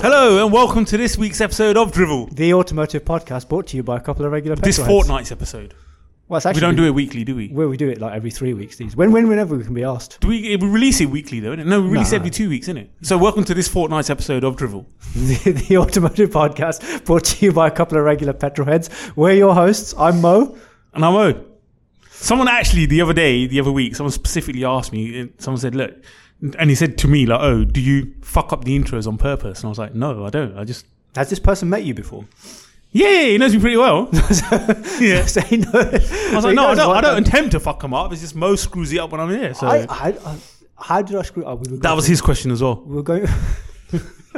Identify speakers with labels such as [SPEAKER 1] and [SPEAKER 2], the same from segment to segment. [SPEAKER 1] Hello and welcome to this week's episode of Drivel.
[SPEAKER 2] The automotive podcast brought to you by a couple of regular
[SPEAKER 1] This
[SPEAKER 2] petrolheads.
[SPEAKER 1] fortnight's episode.
[SPEAKER 2] Well, it's
[SPEAKER 1] We
[SPEAKER 2] actually
[SPEAKER 1] don't do it weekly, do we?
[SPEAKER 2] Well, we do it like every three weeks. These when, when, whenever we can be asked.
[SPEAKER 1] Do we, we release it weekly though, innit? No, we release
[SPEAKER 2] Nah.
[SPEAKER 1] every two weeks, innit? So welcome to this fortnight's episode of Drivel.
[SPEAKER 2] The, the automotive podcast brought to you by a couple of regular petrolheads. We're your hosts. I'm Mo.
[SPEAKER 1] And I'm Owen. Someone actually the other day, the other week, someone specifically asked me, and someone said, look, and he said to me, like, oh, do you fuck up the intros on purpose? And I was like, no, I don't. I just,
[SPEAKER 2] Has this person met you before?
[SPEAKER 1] yeah, yeah, he knows me pretty well. yeah.
[SPEAKER 2] So he knows-
[SPEAKER 1] I was
[SPEAKER 2] so
[SPEAKER 1] like,
[SPEAKER 2] he
[SPEAKER 1] no, I
[SPEAKER 2] knows
[SPEAKER 1] don't,
[SPEAKER 2] what-
[SPEAKER 1] I don't attempt to fuck him up. It's just Mo screws it up when I'm here. So
[SPEAKER 2] I, I, I, how did I screw up? We were
[SPEAKER 1] that was his question as well.
[SPEAKER 2] we were going.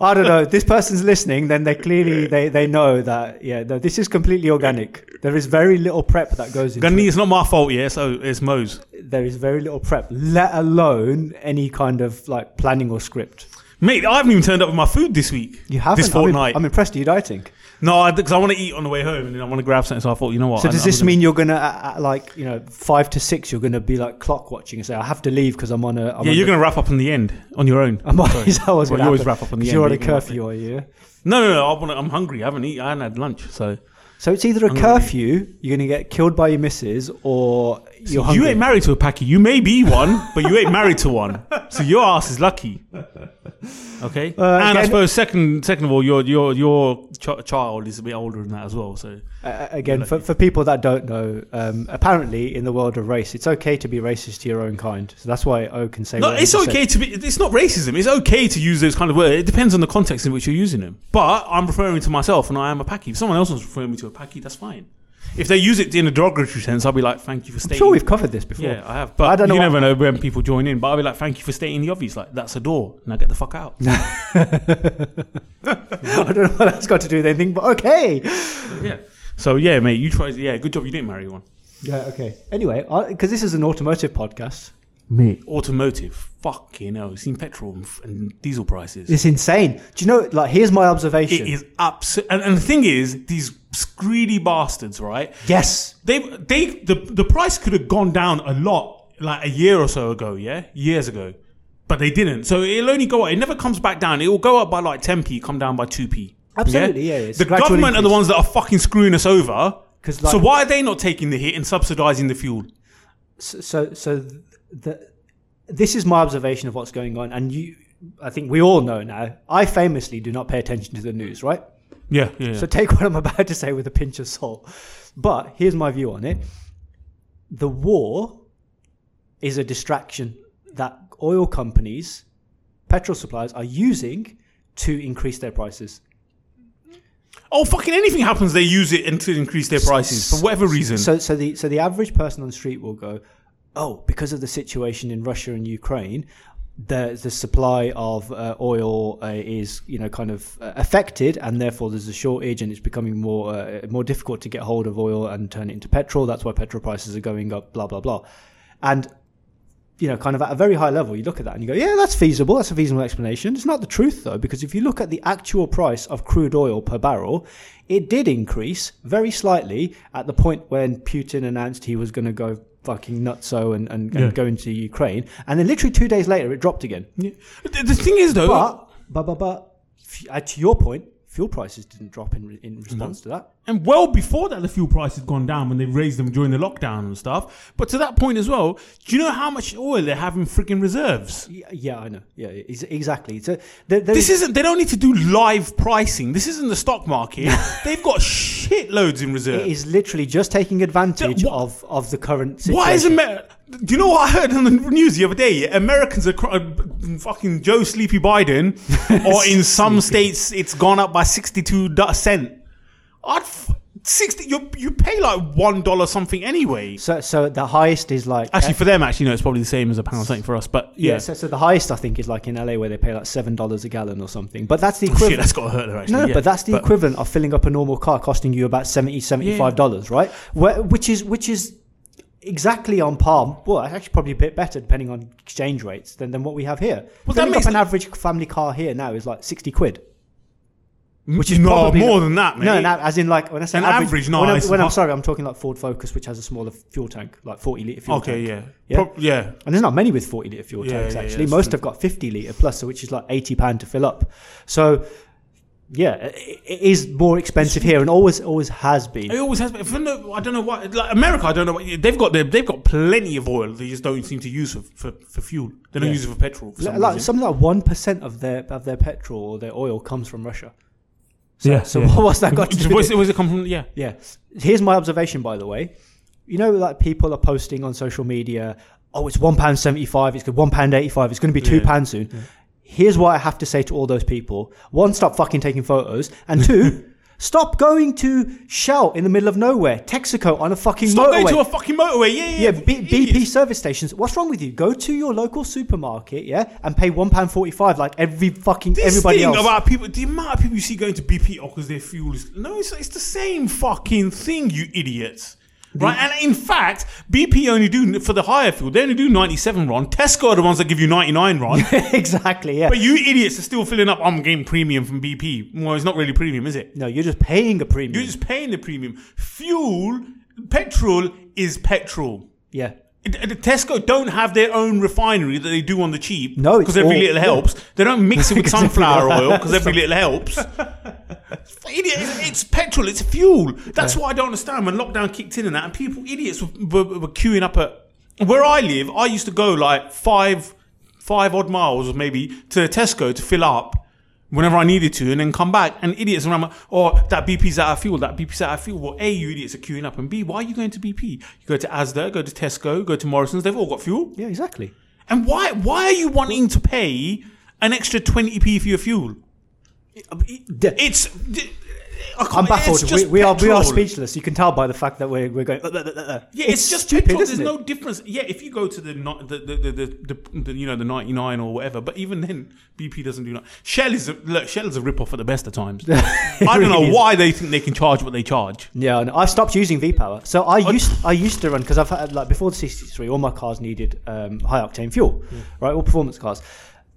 [SPEAKER 2] I don't know. If this person's listening, then they clearly they, they know that yeah. No, this is completely organic. There is very little prep that goes into. it.
[SPEAKER 1] Gandhi, it's not my fault, yeah, so it's Mo's.
[SPEAKER 2] there is very little prep, let alone any kind of like planning or script.
[SPEAKER 1] Mate, I haven't even turned up with my food this week.
[SPEAKER 2] You haven't.
[SPEAKER 1] This fortnight.
[SPEAKER 2] I'm, I'm impressed. You're dieting.
[SPEAKER 1] no, because I, want to eat on the way home and then I want to grab something. So I thought, you know what?
[SPEAKER 2] So
[SPEAKER 1] I-
[SPEAKER 2] does
[SPEAKER 1] I'm
[SPEAKER 2] this
[SPEAKER 1] gonna-
[SPEAKER 2] mean you're gonna uh, uh, like you know five to six? You're gonna be like clock watching and say I have to leave because I'm on a. I'm
[SPEAKER 1] Yeah,
[SPEAKER 2] on
[SPEAKER 1] you're
[SPEAKER 2] the-
[SPEAKER 1] going to wrap up in the end on your own.
[SPEAKER 2] I'm always. I was
[SPEAKER 1] Well,
[SPEAKER 2] gonna
[SPEAKER 1] you always
[SPEAKER 2] happen,
[SPEAKER 1] wrap up on the
[SPEAKER 2] 'cause
[SPEAKER 1] end,
[SPEAKER 2] You're on
[SPEAKER 1] but
[SPEAKER 2] a
[SPEAKER 1] you can wrap
[SPEAKER 2] curfew, are you?
[SPEAKER 1] No, no, no. I wanna, I'm hungry. I haven't eaten. I haven't had lunch. So
[SPEAKER 2] So it's either a
[SPEAKER 1] I'm gonna
[SPEAKER 2] curfew. You're gonna get killed by your missus, or you're
[SPEAKER 1] you
[SPEAKER 2] hungry.
[SPEAKER 1] ain't married to a packy. You may be one, but you ain't married to one. So your ass is lucky. Okay. and
[SPEAKER 2] Uh,
[SPEAKER 1] I
[SPEAKER 2] again-
[SPEAKER 1] suppose second, second of all, your your your ch- child is a bit older than that as well. So
[SPEAKER 2] Uh, again, for, for people that don't know, um, apparently in the world of race, it's okay to be racist to your own kind. So that's why O can say.
[SPEAKER 1] No,
[SPEAKER 2] whatever
[SPEAKER 1] it's
[SPEAKER 2] he said.
[SPEAKER 1] okay to be. It's not racism. It's okay to use those kind of words. It depends on the context in which you're using them. But I'm referring to myself, and I am a Paki. If someone else was referring me to a Paki, that's fine. If they use it in a derogatory sense, I'll be like, "Thank you for
[SPEAKER 2] I'm
[SPEAKER 1] stating."
[SPEAKER 2] sure we've covered this before.
[SPEAKER 1] yeah, I have. But
[SPEAKER 2] I don't know
[SPEAKER 1] you
[SPEAKER 2] what-
[SPEAKER 1] never know when people join in. But I'll be like, "Thank you for stating the obvious." Like that's a door. Now get the fuck out.
[SPEAKER 2] I don't know what that's got to do with anything, but okay.
[SPEAKER 1] yeah. So yeah, mate, you tried. Yeah, good job. You didn't marry one.
[SPEAKER 2] Yeah, okay. Anyway, because this is an automotive podcast,
[SPEAKER 1] Mate, automotive. Fucking hell. You've seen petrol and, f- and diesel prices.
[SPEAKER 2] it's insane. Do you know? Like, here's my
[SPEAKER 1] It
[SPEAKER 2] observation.
[SPEAKER 1] is absolutely. And, and the thing is, these greedy bastards, right?
[SPEAKER 2] Yes,
[SPEAKER 1] they they the the price could have gone down a lot like a year or so ago, yeah, years ago, but they didn't. So it'll only go up. It never comes back down. It will go up by like ten p, come down by two p.
[SPEAKER 2] Absolutely, yeah, it's
[SPEAKER 1] the
[SPEAKER 2] a gradual
[SPEAKER 1] government are the ones
[SPEAKER 2] increase.
[SPEAKER 1] that are fucking screwing us over.
[SPEAKER 2] 'Cause, like-
[SPEAKER 1] so why are they not taking the hit and subsidizing the fuel?
[SPEAKER 2] so so, so th- the, this is my observation of what's going on, and you, I think we all know now. I famously do not pay attention to the news, right?
[SPEAKER 1] Yeah, yeah. yeah.
[SPEAKER 2] So take what I'm about to say with a pinch of salt. But here's my view on it: the war is a distraction that oil companies, petrol suppliers, are using to increase their prices.
[SPEAKER 1] oh, fucking anything happens, they use it and to increase their prices for whatever reason.
[SPEAKER 2] So, so the so the average person on the street will go, oh, because of the situation in Russia and Ukraine, the the supply of uh, oil uh, is you know kind of uh, affected, and therefore there's a shortage, and it's becoming more uh, more difficult to get hold of oil and turn it into petrol. That's why petrol prices are going up. Blah blah blah, and. You know, kind of at a very high level, you look at that and you go, yeah, that's feasible. That's a feasible explanation. It's not the truth, though, because if you look at the actual price of crude oil per barrel, it did increase very slightly at the point when Putin announced he was going to go fucking nutso and, and,
[SPEAKER 1] Yeah.
[SPEAKER 2] and go into Ukraine. And then literally two days later, it dropped again.
[SPEAKER 1] Yeah. the, the thing is, though,
[SPEAKER 2] But, but, but, but f- uh, to your point, fuel prices didn't drop in, re-
[SPEAKER 1] Mm-hmm.
[SPEAKER 2] in response to that.
[SPEAKER 1] And well before that, the fuel price had gone down when they raised them during the lockdown and stuff. But to that point as well, do you know how much oil they have in freaking reserves?
[SPEAKER 2] Yeah, yeah I know. Yeah, ex- exactly. So there, there
[SPEAKER 1] This
[SPEAKER 2] is-
[SPEAKER 1] isn't, they don't need to do live pricing. This isn't the stock market. They've got shitloads in reserve.
[SPEAKER 2] it is literally just taking advantage
[SPEAKER 1] what-
[SPEAKER 2] of, of the current situation.
[SPEAKER 1] Why is America. Do you know what I heard on the news the other day? Americans are cr- uh, fucking Joe Sleepy Biden, or in some states, it's gone up by 62 do- cent. I'd. F- 60, you, you pay like $1 something anyway.
[SPEAKER 2] So, so the highest is like
[SPEAKER 1] Actually, for them, actually, no, it's probably the same as a pound something for us. But yeah,
[SPEAKER 2] Yeah. So, so the highest I think is like in LA where they pay like seven dollars a gallon or something. But that's the equivalent.
[SPEAKER 1] Oh, shit, that's got to hurt her. Actually,
[SPEAKER 2] no,
[SPEAKER 1] yeah.
[SPEAKER 2] but that's the equivalent of filling up a normal car costing you about 70 75 dollars, right? Where, which is which is exactly on par. Well, actually probably a bit better depending on exchange rates than, than what we have here.
[SPEAKER 1] Well, that
[SPEAKER 2] filling
[SPEAKER 1] makes-
[SPEAKER 2] up an average family car here now is like 60 quid. which is
[SPEAKER 1] no
[SPEAKER 2] probably
[SPEAKER 1] more than that, mate.
[SPEAKER 2] No, no, as in like when I say
[SPEAKER 1] An
[SPEAKER 2] average,
[SPEAKER 1] average, no,
[SPEAKER 2] when, I'm,
[SPEAKER 1] it's
[SPEAKER 2] when I'm
[SPEAKER 1] not-
[SPEAKER 2] sorry, I'm talking like Ford Focus, which has a smaller fuel tank, like 40 liter fuel
[SPEAKER 1] Okay,
[SPEAKER 2] tank.
[SPEAKER 1] yeah.
[SPEAKER 2] Yeah.
[SPEAKER 1] Prob- yeah.
[SPEAKER 2] And there's not many with 40 litre fuel
[SPEAKER 1] Yeah,
[SPEAKER 2] tanks,
[SPEAKER 1] yeah, yeah,
[SPEAKER 2] actually.
[SPEAKER 1] that's
[SPEAKER 2] Most
[SPEAKER 1] true.
[SPEAKER 2] have got 50 litre plus, so which is like £80 to fill up. So, yeah, i- i- it is more expensive here and always always has
[SPEAKER 1] It
[SPEAKER 2] been.
[SPEAKER 1] always has been. If I don't know- I don't know why. Like America, I don't know. Why, they've got their, they've got plenty of oil. They just don't seem to use for for, for fuel. They don't
[SPEAKER 2] Yeah.
[SPEAKER 1] use it for petrol. For some
[SPEAKER 2] Like,
[SPEAKER 1] reason.
[SPEAKER 2] something like 1% of their of their petrol or their oil comes from Russia. So,
[SPEAKER 1] Yeah,
[SPEAKER 2] so
[SPEAKER 1] yeah.
[SPEAKER 2] what's that got to do with
[SPEAKER 1] Where's it, where's it come from? Yeah.
[SPEAKER 2] Yeah. Here's my observation, by the way. You know, like people are posting on social media, oh, it's one pound seventy-five. It's one pound eighty-five. It's going to be two
[SPEAKER 1] Yeah.
[SPEAKER 2] pounds soon. Here's what I have to say to all those people: one, stop fucking taking photos, and two. Stop going to Shell in the middle of nowhere, Texaco on a fucking
[SPEAKER 1] Stop
[SPEAKER 2] motorway.
[SPEAKER 1] going to a fucking motorway. Yeah, yeah.
[SPEAKER 2] yeah,
[SPEAKER 1] you
[SPEAKER 2] B- BP
[SPEAKER 1] idiots.
[SPEAKER 2] service stations. What's wrong with you? Go to your local supermarket, yeah, and pay one pound forty-five like every fucking
[SPEAKER 1] This
[SPEAKER 2] everybody
[SPEAKER 1] thing
[SPEAKER 2] else.
[SPEAKER 1] about people, the amount of people you see going to BP because their fuel is no, it's, it's the same fucking thing, you idiots. Right, and in fact, BP only do for the higher fuel. They only do ninety-seven ron. Tesco are the ones that give you ninety-nine ron.
[SPEAKER 2] exactly, yeah.
[SPEAKER 1] But you idiots are still filling up. I'm getting premium from BP. Well, it's not really premium, is it?
[SPEAKER 2] no, you're just paying a premium.
[SPEAKER 1] You're just paying the premium. Fuel, petrol is petrol.
[SPEAKER 2] yeah.
[SPEAKER 1] It- it- Tesco don't have their own refinery that they do on the cheap.
[SPEAKER 2] No, it's
[SPEAKER 1] because every
[SPEAKER 2] all-
[SPEAKER 1] little helps. They don't mix it with
[SPEAKER 2] 'Cause every
[SPEAKER 1] sunflower
[SPEAKER 2] little-
[SPEAKER 1] oil because every little helps. Idiot, it's- it's petrol, it's fuel. That's what I don't understand. When lockdown kicked in and that, and people idiots were, were, were queuing up at where I live. I used to go like five, five odd miles maybe to Tesco to fill up. Whenever I needed to, and then come back, and idiots around. My, oh, that BP's out of fuel. That BP's out of fuel. Well, a you idiots are queuing up, and b why are you going to BP? You go to ASDA, go to Tesco, go to Morrison's. They've all got fuel.
[SPEAKER 2] Yeah, exactly.
[SPEAKER 1] And why why are you wanting to pay an extra 20p for your fuel? It's I can't-
[SPEAKER 2] I'm baffled.
[SPEAKER 1] it's just
[SPEAKER 2] we, we are we are
[SPEAKER 1] petrol.
[SPEAKER 2] spealich. You can tell by the fact that we're we're going. "Uh, uh, uh, uh, uh."
[SPEAKER 1] Yeah, it's, just petrol. There's
[SPEAKER 2] isn't
[SPEAKER 1] no
[SPEAKER 2] it?
[SPEAKER 1] difference. Yeah, if you go to the, ni- the, the, the, the, the, the you know the 99 or whatever, but even then BP doesn't do that. Shell is a, look, Shell is a rip off at the best of times. I don't
[SPEAKER 2] really
[SPEAKER 1] know
[SPEAKER 2] is.
[SPEAKER 1] why they think they can charge what they charge.
[SPEAKER 2] Yeah, and I've stopped using V power. So I used I used to run because I've had like before the 63, all my cars needed um, high octane fuel, right? All performance cars.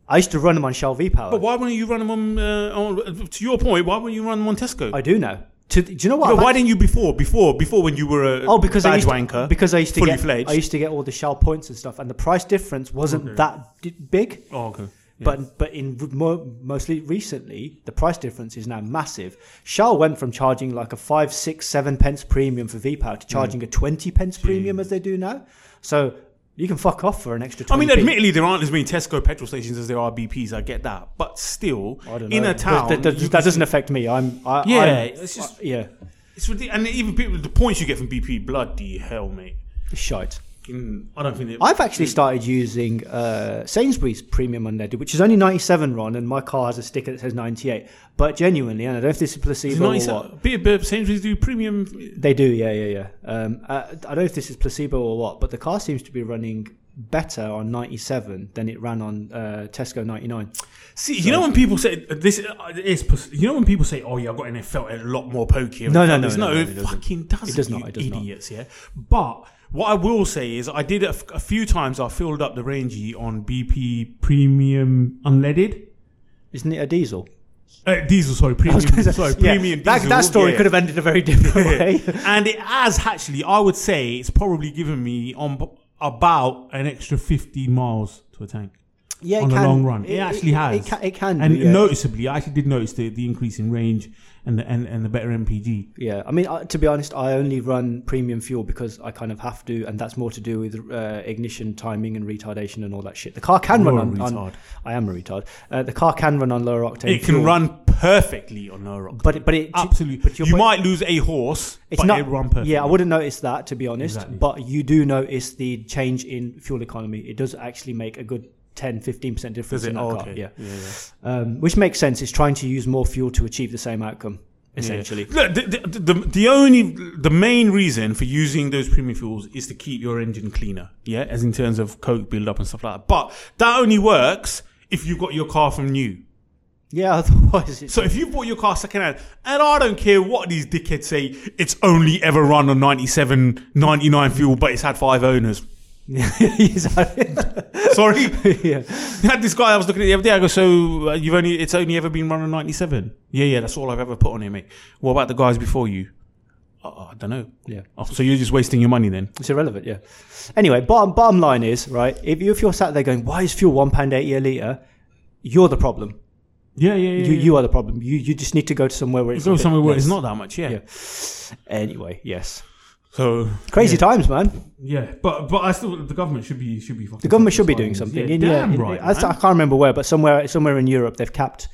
[SPEAKER 2] I used to run them on Shell V power.
[SPEAKER 1] But why wouldn't you run them on, uh, on to your point? Why wouldn't you run them on Tesco?
[SPEAKER 2] I do now. To, do you know what?
[SPEAKER 1] but
[SPEAKER 2] I've
[SPEAKER 1] why
[SPEAKER 2] actually-
[SPEAKER 1] didn't you before? Before before when you were a
[SPEAKER 2] Oh, because I
[SPEAKER 1] badge
[SPEAKER 2] used to,
[SPEAKER 1] wanker?
[SPEAKER 2] because I used to
[SPEAKER 1] fully
[SPEAKER 2] get
[SPEAKER 1] fledged.
[SPEAKER 2] I used to get all the Shell points and stuff, and the price difference wasn't that d- big.
[SPEAKER 1] oh, okay. Yeah.
[SPEAKER 2] But but in re- mo- mostly recently, the price difference is now massive. Shell went from charging like a five, six, seven pence premium for V
[SPEAKER 1] Mm.
[SPEAKER 2] power to charging a twenty pence premium as they do now. So you can fuck off for an extra. 20p.
[SPEAKER 1] I mean, admittedly, there aren't as many Tesco petrol stations as there are BPs. I get that, but still,
[SPEAKER 2] I don't
[SPEAKER 1] in
[SPEAKER 2] know.
[SPEAKER 1] a town,
[SPEAKER 2] that, that-
[SPEAKER 1] you-
[SPEAKER 2] that doesn't affect me. I'm I,
[SPEAKER 1] Yeah,
[SPEAKER 2] I'm-
[SPEAKER 1] it's just-
[SPEAKER 2] I- yeah,
[SPEAKER 1] it's ridiculous. And even people, the points you get from BP, bloody hell, mate.
[SPEAKER 2] shite.
[SPEAKER 1] Mm, I don't think it,
[SPEAKER 2] I've actually started using uh, Sainsbury's premium unleaded, which is only ninety-seven ron, and my car has a sticker that says ninety-eight. But genuinely, and I don't know if this is
[SPEAKER 1] it's
[SPEAKER 2] placebo or
[SPEAKER 1] nice.
[SPEAKER 2] what.
[SPEAKER 1] Beer, beer, Sainsbury's do premium.
[SPEAKER 2] They do, yeah, yeah, yeah. Um, uh, I don't know if this is placebo or what, but the car seems to be running better on 97 than it ran on uh, Tesco 99.
[SPEAKER 1] See, you know when people say this uh, is, pers- you know when people say, "Oh yeah, I got in it felt a lot more pokier." and
[SPEAKER 2] No,
[SPEAKER 1] it
[SPEAKER 2] no,
[SPEAKER 1] felt
[SPEAKER 2] no,
[SPEAKER 1] this."
[SPEAKER 2] no, no,
[SPEAKER 1] it
[SPEAKER 2] it doesn't.
[SPEAKER 1] fucking doesn't.
[SPEAKER 2] It does not,
[SPEAKER 1] you
[SPEAKER 2] it does not.
[SPEAKER 1] idiots, yeah. But what I will say is, I did it a f- a few times. I filled up the rangy on BP premium unleaded.
[SPEAKER 2] Isn't it a diesel?
[SPEAKER 1] Uh, diesel, sorry,
[SPEAKER 2] I
[SPEAKER 1] premium.
[SPEAKER 2] was gonna say-
[SPEAKER 1] sorry,
[SPEAKER 2] yeah,
[SPEAKER 1] premium
[SPEAKER 2] that,
[SPEAKER 1] diesel.
[SPEAKER 2] that story
[SPEAKER 1] yeah.
[SPEAKER 2] could have ended a very different way.
[SPEAKER 1] and it has actually, I would say, it's probably given me on about an extra 50 miles to a tank
[SPEAKER 2] yeah, it
[SPEAKER 1] on
[SPEAKER 2] can-
[SPEAKER 1] the long run. It,
[SPEAKER 2] it-
[SPEAKER 1] actually
[SPEAKER 2] it-
[SPEAKER 1] has.
[SPEAKER 2] It can. It can
[SPEAKER 1] and
[SPEAKER 2] do, yeah.
[SPEAKER 1] noticeably, I actually did notice the, the increase in range and the and, and the better MPG.
[SPEAKER 2] Yeah, I mean, I, to be honest, I only run premium fuel because I kind of have to, and that's more to do with uh, ignition timing and retardation and all that shit. The car can
[SPEAKER 1] You're
[SPEAKER 2] run
[SPEAKER 1] a
[SPEAKER 2] on,
[SPEAKER 1] retard.
[SPEAKER 2] on. I am a retard. Uh, the car can run on lower octane.
[SPEAKER 1] It can
[SPEAKER 2] fuel,
[SPEAKER 1] run perfectly on low rock.
[SPEAKER 2] but it- but it
[SPEAKER 1] Absolutely.
[SPEAKER 2] But your
[SPEAKER 1] you
[SPEAKER 2] point-
[SPEAKER 1] might lose a horse, but it run perfectly.
[SPEAKER 2] Yeah, I wouldn't notice that to be honest,
[SPEAKER 1] Exactly.
[SPEAKER 2] but you do notice the change in fuel economy. It does actually make a good 10 15% difference
[SPEAKER 1] Does it?
[SPEAKER 2] in that
[SPEAKER 1] Oh,
[SPEAKER 2] car.
[SPEAKER 1] okay.
[SPEAKER 2] Yeah.
[SPEAKER 1] yeah, yeah.
[SPEAKER 2] Um, which makes sense. It's trying to use more fuel to achieve the same outcome essentially.
[SPEAKER 1] Look, the, the, the, the only the main reason for using those premium fuels is to keep your engine cleaner, yeah, as in terms of coke buildup and stuff like that. But that only works if you got your car from new.
[SPEAKER 2] Yeah, otherwise it's
[SPEAKER 1] So if you bought your car secondhand, and I don't care what these dickheads say, it's only ever run on 97, 99 fuel, but it's had five owners. Sorry,
[SPEAKER 2] yeah.
[SPEAKER 1] had this guy I was looking at the other day. I go, so uh, you've only it's only ever been running ninety seven. Yeah, yeah, that's all I've ever put on here, mate. What about the guys before you? Uh, I don't know.
[SPEAKER 2] Yeah.
[SPEAKER 1] Oh, so you're just wasting your money then?
[SPEAKER 2] It's irrelevant, yeah. Anyway, bottom bottom line is right. If you if you're sat there going, why is fuel one pound eighty a liter? You're the problem.
[SPEAKER 1] Yeah, yeah, yeah.
[SPEAKER 2] You you are the problem. You you just need to go to somewhere where it's a
[SPEAKER 1] go
[SPEAKER 2] bit
[SPEAKER 1] somewhere where it's
[SPEAKER 2] less.
[SPEAKER 1] not that much. Yeah.
[SPEAKER 2] Yeah. Anyway, yes.
[SPEAKER 1] So
[SPEAKER 2] Crazy
[SPEAKER 1] yeah.
[SPEAKER 2] times, man.
[SPEAKER 1] Yeah, but but I still the government should be should be fucking
[SPEAKER 2] The government should be
[SPEAKER 1] fucking
[SPEAKER 2] doing something.
[SPEAKER 1] Yeah,
[SPEAKER 2] In-
[SPEAKER 1] damn
[SPEAKER 2] in-
[SPEAKER 1] right.
[SPEAKER 2] I, I
[SPEAKER 1] man.
[SPEAKER 2] can't remember where, but somewhere somewhere in Europe they've capped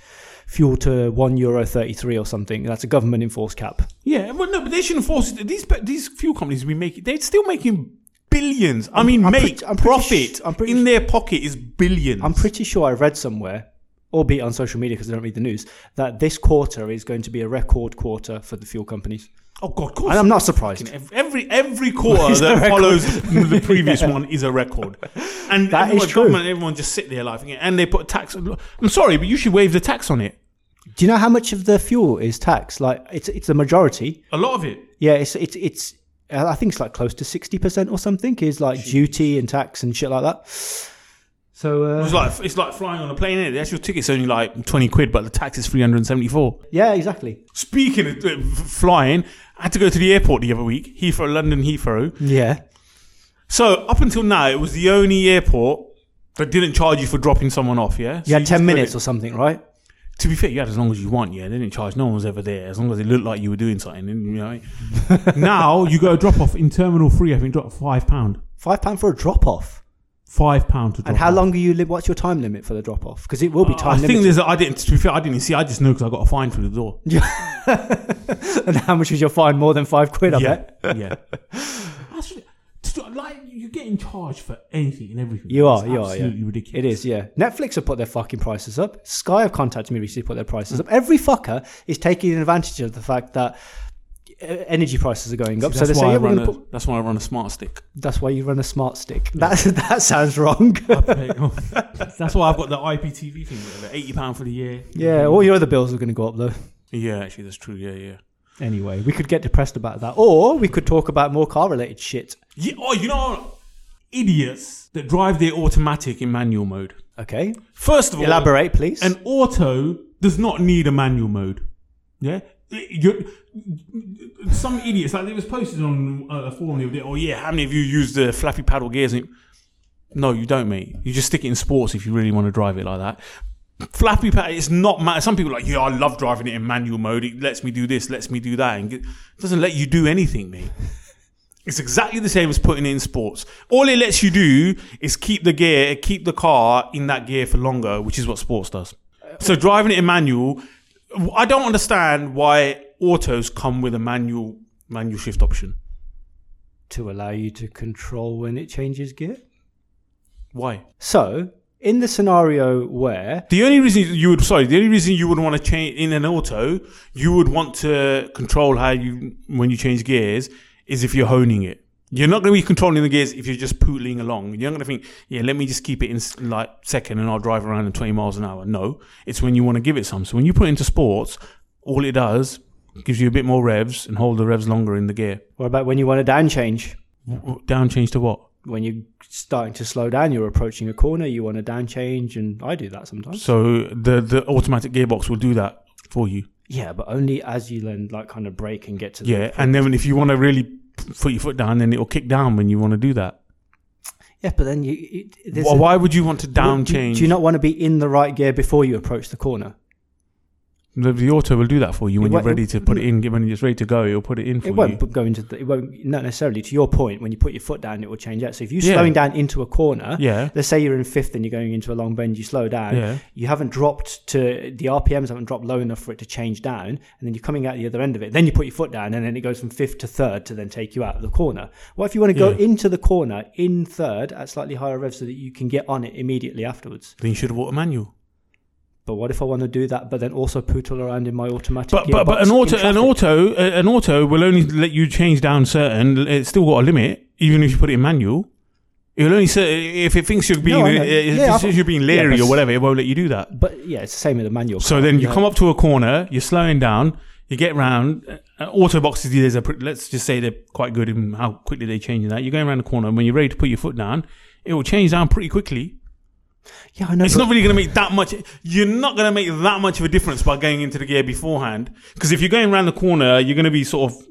[SPEAKER 2] fuel to one euro thirty three or something. That's a government enforced cap.
[SPEAKER 1] yeah, well, no, but they shouldn't force it. These pe- these fuel companies we make they're still making billions. I mean,
[SPEAKER 2] I'm
[SPEAKER 1] make
[SPEAKER 2] pretty- I'm pretty
[SPEAKER 1] profit
[SPEAKER 2] sh- I'm pretty
[SPEAKER 1] in their pocket is 1000000000s
[SPEAKER 2] I'm pretty sure I read somewhere, albeit on social media because I don't read the news, that this quarter is going to be a record quarter for the fuel companies.
[SPEAKER 1] oh god, of course.
[SPEAKER 2] And I'm not surprised.
[SPEAKER 1] Ev- Every every quarter
[SPEAKER 2] Is a
[SPEAKER 1] that
[SPEAKER 2] record.
[SPEAKER 1] follows the previous one is a record, and
[SPEAKER 2] That
[SPEAKER 1] everyone,
[SPEAKER 2] is true.
[SPEAKER 1] government- everyone just sit there laughing, at it. and they put tax. I'm sorry, but you should waive the tax on it.
[SPEAKER 2] Do you know how much of the fuel is taxed? Like it's it's the majority.
[SPEAKER 1] A lot of it.
[SPEAKER 2] Yeah, it's it's it's. uh, I think it's like close to sixty percent or something is like duty and tax and shit like that. So uh,
[SPEAKER 1] It's like it's like flying on a plane. Isn't it? The actual ticket's only like twenty quid, but the tax is three hundred and seventy four.
[SPEAKER 2] yeah, exactly.
[SPEAKER 1] Speaking of uh, f- flying, I had to go to the airport the other week, Heathrow, London Heathrow.
[SPEAKER 2] Yeah,
[SPEAKER 1] So up until now, it was the only airport that didn't charge you for dropping someone off. Yeah,
[SPEAKER 2] you
[SPEAKER 1] So
[SPEAKER 2] had ten
[SPEAKER 1] just go
[SPEAKER 2] minutes or something, right?
[SPEAKER 1] to be fair, you had as long as you want. Yeah, they didn't charge. No one was ever there. As long as it looked like you were doing something, and, you know. now you go drop off in Terminal Three. I think drop five pound.
[SPEAKER 2] Five pound for a drop off.
[SPEAKER 1] Five pound to drop.
[SPEAKER 2] And how
[SPEAKER 1] off. Uh,
[SPEAKER 2] long are you li- What's your time limit for the drop off? Because it will be
[SPEAKER 1] I
[SPEAKER 2] time
[SPEAKER 1] think
[SPEAKER 2] limited.
[SPEAKER 1] there's. A, I didn't. To be fair, I didn't see. I just know because I got a fine through the door.
[SPEAKER 2] and how much was your fine? More than five quid, I bet.
[SPEAKER 1] yeah. That's ri- to- like you're getting charged for anything and everything.
[SPEAKER 2] You are,
[SPEAKER 1] It's
[SPEAKER 2] you are, yeah.
[SPEAKER 1] absolutely ridiculous.
[SPEAKER 2] It is, yeah. Netflix have put their fucking prices up. Sky have contacted me recently to put their prices up. Every fucker is taking advantage of the fact that uh, energy prices are going up.
[SPEAKER 1] That's
[SPEAKER 2] so they say,
[SPEAKER 1] why I
[SPEAKER 2] yeah, we're
[SPEAKER 1] run
[SPEAKER 2] gonna
[SPEAKER 1] a,
[SPEAKER 2] put-
[SPEAKER 1] that's why I run a smart stick.
[SPEAKER 2] that's why you run a smart stick. That, that sounds wrong.
[SPEAKER 1] oh, that's why I've got the IPTV thing. Whatever, eighty pound for the year.
[SPEAKER 2] yeah, all your other bills are going to go up, though.
[SPEAKER 1] Yeah, actually, that's true. Yeah, yeah.
[SPEAKER 2] Anyway, we could get depressed about that. Or we could talk about more car related shit.
[SPEAKER 1] Yeah, oh, you know, idiots that drive their automatic in manual mode.
[SPEAKER 2] Okay.
[SPEAKER 1] First of all,
[SPEAKER 2] Elaborate, please.
[SPEAKER 1] an auto does not need a manual mode. Yeah? You- some idiots, like it was posted on a forum the other day, oh, yeah, how many of you use the flappy paddle gears? And, no, you don't, mate. You just stick it in sports if you really want to drive it like that. Flappy paddle, it's not matter. Some people are like, yeah, I love driving it in manual mode. It lets me do this, lets me do that. And it doesn't let you do anything, mate. It's exactly the same as putting it in sports. All it lets you do is keep the gear, keep the car in that gear for longer, which is what sports does. So driving it in manual, I don't understand why autos come with a manual manual shift option.
[SPEAKER 2] to allow you to control when it changes gear.
[SPEAKER 1] Why?
[SPEAKER 2] So, in the scenario where
[SPEAKER 1] The only reason you would sorry, the only reason you would want to change in an auto, you would want to control how you when you change gears is if you're honing it. You're not going to be controlling the gears if you're just pootling along. You're not going to think, yeah, let me just keep it in s- like second and I'll drive around at 20 miles an hour. No, it's when you want to give it some. So when you put it into sports, all it does gives you a bit more revs and hold the revs longer in the gear.
[SPEAKER 2] What about when you want to downchange?
[SPEAKER 1] W- w- Down change to what?
[SPEAKER 2] When you're starting to slow down, you're approaching a corner, you want to downchange, and I do that sometimes.
[SPEAKER 1] So the the automatic gearbox will do that for you.
[SPEAKER 2] Yeah, but only as you then like kind of break and get to the
[SPEAKER 1] Yeah, and then if you want to really p- put your foot down, then it'll kick down when you want to do that.
[SPEAKER 2] yeah. But then you it, there's
[SPEAKER 1] Why,
[SPEAKER 2] a-
[SPEAKER 1] why would you want to down
[SPEAKER 2] do-
[SPEAKER 1] change?
[SPEAKER 2] Do you not want to be in the right gear before you approach the corner?
[SPEAKER 1] the, the auto will do that for you when
[SPEAKER 2] It
[SPEAKER 1] you're
[SPEAKER 2] won't-
[SPEAKER 1] ready to put it in. When it's ready to go, it'll put it in for
[SPEAKER 2] It
[SPEAKER 1] you.
[SPEAKER 2] won't go into the, it won't not necessarily to your point. When you put your foot down, it will change out. So if you're
[SPEAKER 1] Yeah.
[SPEAKER 2] slowing down into a corner,
[SPEAKER 1] Yeah.
[SPEAKER 2] Let's say you're in fifth and you're going into a long bend, you slow down.
[SPEAKER 1] Yeah.
[SPEAKER 2] You haven't dropped to the RPMs haven't dropped low enough for it to change down, and then you're coming out the other end of it. Then you put your foot down, and then it goes from fifth to third to then take you out of the corner. What if you want to go
[SPEAKER 1] Yeah.
[SPEAKER 2] into the corner in third at slightly higher rev so that you can get on it immediately afterwards?
[SPEAKER 1] Then you should have bought a manual.
[SPEAKER 2] But what if I want to do that, but then also pootle around in my automatic?
[SPEAKER 1] But but, but
[SPEAKER 2] gearbox
[SPEAKER 1] an
[SPEAKER 2] in
[SPEAKER 1] auto an
[SPEAKER 2] traffic?
[SPEAKER 1] auto uh, an auto will only let you change down certain. It's still got a limit, even if you put it in manual. It'll only cer- if it thinks you're being
[SPEAKER 2] I know.
[SPEAKER 1] if
[SPEAKER 2] Yeah,
[SPEAKER 1] it
[SPEAKER 2] I've-
[SPEAKER 1] thinks you're being
[SPEAKER 2] yeah,
[SPEAKER 1] leery
[SPEAKER 2] but-
[SPEAKER 1] or whatever, it won't let you do that.
[SPEAKER 2] But yeah, it's the same with the manual.
[SPEAKER 1] So
[SPEAKER 2] car,
[SPEAKER 1] then you
[SPEAKER 2] know?
[SPEAKER 1] come up to a corner, you're slowing down, you get round, uh, auto boxes these days are pretty, let's just say they're quite good in how quickly they change that. You're going around the corner, and when you're ready to put your foot down, it will change down pretty quickly.
[SPEAKER 2] Yeah, I know.
[SPEAKER 1] It's
[SPEAKER 2] but-
[SPEAKER 1] not really going to make that much. You're not going to make that much of a difference by going into the gear beforehand. Because if you're going around the corner, you're going to be sort of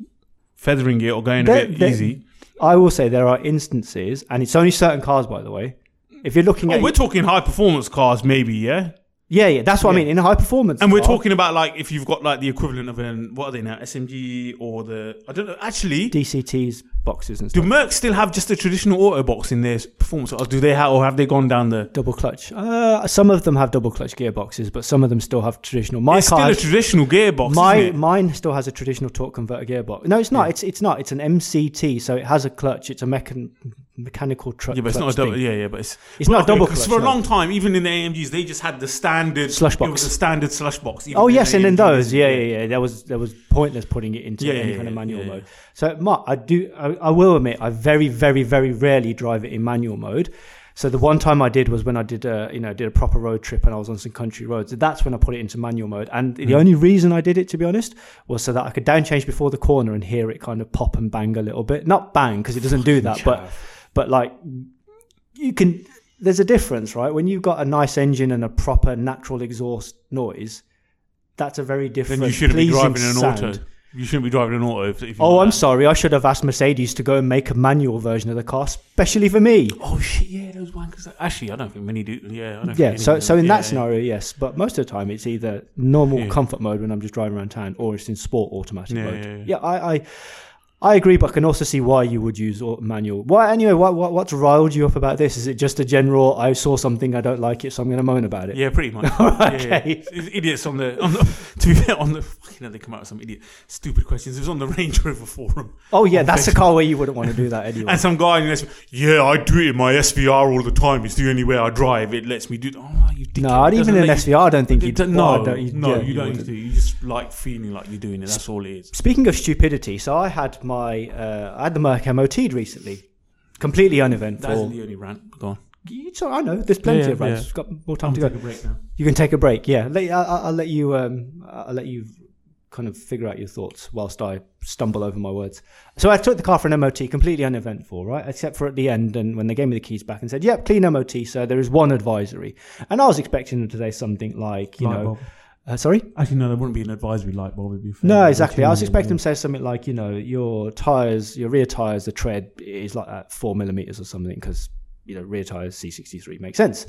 [SPEAKER 1] feathering it or going a
[SPEAKER 2] There-
[SPEAKER 1] bit
[SPEAKER 2] there-
[SPEAKER 1] easy.
[SPEAKER 2] I will say there are instances, and it's only certain cars, by the way. If you're looking
[SPEAKER 1] Oh,
[SPEAKER 2] at,
[SPEAKER 1] we're talking high performance cars, maybe, yeah.
[SPEAKER 2] yeah, yeah, that's what I mean. In a high performance,
[SPEAKER 1] And we're
[SPEAKER 2] car,
[SPEAKER 1] talking about like if you've got like the equivalent of an what are they now, SMG or the I don't know. Actually,
[SPEAKER 2] DCTs, boxes, and
[SPEAKER 1] do
[SPEAKER 2] stuff.
[SPEAKER 1] Mercs still have just a traditional auto box in their performance, or do they have, or have they gone down the?
[SPEAKER 2] double clutch. Uh, some of them have double clutch gearboxes, but some of them still have traditional. My
[SPEAKER 1] It's still
[SPEAKER 2] car,
[SPEAKER 1] a traditional gearbox.
[SPEAKER 2] my
[SPEAKER 1] isn't it?
[SPEAKER 2] mine still has a traditional torque converter gearbox. No, it's not. It's it's not. It's an MCT, so it has a clutch. It's a mechan- mechanical tr-
[SPEAKER 1] Yeah, but it's not a
[SPEAKER 2] clutch
[SPEAKER 1] double.
[SPEAKER 2] thing.
[SPEAKER 1] Yeah, yeah, but it's
[SPEAKER 2] It's not a
[SPEAKER 1] okay,
[SPEAKER 2] double
[SPEAKER 1] 'cause
[SPEAKER 2] clutch,
[SPEAKER 1] for a
[SPEAKER 2] no.
[SPEAKER 1] long time, even in the AMGs, they just had the standard
[SPEAKER 2] Slush
[SPEAKER 1] It was
[SPEAKER 2] box.
[SPEAKER 1] a standard slush box. even
[SPEAKER 2] Oh yes, and
[SPEAKER 1] AMGs.
[SPEAKER 2] in those, yeah, yeah, yeah. There was there was pointless putting it into
[SPEAKER 1] Yeah,
[SPEAKER 2] any
[SPEAKER 1] yeah,
[SPEAKER 2] kind of
[SPEAKER 1] yeah,
[SPEAKER 2] manual
[SPEAKER 1] yeah,
[SPEAKER 2] mode. So Mark, I do I, I will admit I very very very rarely drive it in manual mode. So the one time I did was when I did a you know did a proper road trip and I was on some country roads. That's when I put it into manual mode. And
[SPEAKER 1] Hmm.
[SPEAKER 2] the only reason I did it, to be honest, was so that I could downchange before the corner and hear it kind of pop and bang a little bit. Not bang because it doesn't do that, but
[SPEAKER 1] chav.
[SPEAKER 2] but like you can there's a difference right when you've got a nice engine and a proper natural exhaust noise that's a very different
[SPEAKER 1] Then you shouldn't be
[SPEAKER 2] pleasing
[SPEAKER 1] driving an
[SPEAKER 2] sound.
[SPEAKER 1] auto. You shouldn't be driving an auto. If, if you
[SPEAKER 2] oh
[SPEAKER 1] like
[SPEAKER 2] i'm
[SPEAKER 1] that.
[SPEAKER 2] sorry i should have asked mercedes to go and make a manual version of the car especially for me
[SPEAKER 1] Oh shit! Yeah, those wankers. Actually, I don't think many do. Yeah, I don't
[SPEAKER 2] yeah
[SPEAKER 1] Think
[SPEAKER 2] so
[SPEAKER 1] anyone
[SPEAKER 2] so
[SPEAKER 1] does.
[SPEAKER 2] in
[SPEAKER 1] Yeah,
[SPEAKER 2] that scenario yes but most of the time it's either normal
[SPEAKER 1] Yeah.
[SPEAKER 2] comfort mode when i'm just driving around town or it's in sport automatic
[SPEAKER 1] Yeah,
[SPEAKER 2] mode
[SPEAKER 1] yeah, yeah.
[SPEAKER 2] I, I I agree, but I can also see why you would use au- manual. Why anyway? What, what what's riled you up about this? Is it just a general? I saw something I don't like it, so I'm going to moan about it.
[SPEAKER 1] Yeah, pretty much. Yeah, yeah.
[SPEAKER 2] okay.
[SPEAKER 1] It's Idiots on the, on the. To be fair, on the fucking hell, they come out with some idiot stupid questions. It was on the Range Rover forum.
[SPEAKER 2] Oh yeah, that's a car where you wouldn't want to do that anyway.
[SPEAKER 1] And some guy in this, yeah, I do it in my SVR all the time. It's the only way I drive. It lets me do. Oh, you dickhead.
[SPEAKER 2] no, I'd
[SPEAKER 1] It doesn't
[SPEAKER 2] even in
[SPEAKER 1] let you-
[SPEAKER 2] SVR, I don't think
[SPEAKER 1] It
[SPEAKER 2] you'd.
[SPEAKER 1] don't-
[SPEAKER 2] well, I
[SPEAKER 1] no,
[SPEAKER 2] don't- you'd-
[SPEAKER 1] no,
[SPEAKER 2] yeah,
[SPEAKER 1] you, don't
[SPEAKER 2] wouldn't.
[SPEAKER 1] need to. You just like feeling like you're doing it. That's all it is.
[SPEAKER 2] Speaking of stupidity, so I had my uh, I had the Merc MOT'd recently, completely
[SPEAKER 1] That's
[SPEAKER 2] uneventful.
[SPEAKER 1] the only rant. Go on.
[SPEAKER 2] It's all- I know there's plenty
[SPEAKER 1] Yeah,
[SPEAKER 2] of runs.
[SPEAKER 1] yeah.
[SPEAKER 2] We've got more time
[SPEAKER 1] I'm
[SPEAKER 2] to go.
[SPEAKER 1] taking a break now.
[SPEAKER 2] You can take a break. Yeah, Let- I- I- I'll let you. Um, I'll let you kind of figure out your thoughts whilst I stumble over my words. So I took the car for an MOT, completely uneventful, right? Except for at the end, and when they gave me the keys back and said, "Yep, clean MOT, sir. There is one advisory," and I was expecting them to say something like, you
[SPEAKER 1] Light
[SPEAKER 2] know,
[SPEAKER 1] bulb.
[SPEAKER 2] uh, "Sorry."
[SPEAKER 1] Actually, no, there wouldn't be an advisory light bulb. It'd be fair.
[SPEAKER 2] No, exactly. I was
[SPEAKER 1] Actually,
[SPEAKER 2] expecting them to say something like, you know, your tires, your rear tires, the tread is like at four millimeters or something because you know rear tires C63 makes sense.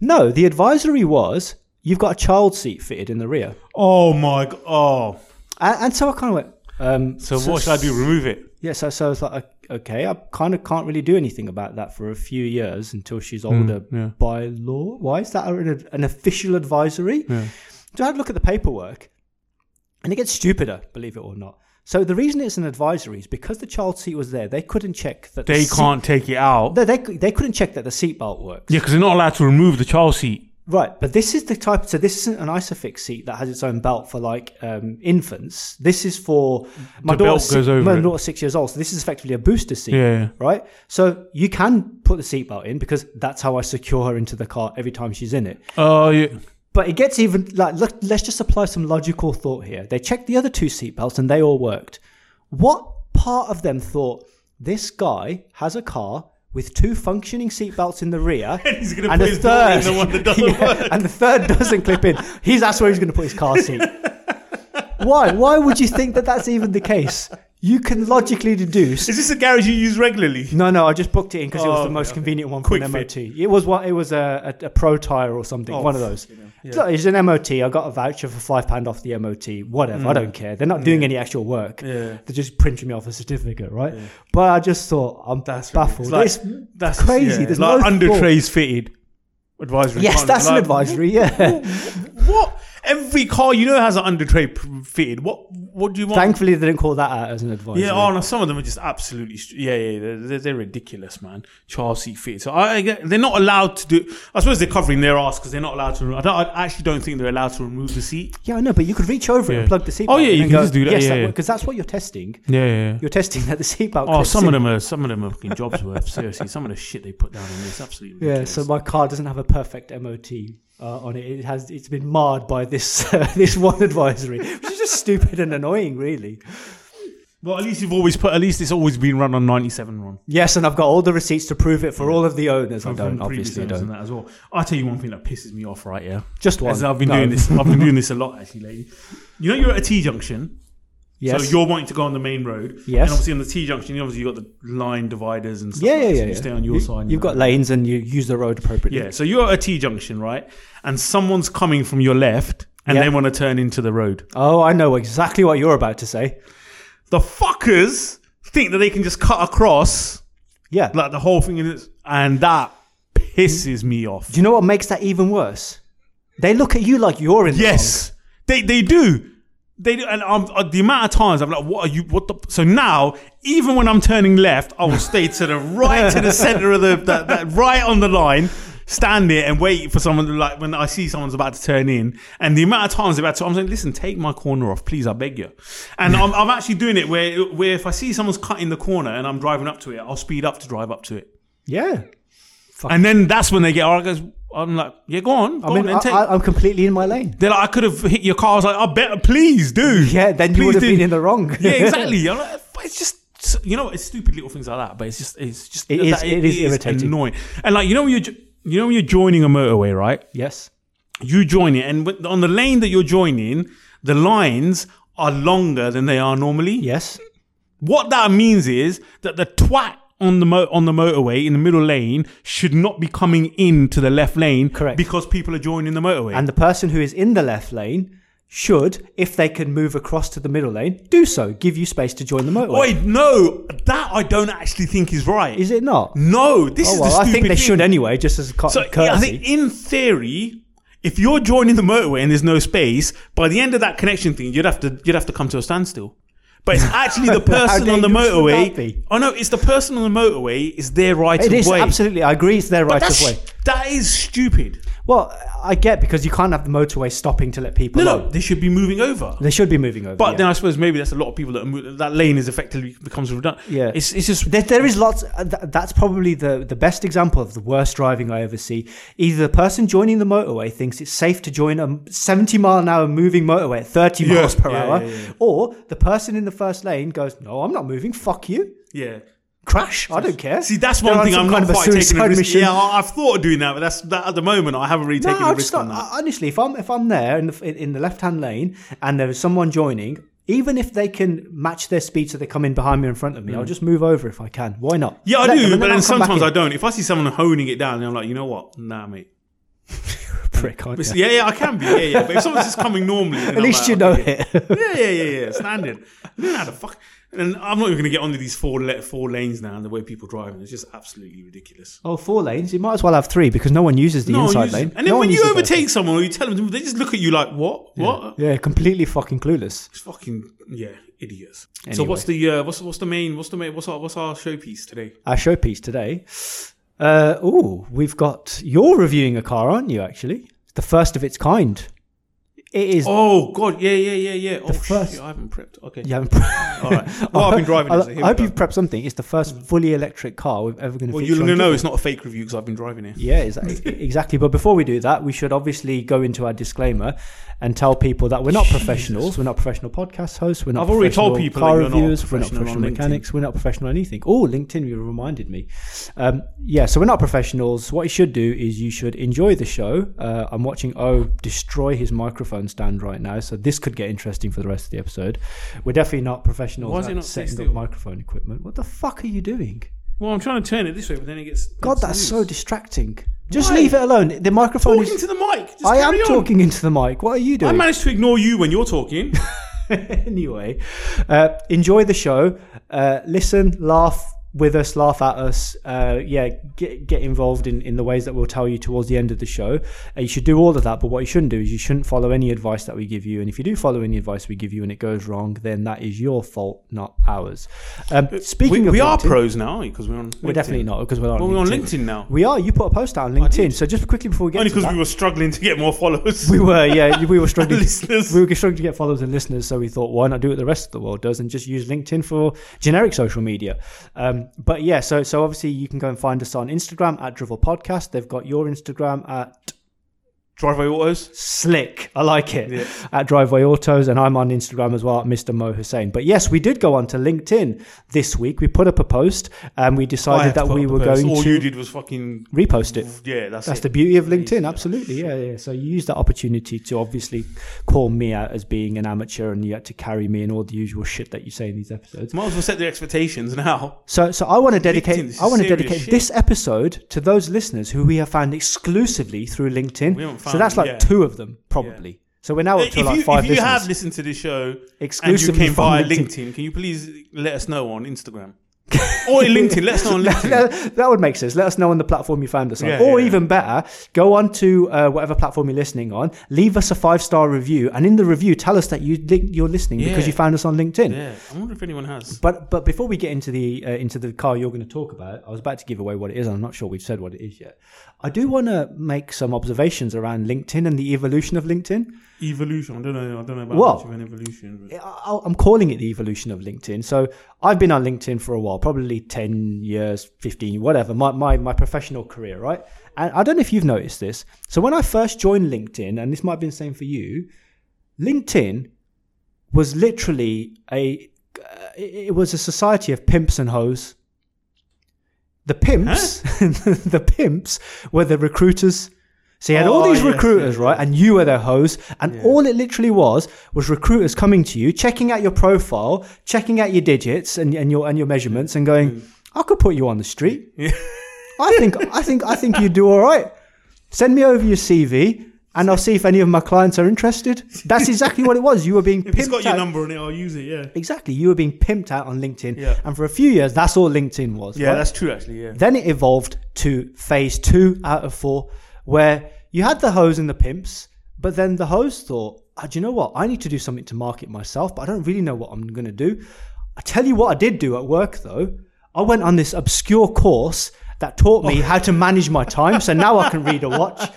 [SPEAKER 2] No, the advisory was you've got a child seat fitted in the rear,
[SPEAKER 1] Oh my god. Oh.
[SPEAKER 2] and, and so I kind of went. Um,
[SPEAKER 1] So, what should I do? Remove it.
[SPEAKER 2] Yeah, so, so I was like, okay, I kind of can't really do anything about that for a few years until she's older
[SPEAKER 1] Hmm, yeah.
[SPEAKER 2] by law. Why is that an, an official advisory? So I had a look at the paperwork, and it gets stupider, believe it or not. So the reason it's an advisory is because the child seat was there, they couldn't check that the
[SPEAKER 1] They
[SPEAKER 2] seat-
[SPEAKER 1] can't take it out.
[SPEAKER 2] They, they, they couldn't check that the seatbelt worked.
[SPEAKER 1] Yeah, because they're not allowed to remove the child seat.
[SPEAKER 2] Right, but this is the type. So this isn't an Isofix seat that has its own belt for like um, infants. This is for my
[SPEAKER 1] The
[SPEAKER 2] daughter.
[SPEAKER 1] belt goes over
[SPEAKER 2] my
[SPEAKER 1] it.
[SPEAKER 2] daughter's six years old, so this is effectively a booster seat.
[SPEAKER 1] Yeah.
[SPEAKER 2] Right. So you can put the seatbelt in because that's how I secure her into the car every time she's in it.
[SPEAKER 1] Oh, yeah.
[SPEAKER 2] But it gets even like look, let's just apply some logical thought here. They checked the other two seatbelts and they all worked. What part of them thought this guy has a car with two functioning seatbelts in the rear and,
[SPEAKER 1] He's going to put his daughter in the one that doesn't
[SPEAKER 2] Yeah,
[SPEAKER 1] work.
[SPEAKER 2] and the third doesn't clip in? He's that's where he's going to put his car seat. Why? Why would you think that that's even the case? You can logically deduce
[SPEAKER 1] Is this a garage you use regularly?
[SPEAKER 2] no, no, I just booked it in because it was
[SPEAKER 1] Oh,
[SPEAKER 2] the most
[SPEAKER 1] okay, okay.
[SPEAKER 2] convenient one
[SPEAKER 1] Quick
[SPEAKER 2] for an
[SPEAKER 1] fit.
[SPEAKER 2] MOT. It was what it was a, a, a pro tire or something,
[SPEAKER 1] Oh,
[SPEAKER 2] one of those. So it's an MOT. I got a voucher for five pound off the MOT. Whatever, I don't care. They're not doing any actual work.
[SPEAKER 1] Mm. Yeah.
[SPEAKER 2] They're just printing me off a certificate, right? But I just thought I'm baffled.
[SPEAKER 1] ridiculous.
[SPEAKER 2] It's-
[SPEAKER 1] That's
[SPEAKER 2] crazy. There's
[SPEAKER 1] like
[SPEAKER 2] no
[SPEAKER 1] under
[SPEAKER 2] thought.
[SPEAKER 1] trays fitted. Advisory.
[SPEAKER 2] yes,
[SPEAKER 1] Can't-
[SPEAKER 2] that's an
[SPEAKER 1] like,
[SPEAKER 2] advisory. Yeah.
[SPEAKER 1] What? Every car you know has an under tray p- fitted. What? What do you want?
[SPEAKER 2] Thankfully, they didn't call that out as an advisory.
[SPEAKER 1] Yeah, oh no, some of them are just absolutely. St- yeah, yeah, they're, they're, they're ridiculous, man. Charles seat fit. So I, I get, they're not allowed to do. I suppose they're covering their ass because they're not allowed to. I, don't, I actually don't think they're allowed to remove the seat.
[SPEAKER 2] Yeah, I know, but you could reach over it
[SPEAKER 1] Yeah.
[SPEAKER 2] and plug the seatbelt.
[SPEAKER 1] Oh, yeah,
[SPEAKER 2] in
[SPEAKER 1] you
[SPEAKER 2] and
[SPEAKER 1] can
[SPEAKER 2] go,
[SPEAKER 1] just do that,
[SPEAKER 2] Yes,
[SPEAKER 1] yeah, yeah.
[SPEAKER 2] because that's what you're testing.
[SPEAKER 1] Yeah, yeah.
[SPEAKER 2] You're testing that the seatbelt.
[SPEAKER 1] Oh,
[SPEAKER 2] clips
[SPEAKER 1] some
[SPEAKER 2] in.
[SPEAKER 1] of them are some of them are fucking jobs worth. Seriously, some of the shit they put down on this absolutely.
[SPEAKER 2] Yeah,
[SPEAKER 1] ridiculous.
[SPEAKER 2] so my car doesn't have a perfect MOT uh, on it. It has it's been marred by this uh, this one advisory, which is just stupid and annoying, really.
[SPEAKER 1] Well, at least you've always put. At least it's always been run on ninety-seven run.
[SPEAKER 2] Yes, and I've got all the receipts to prove it for all of the owners. I
[SPEAKER 1] From
[SPEAKER 2] don't,
[SPEAKER 1] previous
[SPEAKER 2] obviously, I
[SPEAKER 1] owners
[SPEAKER 2] don't.
[SPEAKER 1] and that as well. I'll tell you one thing that pisses me off, right? Yeah,
[SPEAKER 2] Just one.
[SPEAKER 1] As I've been
[SPEAKER 2] No.
[SPEAKER 1] doing this. I've been doing this a lot actually lately. You know, you're at a T junction,
[SPEAKER 2] Yes.
[SPEAKER 1] so you're wanting to go on the main road.
[SPEAKER 2] Yes.
[SPEAKER 1] and obviously on the T junction, you obviously you got the line dividers and stuff.
[SPEAKER 2] yeah,
[SPEAKER 1] like
[SPEAKER 2] yeah,
[SPEAKER 1] that, so
[SPEAKER 2] yeah.
[SPEAKER 1] You
[SPEAKER 2] yeah.
[SPEAKER 1] stay on your
[SPEAKER 2] you,
[SPEAKER 1] side. and
[SPEAKER 2] You've
[SPEAKER 1] that.
[SPEAKER 2] got lanes and you use the road appropriately.
[SPEAKER 1] Yeah, so you're at a T junction, right? And someone's coming from your left, and
[SPEAKER 2] Yeah.
[SPEAKER 1] they want to turn into the road.
[SPEAKER 2] Oh, I know exactly what you're about to say.
[SPEAKER 1] The fuckers think that they can just cut across
[SPEAKER 2] Yeah.
[SPEAKER 1] like the whole thing, and, it's, and that pisses me off.
[SPEAKER 2] Do you know what makes that even worse? They look at you like you're in. the wrong.
[SPEAKER 1] Yes, they they do. They do, and um, uh, the amount of times I'm like, what are you? What the? So now, even when I'm turning left, I will stay to the right, to the center of the that, that right on the line, stand there and wait for someone. To, like when I see someone's about to turn in, and the amount of times about to, I'm saying, listen, take my corner off, please, I beg you. And I'm, I'm actually doing it where where if I see someone's cutting the corner and I'm driving up to it, I'll speed up to drive up to it,
[SPEAKER 2] Yeah.
[SPEAKER 1] and then that's when they get. I goes, I'm like, yeah, go on, go
[SPEAKER 2] I mean,
[SPEAKER 1] on, and
[SPEAKER 2] I,
[SPEAKER 1] take.
[SPEAKER 2] I, I'm completely in my lane.
[SPEAKER 1] They're like, I could have hit your car. I was like, I bet, please do.
[SPEAKER 2] Yeah, then you
[SPEAKER 1] Please
[SPEAKER 2] would have
[SPEAKER 1] do.
[SPEAKER 2] been in the wrong.
[SPEAKER 1] yeah, exactly. I'm like, it's just, you know, it's stupid little things like that, but it's just, it's just,
[SPEAKER 2] It is- it is irritating.
[SPEAKER 1] annoying. And like, you know, when you're, jo- you know, when you're joining a motorway, right?
[SPEAKER 2] yes.
[SPEAKER 1] You join it, and with- on the lane that you're joining, the lines are longer than they are normally.
[SPEAKER 2] Yes.
[SPEAKER 1] What that means is that the twat on the mo- on the motorway in the middle lane should not be coming into the left lane,
[SPEAKER 2] Correct.
[SPEAKER 1] Because people are joining the motorway.
[SPEAKER 2] And the person who is in the left lane should, if they can move across to the middle lane, do so. Give you space to join the motorway.
[SPEAKER 1] Wait, no, that I don't actually think is right.
[SPEAKER 2] Is it not?
[SPEAKER 1] no, this
[SPEAKER 2] Oh
[SPEAKER 1] is
[SPEAKER 2] well,
[SPEAKER 1] the
[SPEAKER 2] I
[SPEAKER 1] stupid
[SPEAKER 2] think they
[SPEAKER 1] thing.
[SPEAKER 2] should anyway, just as a co-
[SPEAKER 1] So yeah, I
[SPEAKER 2] courtesy.
[SPEAKER 1] think in theory, if you're joining the motorway and there's no space, by the end of that connection thing, you'd have to you'd have to come to a standstill. But it's actually the person on the
[SPEAKER 2] dangerous would that
[SPEAKER 1] motorway.
[SPEAKER 2] be?
[SPEAKER 1] Oh no, it's the person on the motorway is their right
[SPEAKER 2] it
[SPEAKER 1] of
[SPEAKER 2] is
[SPEAKER 1] way.
[SPEAKER 2] absolutely. I agree. It's their right
[SPEAKER 1] That's,
[SPEAKER 2] of way.
[SPEAKER 1] That is stupid.
[SPEAKER 2] Well, I get because you can't have the motorway stopping to let people.
[SPEAKER 1] No,
[SPEAKER 2] out.
[SPEAKER 1] no, they should be moving over.
[SPEAKER 2] They should be moving over.
[SPEAKER 1] But
[SPEAKER 2] yeah.
[SPEAKER 1] then I suppose maybe that's a lot of people that are mo- that lane is effectively becomes redundant.
[SPEAKER 2] Yeah.
[SPEAKER 1] it's it's just
[SPEAKER 2] There, there is lots. uh, th- That's probably the, the best example of the worst driving I ever see. Either the person joining the motorway thinks it's safe to join a 70 mile an hour moving motorway at 30
[SPEAKER 1] Yeah,
[SPEAKER 2] miles per
[SPEAKER 1] yeah,
[SPEAKER 2] hour,
[SPEAKER 1] yeah, yeah.
[SPEAKER 2] or the person in the first lane goes, No, I'm not moving. Fuck you.
[SPEAKER 1] yeah.
[SPEAKER 2] Crash. I don't care.
[SPEAKER 1] See, that's
[SPEAKER 2] They're
[SPEAKER 1] one
[SPEAKER 2] on
[SPEAKER 1] thing
[SPEAKER 2] some
[SPEAKER 1] I'm
[SPEAKER 2] kind
[SPEAKER 1] not
[SPEAKER 2] of a
[SPEAKER 1] quite taking a
[SPEAKER 2] suicide
[SPEAKER 1] risk.
[SPEAKER 2] mission.
[SPEAKER 1] Yeah, I- I've thought of doing that, but that's that at the moment I haven't really
[SPEAKER 2] No,
[SPEAKER 1] taken
[SPEAKER 2] I
[SPEAKER 1] a
[SPEAKER 2] just
[SPEAKER 1] risk
[SPEAKER 2] don't-
[SPEAKER 1] on that.
[SPEAKER 2] I- honestly, if I'm if I'm there in the in, in the left hand lane and there is someone joining, even if they can match their speed so they come in behind me or in front of me, I'll just move over if I can. Why not?
[SPEAKER 1] Mm. Yeah, I
[SPEAKER 2] Let
[SPEAKER 1] do,
[SPEAKER 2] them, and
[SPEAKER 1] but
[SPEAKER 2] I'll
[SPEAKER 1] then
[SPEAKER 2] come back
[SPEAKER 1] sometimes
[SPEAKER 2] in.
[SPEAKER 1] I don't. If I see someone honing it down, then I'm like, you know what? Nah, mate.
[SPEAKER 2] prick. aren't
[SPEAKER 1] But
[SPEAKER 2] you?
[SPEAKER 1] yeah, yeah, I can be. Yeah, yeah. But if someone's just coming normally,
[SPEAKER 2] At least you know it.
[SPEAKER 1] Yeah, yeah, yeah, yeah. Standard. I don't know how the fuck. And I'm not even going to get onto these four le- four lanes now and the way people drive. It's just absolutely ridiculous.
[SPEAKER 2] Oh, four lanes. You might as well have three because no one uses the
[SPEAKER 1] No,
[SPEAKER 2] inside
[SPEAKER 1] you-
[SPEAKER 2] lane.
[SPEAKER 1] And then
[SPEAKER 2] No one
[SPEAKER 1] when you
[SPEAKER 2] uses the-
[SPEAKER 1] overtake someone or you tell them, they just look at you like, what? What?
[SPEAKER 2] yeah, completely fucking clueless.
[SPEAKER 1] It's fucking yeah, idiots. So
[SPEAKER 2] Anyway.
[SPEAKER 1] what's the uh, what's what's the main what's the main what's our what's our showpiece today?
[SPEAKER 2] Our showpiece today. Uh, oh, we've got you're reviewing a car, aren't you? Actually, it's the first of its kind. It is.
[SPEAKER 1] Oh god, yeah, yeah, yeah, yeah. oh
[SPEAKER 2] first-
[SPEAKER 1] shit, I haven't prepped. Okay,
[SPEAKER 2] You haven't.
[SPEAKER 1] all right. Well, I've been driving.
[SPEAKER 2] I,
[SPEAKER 1] it, so here
[SPEAKER 2] I hope
[SPEAKER 1] we
[SPEAKER 2] you've
[SPEAKER 1] go.
[SPEAKER 2] prepped something. It's the first fully electric car we've ever going to.
[SPEAKER 1] Well, you're gonna know it's not a fake review because I've been driving it.
[SPEAKER 2] Yeah, exactly. exactly. But before we do that, we should obviously go into our disclaimer and tell people that we're not professionals. We're not professional podcast hosts. We're not.
[SPEAKER 1] I've already told
[SPEAKER 2] professional
[SPEAKER 1] people
[SPEAKER 2] car
[SPEAKER 1] that you're not
[SPEAKER 2] reviewers. we're not
[SPEAKER 1] professional on
[SPEAKER 2] professional
[SPEAKER 1] LinkedIn.
[SPEAKER 2] mechanics. We're not professional anything. Oh, LinkedIn, you reminded me. Um, yeah, so we're not professionals. What you should do is you should enjoy the show. Uh, I'm watching O destroy his microphone stand right now, so this could get interesting for the rest of the episode. We're definitely not professionals
[SPEAKER 1] Why is it
[SPEAKER 2] at
[SPEAKER 1] not
[SPEAKER 2] setting
[SPEAKER 1] still?
[SPEAKER 2] up microphone equipment. What the fuck are you doing?
[SPEAKER 1] Well, I'm trying to turn it this way, but then it gets.
[SPEAKER 2] God,
[SPEAKER 1] gets
[SPEAKER 2] that's so
[SPEAKER 1] loose.
[SPEAKER 2] distracting. Just
[SPEAKER 1] Why?
[SPEAKER 2] leave it alone. The microphone
[SPEAKER 1] talking
[SPEAKER 2] is.
[SPEAKER 1] to the mic. Just
[SPEAKER 2] I am
[SPEAKER 1] carry on.
[SPEAKER 2] talking into the mic. What are you
[SPEAKER 1] I
[SPEAKER 2] doing?
[SPEAKER 1] managed to ignore you when you're talking.
[SPEAKER 2] anyway, uh, enjoy the show. Uh, listen, laugh with us, laugh at us. Uh, yeah, get get involved in, in the ways that we'll tell you towards the end of the show. Uh, you should do all of that, but what you shouldn't do is you shouldn't follow any advice that we give you. And if you do follow any advice we give you and it goes wrong, then that is your fault, not ours. Um, speaking
[SPEAKER 1] Uh, we
[SPEAKER 2] of
[SPEAKER 1] we are
[SPEAKER 2] LinkedIn-
[SPEAKER 1] pros now because we're on.
[SPEAKER 2] We're definitely not because we're on.
[SPEAKER 1] Well, we're on LinkedIn
[SPEAKER 2] LinkedIn.
[SPEAKER 1] now.
[SPEAKER 2] We are. You put a post out on LinkedIn. So just quickly before we get
[SPEAKER 1] Only
[SPEAKER 2] to that,
[SPEAKER 1] because we were struggling to get more followers.
[SPEAKER 2] We were, yeah, we were struggling.
[SPEAKER 1] Listeners.
[SPEAKER 2] we were struggling to get followers and listeners, so we thought, why not do what the rest of the world does and just use LinkedIn for generic social media? Um, but yeah, so so obviously you can go and find us on Instagram at Drivel Podcast. They've got your Instagram at
[SPEAKER 1] Driveway Autos.
[SPEAKER 2] Slick. I like it. At Driveway Autos, and I'm on Instagram as well at Mr. Mo Hussein. But yes, we did go on to LinkedIn this week. We put up a post and we
[SPEAKER 1] I
[SPEAKER 2] decided
[SPEAKER 1] had to
[SPEAKER 2] that
[SPEAKER 1] put
[SPEAKER 2] we
[SPEAKER 1] up the
[SPEAKER 2] were
[SPEAKER 1] post.
[SPEAKER 2] going
[SPEAKER 1] All
[SPEAKER 2] to
[SPEAKER 1] you did was fucking.
[SPEAKER 2] repost it.
[SPEAKER 1] Yeah, that's,
[SPEAKER 2] That's
[SPEAKER 1] it.
[SPEAKER 2] the beauty of LinkedIn, absolutely. Yeah, yeah. So you used that opportunity to obviously call me out as being an amateur and you had to carry me and all the usual shit that you say in these episodes.
[SPEAKER 1] Might as well set the expectations now.
[SPEAKER 2] So so I want to dedicate
[SPEAKER 1] LinkedIn, this is
[SPEAKER 2] I want to
[SPEAKER 1] serious
[SPEAKER 2] dedicate
[SPEAKER 1] shit.
[SPEAKER 2] this episode to those listeners who we have found exclusively through LinkedIn.
[SPEAKER 1] We haven't
[SPEAKER 2] so that's
[SPEAKER 1] found-
[SPEAKER 2] like
[SPEAKER 1] yeah.
[SPEAKER 2] two of them probably. So we're now
[SPEAKER 1] If
[SPEAKER 2] up Oh, to
[SPEAKER 1] you,
[SPEAKER 2] like
[SPEAKER 1] if
[SPEAKER 2] five
[SPEAKER 1] you
[SPEAKER 2] listeners.
[SPEAKER 1] have listened to this show and you
[SPEAKER 2] Exclusively
[SPEAKER 1] came
[SPEAKER 2] from
[SPEAKER 1] via
[SPEAKER 2] LinkedIn.
[SPEAKER 1] LinkedIn, can you please let us know on Instagram or in LinkedIn? Let us know on LinkedIn.
[SPEAKER 2] that, that would make sense. Let us know on the platform you found us on.
[SPEAKER 1] Yeah,
[SPEAKER 2] or
[SPEAKER 1] yeah,
[SPEAKER 2] even better, go on to uh, whatever platform you're listening on, leave us a five star review, and in the review, tell us that you li- you're listening because
[SPEAKER 1] Yeah.
[SPEAKER 2] you found us on LinkedIn.
[SPEAKER 1] Yeah, I wonder if anyone has.
[SPEAKER 2] But but before we get into the uh, into the car you're going to talk about, I was about to give away what it is. and I'm not sure we've said what it is yet. I do want to make some observations around LinkedIn and the evolution of LinkedIn.
[SPEAKER 1] Evolution. I don't know. I don't know about
[SPEAKER 2] Well-
[SPEAKER 1] much of an evolution. but-
[SPEAKER 2] I- I'm calling it the evolution of LinkedIn. So I've been on LinkedIn for a while, probably 10 years, 15, whatever, my, my, my professional career, right? And I don't know if you've noticed this. So when I first joined LinkedIn, and this might have been the same for you, LinkedIn was literally a, uh, it it was a society of pimps and hoes. The pimps, the pimps were the recruiters. So you had all
[SPEAKER 1] Oh,
[SPEAKER 2] these
[SPEAKER 1] yes,
[SPEAKER 2] recruiters,
[SPEAKER 1] yes,
[SPEAKER 2] right? And you were their hoes. And
[SPEAKER 1] Yeah.
[SPEAKER 2] all it literally was was recruiters coming to you, checking out your profile, checking out your digits and, and your and your measurements, and
[SPEAKER 1] Mm.
[SPEAKER 2] going, "I could put you on the street. I think I think I think you'd do all right. Send me over your CV." And I'll see if any of my clients are interested. That's exactly what it was. You were being
[SPEAKER 1] If it's
[SPEAKER 2] pimped
[SPEAKER 1] got your
[SPEAKER 2] out.
[SPEAKER 1] number on it, I'll use it. Yeah.
[SPEAKER 2] Exactly. You were being pimped out on LinkedIn.
[SPEAKER 1] Yeah.
[SPEAKER 2] And for a few years, that's all LinkedIn was.
[SPEAKER 1] Yeah,
[SPEAKER 2] right?
[SPEAKER 1] that's true. Actually, yeah.
[SPEAKER 2] Then it evolved to phase two out of four, where you had the hoes and the pimps, but then the hoes thought, oh, do you know what? I need to do something to market myself, but I don't really know what I'm going to do. I tell you what, I did do at work though. I went on this obscure course that taught me how to manage my time, so now I can read a watch.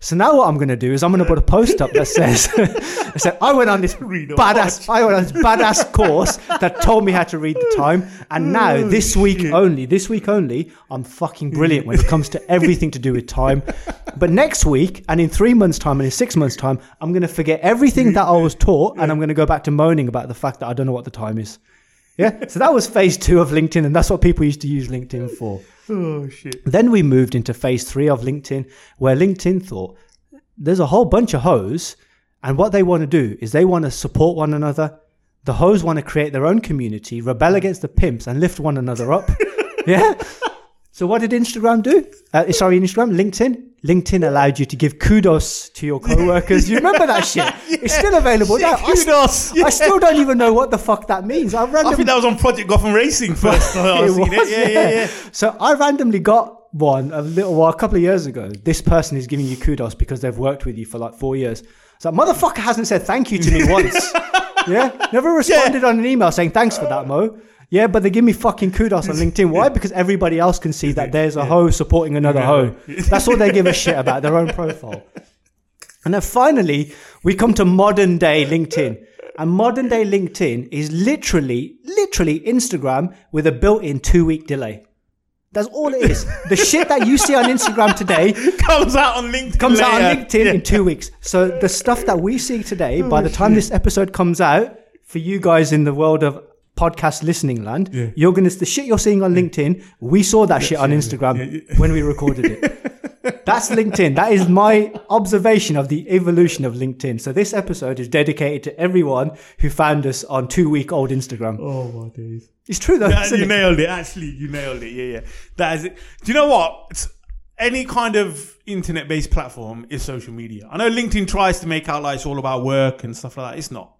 [SPEAKER 2] So now what I'm going to do is I'm going to put a post up that says, that said, "I went on this
[SPEAKER 1] Read a
[SPEAKER 2] badass, I went on this badass course that told me how to read the time, and now this week only, this week only, I'm fucking brilliant when it comes to everything to do with time. But next week, and in three months' time, and in six months' time, I'm going to forget everything that I was taught, and I'm going to go back to moaning about the fact that I don't know what the time is." Yeah, so that was phase two of LinkedIn, and that's what people used to use LinkedIn for.
[SPEAKER 1] Oh shit.
[SPEAKER 2] Then we moved into phase three of LinkedIn, where LinkedIn thought there's a whole bunch of hoes, and what they want to do is they want to support one another. The hoes want to create their own community, rebel against the pimps, and lift one another up. yeah. So what did Instagram do? Uh, sorry, Instagram, LinkedIn. LinkedIn allowed you to give kudos to your coworkers. You remember that shit? It's still available now. I, st-
[SPEAKER 1] Kudos. Yeah.
[SPEAKER 2] I still don't even know what the fuck that means. I
[SPEAKER 1] I
[SPEAKER 2] randomly
[SPEAKER 1] think that was on Project Gotham Racing first. I
[SPEAKER 2] It
[SPEAKER 1] seen it.
[SPEAKER 2] was,
[SPEAKER 1] Yeah, yeah, yeah.
[SPEAKER 2] So I randomly got one a little while, a couple of years ago. This person is giving you kudos because they've worked with you for like four years. So like, motherfucker hasn't said thank you to me once. yeah, never responded on an email saying thanks for that, Mo. Yeah, but they give me fucking kudos on LinkedIn. Why? Because everybody else can see that there's a hoe supporting another hoe. That's all they give a shit about their own profile. And then finally, we come to modern day LinkedIn. And modern day LinkedIn is literally, literally Instagram with a built in two week delay. That's all it is. the shit that you see on Instagram today
[SPEAKER 1] Comes out on LinkedIn.
[SPEAKER 2] comes out on
[SPEAKER 1] later.
[SPEAKER 2] LinkedIn in two weeks. So the stuff that we see today, by the time this episode comes out, for you guys in the world of podcast listening land, you're gonna the shit you're seeing on LinkedIn. We saw that shit on Instagram when we recorded it. That's LinkedIn. That is my observation of the evolution of LinkedIn. So this episode is dedicated to everyone who found us on two week old Instagram.
[SPEAKER 1] Oh my days.
[SPEAKER 2] It's true though.
[SPEAKER 1] That-
[SPEAKER 2] isn't
[SPEAKER 1] you
[SPEAKER 2] it?
[SPEAKER 1] nailed it. Actually, you nailed it. Yeah, yeah. That is it. Do you know what? It's- any kind of internet-based platform is social media. I know LinkedIn tries to make out like it's all about work and stuff like that. It's not.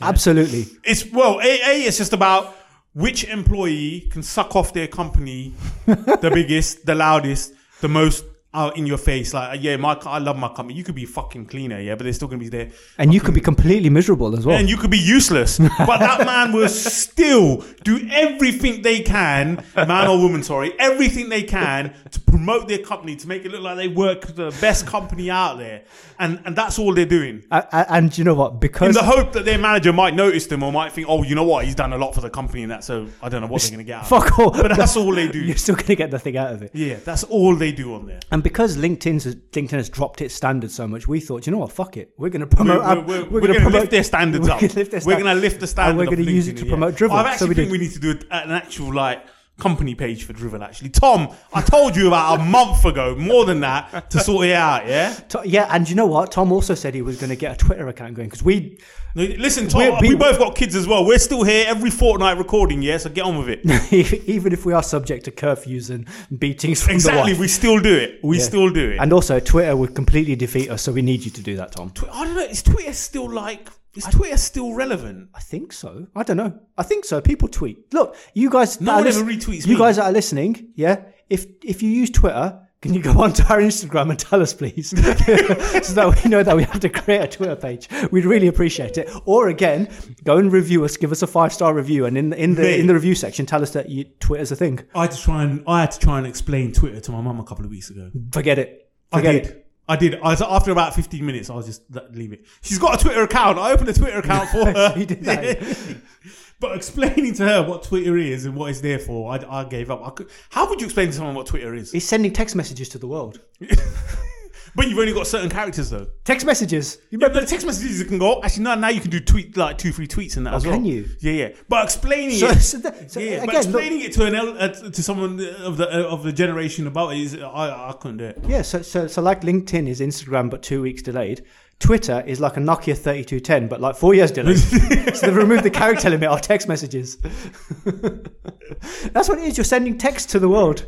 [SPEAKER 2] Absolutely.
[SPEAKER 1] It's well, a, a it's just about which employee can suck off their company the biggest, the loudest, the most out in your face. Like, yeah, my co- I love my company. You could be fucking cleaner, yeah, but they're still gonna be there,
[SPEAKER 2] And you could be completely miserable as well.
[SPEAKER 1] and you could be useless. but that man will still do everything they can, man or woman, sorry, everything they can to promote their company to make it look like they work for the best company out there, and and that's all they're doing.
[SPEAKER 2] A- a- and you know what?
[SPEAKER 1] In
[SPEAKER 2] Because
[SPEAKER 1] the hope that their manager might notice them or might think, oh, you know what, he's done a lot for the company and that, so I don't know what they're going to get out of it.
[SPEAKER 2] fuck all.
[SPEAKER 1] But that's all they
[SPEAKER 2] You're
[SPEAKER 1] do.
[SPEAKER 2] still going to get nothing out of it.
[SPEAKER 1] Yeah, that's all they do on there.
[SPEAKER 2] And And because LinkedIn's LinkedIn has dropped its standards so much, we thought, you know what, fuck it, we're going to promote. our-
[SPEAKER 1] we're, we're, uh,
[SPEAKER 2] we're
[SPEAKER 1] we're
[SPEAKER 2] gonna
[SPEAKER 1] going to
[SPEAKER 2] promote-
[SPEAKER 1] lift their standards
[SPEAKER 2] we're
[SPEAKER 1] up.
[SPEAKER 2] gonna lift their
[SPEAKER 1] we're
[SPEAKER 2] stand-
[SPEAKER 1] going to lift the standard.
[SPEAKER 2] And we're
[SPEAKER 1] of
[SPEAKER 2] gonna use
[SPEAKER 1] LinkedIn,
[SPEAKER 2] it to
[SPEAKER 1] yeah.
[SPEAKER 2] promote Drivel.
[SPEAKER 1] I've
[SPEAKER 2] So
[SPEAKER 1] actually
[SPEAKER 2] we
[SPEAKER 1] think
[SPEAKER 2] did.
[SPEAKER 1] we need to do a, an actual like company page for Drivel. Actually, Tom, I told you about a month ago, more than that, to sort it out. Yeah.
[SPEAKER 2] To- yeah, and you know what? Tom also said he was going to get a Twitter account going because we
[SPEAKER 1] No, Listen, Tom,
[SPEAKER 2] We're-
[SPEAKER 1] we
[SPEAKER 2] we-
[SPEAKER 1] both got kids as well. We're still here every fortnight recording. Yeah, so get on with it.
[SPEAKER 2] even if we are subject to curfews and beatings from
[SPEAKER 1] Exactly.
[SPEAKER 2] the wife.
[SPEAKER 1] We still do it. We
[SPEAKER 2] Yeah.
[SPEAKER 1] still do it.
[SPEAKER 2] And also, Twitter would completely defeat us, so we need you to do that, Tom.
[SPEAKER 1] Tw- I don't know. Is Twitter still like? Is Twitter still relevant?
[SPEAKER 2] I think so. I don't know. I think so. People tweet. Look, you guys.
[SPEAKER 1] No
[SPEAKER 2] that
[SPEAKER 1] one
[SPEAKER 2] are
[SPEAKER 1] ever retweets
[SPEAKER 2] You
[SPEAKER 1] me.
[SPEAKER 2] guys that are listening, yeah. If if you use Twitter, can you go onto our Instagram and tell us, please, so that we know that we have to create a Twitter page? We'd really appreciate it. Or again, go and review us. Give us a five star review, and in the, in the
[SPEAKER 1] Mate.
[SPEAKER 2] in the review section, tell us that you Twitter's a thing.
[SPEAKER 1] I had to try and I had to try and explain Twitter to my mum a couple of weeks ago.
[SPEAKER 2] Forget it.
[SPEAKER 1] I
[SPEAKER 2] Forget
[SPEAKER 1] did.
[SPEAKER 2] it.
[SPEAKER 1] I did. I was, after about 15 minutes, I was just let- leave it. She's got a Twitter account. I opened a Twitter account for her.
[SPEAKER 2] You did that.
[SPEAKER 1] but explaining to her what Twitter is and what it's there for, I, I gave up. I could, how would you explain to someone what Twitter is?
[SPEAKER 2] He's sending text messages to the world.
[SPEAKER 1] But you've only got certain characters though.
[SPEAKER 2] Text messages. You
[SPEAKER 1] Yeah, but the text messages you can go. Actually, no. Now you can do tweet like two, three tweets and that as well.
[SPEAKER 2] Oh, can you?
[SPEAKER 1] Yeah, yeah. But explaining
[SPEAKER 2] So-
[SPEAKER 1] it.
[SPEAKER 2] so that- so
[SPEAKER 1] yeah,
[SPEAKER 2] again,
[SPEAKER 1] but
[SPEAKER 2] look-
[SPEAKER 1] explaining it to an el- uh, to someone of the uh, of the generation about it is I I couldn't do it.
[SPEAKER 2] Yeah, so, so so like LinkedIn is Instagram but two weeks delayed. Twitter is like a Nokia 3210 but like four years delayed. so they've removed the character limit of text messages. That's what it is. You're sending text to the world.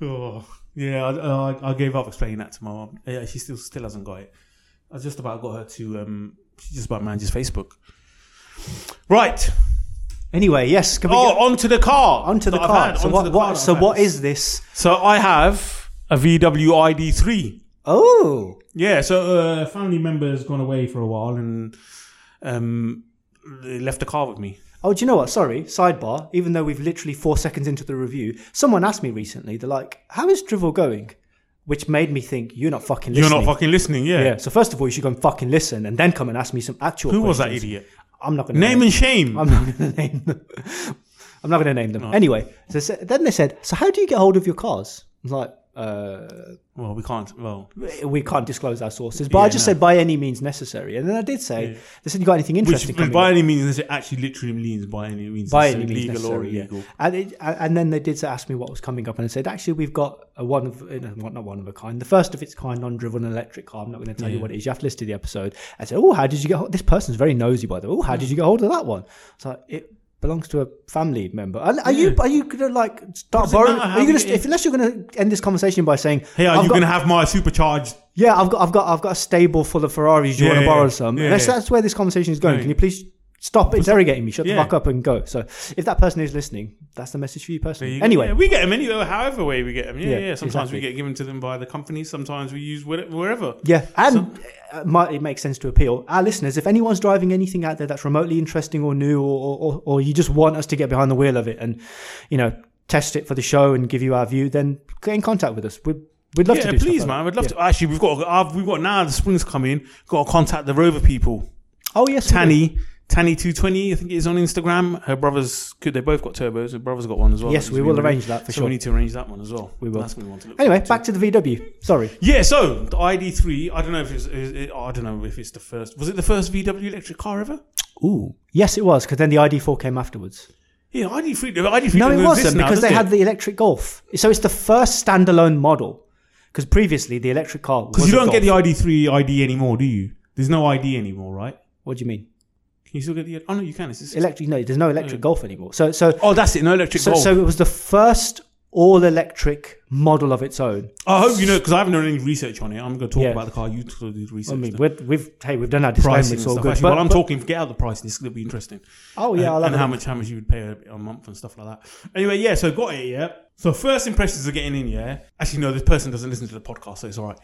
[SPEAKER 1] Oh, yeah, I, I, I gave up explaining that to my mom. Yeah, she still still hasn't got it. I just about got her to. Um, she just about manages Facebook. Right.
[SPEAKER 2] Anyway, yes. Can we
[SPEAKER 1] Oh,
[SPEAKER 2] get
[SPEAKER 1] onto the car.
[SPEAKER 2] onto the
[SPEAKER 1] that I've
[SPEAKER 2] card?
[SPEAKER 1] had,
[SPEAKER 2] So
[SPEAKER 1] onto
[SPEAKER 2] what?
[SPEAKER 1] the
[SPEAKER 2] what
[SPEAKER 1] car that
[SPEAKER 2] so
[SPEAKER 1] I've
[SPEAKER 2] what
[SPEAKER 1] had.
[SPEAKER 2] is this?
[SPEAKER 1] So I have a VW ID3.
[SPEAKER 2] Oh,
[SPEAKER 1] Yeah. So uh, family member has gone away for a while and um, they left the car with me.
[SPEAKER 2] oh. Do you know what? Sorry. Sidebar. Even though we've literally four seconds into the review, someone asked me recently. They're like, "How is Drivel going?" Which made me think you're not fucking.
[SPEAKER 1] You're
[SPEAKER 2] Listening.
[SPEAKER 1] not fucking listening. Yeah.
[SPEAKER 2] Yeah. So first of all, you should go and fucking listen, and then come and ask me some actual.
[SPEAKER 1] Who was that
[SPEAKER 2] questions.
[SPEAKER 1] idiot?
[SPEAKER 2] I'm not going to
[SPEAKER 1] Name and shame.
[SPEAKER 2] I'm not going to name them. I'm not going to name
[SPEAKER 1] Oh.
[SPEAKER 2] them. Anyway, so s- then they said, "So how do you get hold of your cars?" I was like, uh,
[SPEAKER 1] well, we can't. Well,
[SPEAKER 2] "We can't disclose our sources," but I
[SPEAKER 1] Yeah,
[SPEAKER 2] just
[SPEAKER 1] no.
[SPEAKER 2] said by any means necessary. And then I did say, "They said you got anything interesting
[SPEAKER 1] which
[SPEAKER 2] coming
[SPEAKER 1] by
[SPEAKER 2] up?"
[SPEAKER 1] any means, it actually literally means by any means,
[SPEAKER 2] by
[SPEAKER 1] it's
[SPEAKER 2] any means
[SPEAKER 1] legal or
[SPEAKER 2] necessary, yeah.
[SPEAKER 1] illegal.
[SPEAKER 2] And, it, and and then they did ask me what was coming up, and I said, actually, we've got a one of you know, what not one of a kind, the first of its kind, non-driven electric car. I'm not going to tell you
[SPEAKER 1] Yeah.
[SPEAKER 2] what it is. You have to listen to the episode. I said, oh, how did you get? Hold-? This person's very nosy, by the way. Oh, how did you get hold of that one? It's like it belongs to a family member. Are, are you are you going to like start
[SPEAKER 1] does it
[SPEAKER 2] borrowing?
[SPEAKER 1] matter
[SPEAKER 2] Are
[SPEAKER 1] how
[SPEAKER 2] you going
[SPEAKER 1] we
[SPEAKER 2] to
[SPEAKER 1] get-
[SPEAKER 2] if, unless you're going to end this conversation by saying,
[SPEAKER 1] Hey, are
[SPEAKER 2] I've
[SPEAKER 1] you
[SPEAKER 2] got-
[SPEAKER 1] going to have my supercharged?
[SPEAKER 2] yeah, I've got, I've got, I've got a stable full of Ferraris. Do you
[SPEAKER 1] Yeah,
[SPEAKER 2] want to
[SPEAKER 1] yeah,
[SPEAKER 2] borrow
[SPEAKER 1] yeah.
[SPEAKER 2] some?
[SPEAKER 1] Yeah,
[SPEAKER 2] Unless
[SPEAKER 1] yeah.
[SPEAKER 2] that's where this conversation is going.
[SPEAKER 1] Yeah.
[SPEAKER 2] Can you please stop interrogating me? Shut
[SPEAKER 1] Yeah.
[SPEAKER 2] the fuck up and go. So, if that person is listening, that's the message for you personally.
[SPEAKER 1] You-
[SPEAKER 2] anyway,
[SPEAKER 1] yeah, we get them anyway. However way we get them, yeah,
[SPEAKER 2] Yeah,
[SPEAKER 1] yeah. Sometimes
[SPEAKER 2] exactly.
[SPEAKER 1] we get given to them by the company. Sometimes we use where- wherever.
[SPEAKER 2] Yeah, and uh might, it makes sense to appeal our listeners. If anyone's driving anything out there that's remotely interesting or new, or, or or you just want us to get behind the wheel of it and you know test it for the show and give you our view, then get in contact with us. We'd we'd love
[SPEAKER 1] Yeah,
[SPEAKER 2] to. Do
[SPEAKER 1] please,
[SPEAKER 2] stuff like
[SPEAKER 1] man.
[SPEAKER 2] that.
[SPEAKER 1] We'd love to. Actually, we've got uh, we've got now the spring's coming. Got to contact the Rover people.
[SPEAKER 2] Oh yes, we do.
[SPEAKER 1] Tanny, Tanny two twenty, I think it is on Instagram. Her brothers could they both got turbos. Her brother's got one as well.
[SPEAKER 2] Yes, we will arrange that for
[SPEAKER 1] so
[SPEAKER 2] sure.
[SPEAKER 1] We need to arrange that one as well.
[SPEAKER 2] We will.
[SPEAKER 1] That's what we want to look.
[SPEAKER 2] Anyway,
[SPEAKER 1] forward to.
[SPEAKER 2] back to the VW. Sorry.
[SPEAKER 1] Yeah, so the ID3. I don't know if it's. Is it, I don't know if it's the first. Was it the first VW electric car ever?
[SPEAKER 2] Ooh. Yes, it was because then the ID4 came afterwards.
[SPEAKER 1] Yeah, ID3. The ID3.
[SPEAKER 2] No,
[SPEAKER 1] doesn't
[SPEAKER 2] it
[SPEAKER 1] exist
[SPEAKER 2] wasn't
[SPEAKER 1] now,
[SPEAKER 2] because
[SPEAKER 1] does
[SPEAKER 2] they
[SPEAKER 1] it?
[SPEAKER 2] had the electric Golf. So it's the first standalone model. Because previously the electric car was
[SPEAKER 1] Because you
[SPEAKER 2] a
[SPEAKER 1] don't get the
[SPEAKER 2] Golf.
[SPEAKER 1] ID3 ID anymore, do you? There's no ID anymore, right?
[SPEAKER 2] What do you mean?
[SPEAKER 1] Can you still get the? Oh no, you can. It's just,
[SPEAKER 2] Electric? No, there's no electric Golf anymore. So so
[SPEAKER 1] oh, that's it. No electric
[SPEAKER 2] so,
[SPEAKER 1] Golf.
[SPEAKER 2] so it was the first all electric model of its own.
[SPEAKER 1] I hope you know because I haven't done any research on it. I'm going to talk
[SPEAKER 2] Yeah.
[SPEAKER 1] about the car. You sort of did research.
[SPEAKER 2] I mean,
[SPEAKER 1] the
[SPEAKER 2] we're, we've hey, we've done our disclaimer.
[SPEAKER 1] pricing and
[SPEAKER 2] It's all
[SPEAKER 1] stuff.
[SPEAKER 2] good.
[SPEAKER 1] Actually,
[SPEAKER 2] but-
[SPEAKER 1] while I'm
[SPEAKER 2] but-
[SPEAKER 1] talking, forget out the price. This is going to be interesting.
[SPEAKER 2] oh yeah, I
[SPEAKER 1] and,
[SPEAKER 2] love
[SPEAKER 1] and how
[SPEAKER 2] it.
[SPEAKER 1] much how much you would pay a, a month and stuff like that. Anyway, yeah, so got it, yeah. So first impressions are getting in, yeah. Actually, no, this person doesn't listen to the podcast, so it's all right.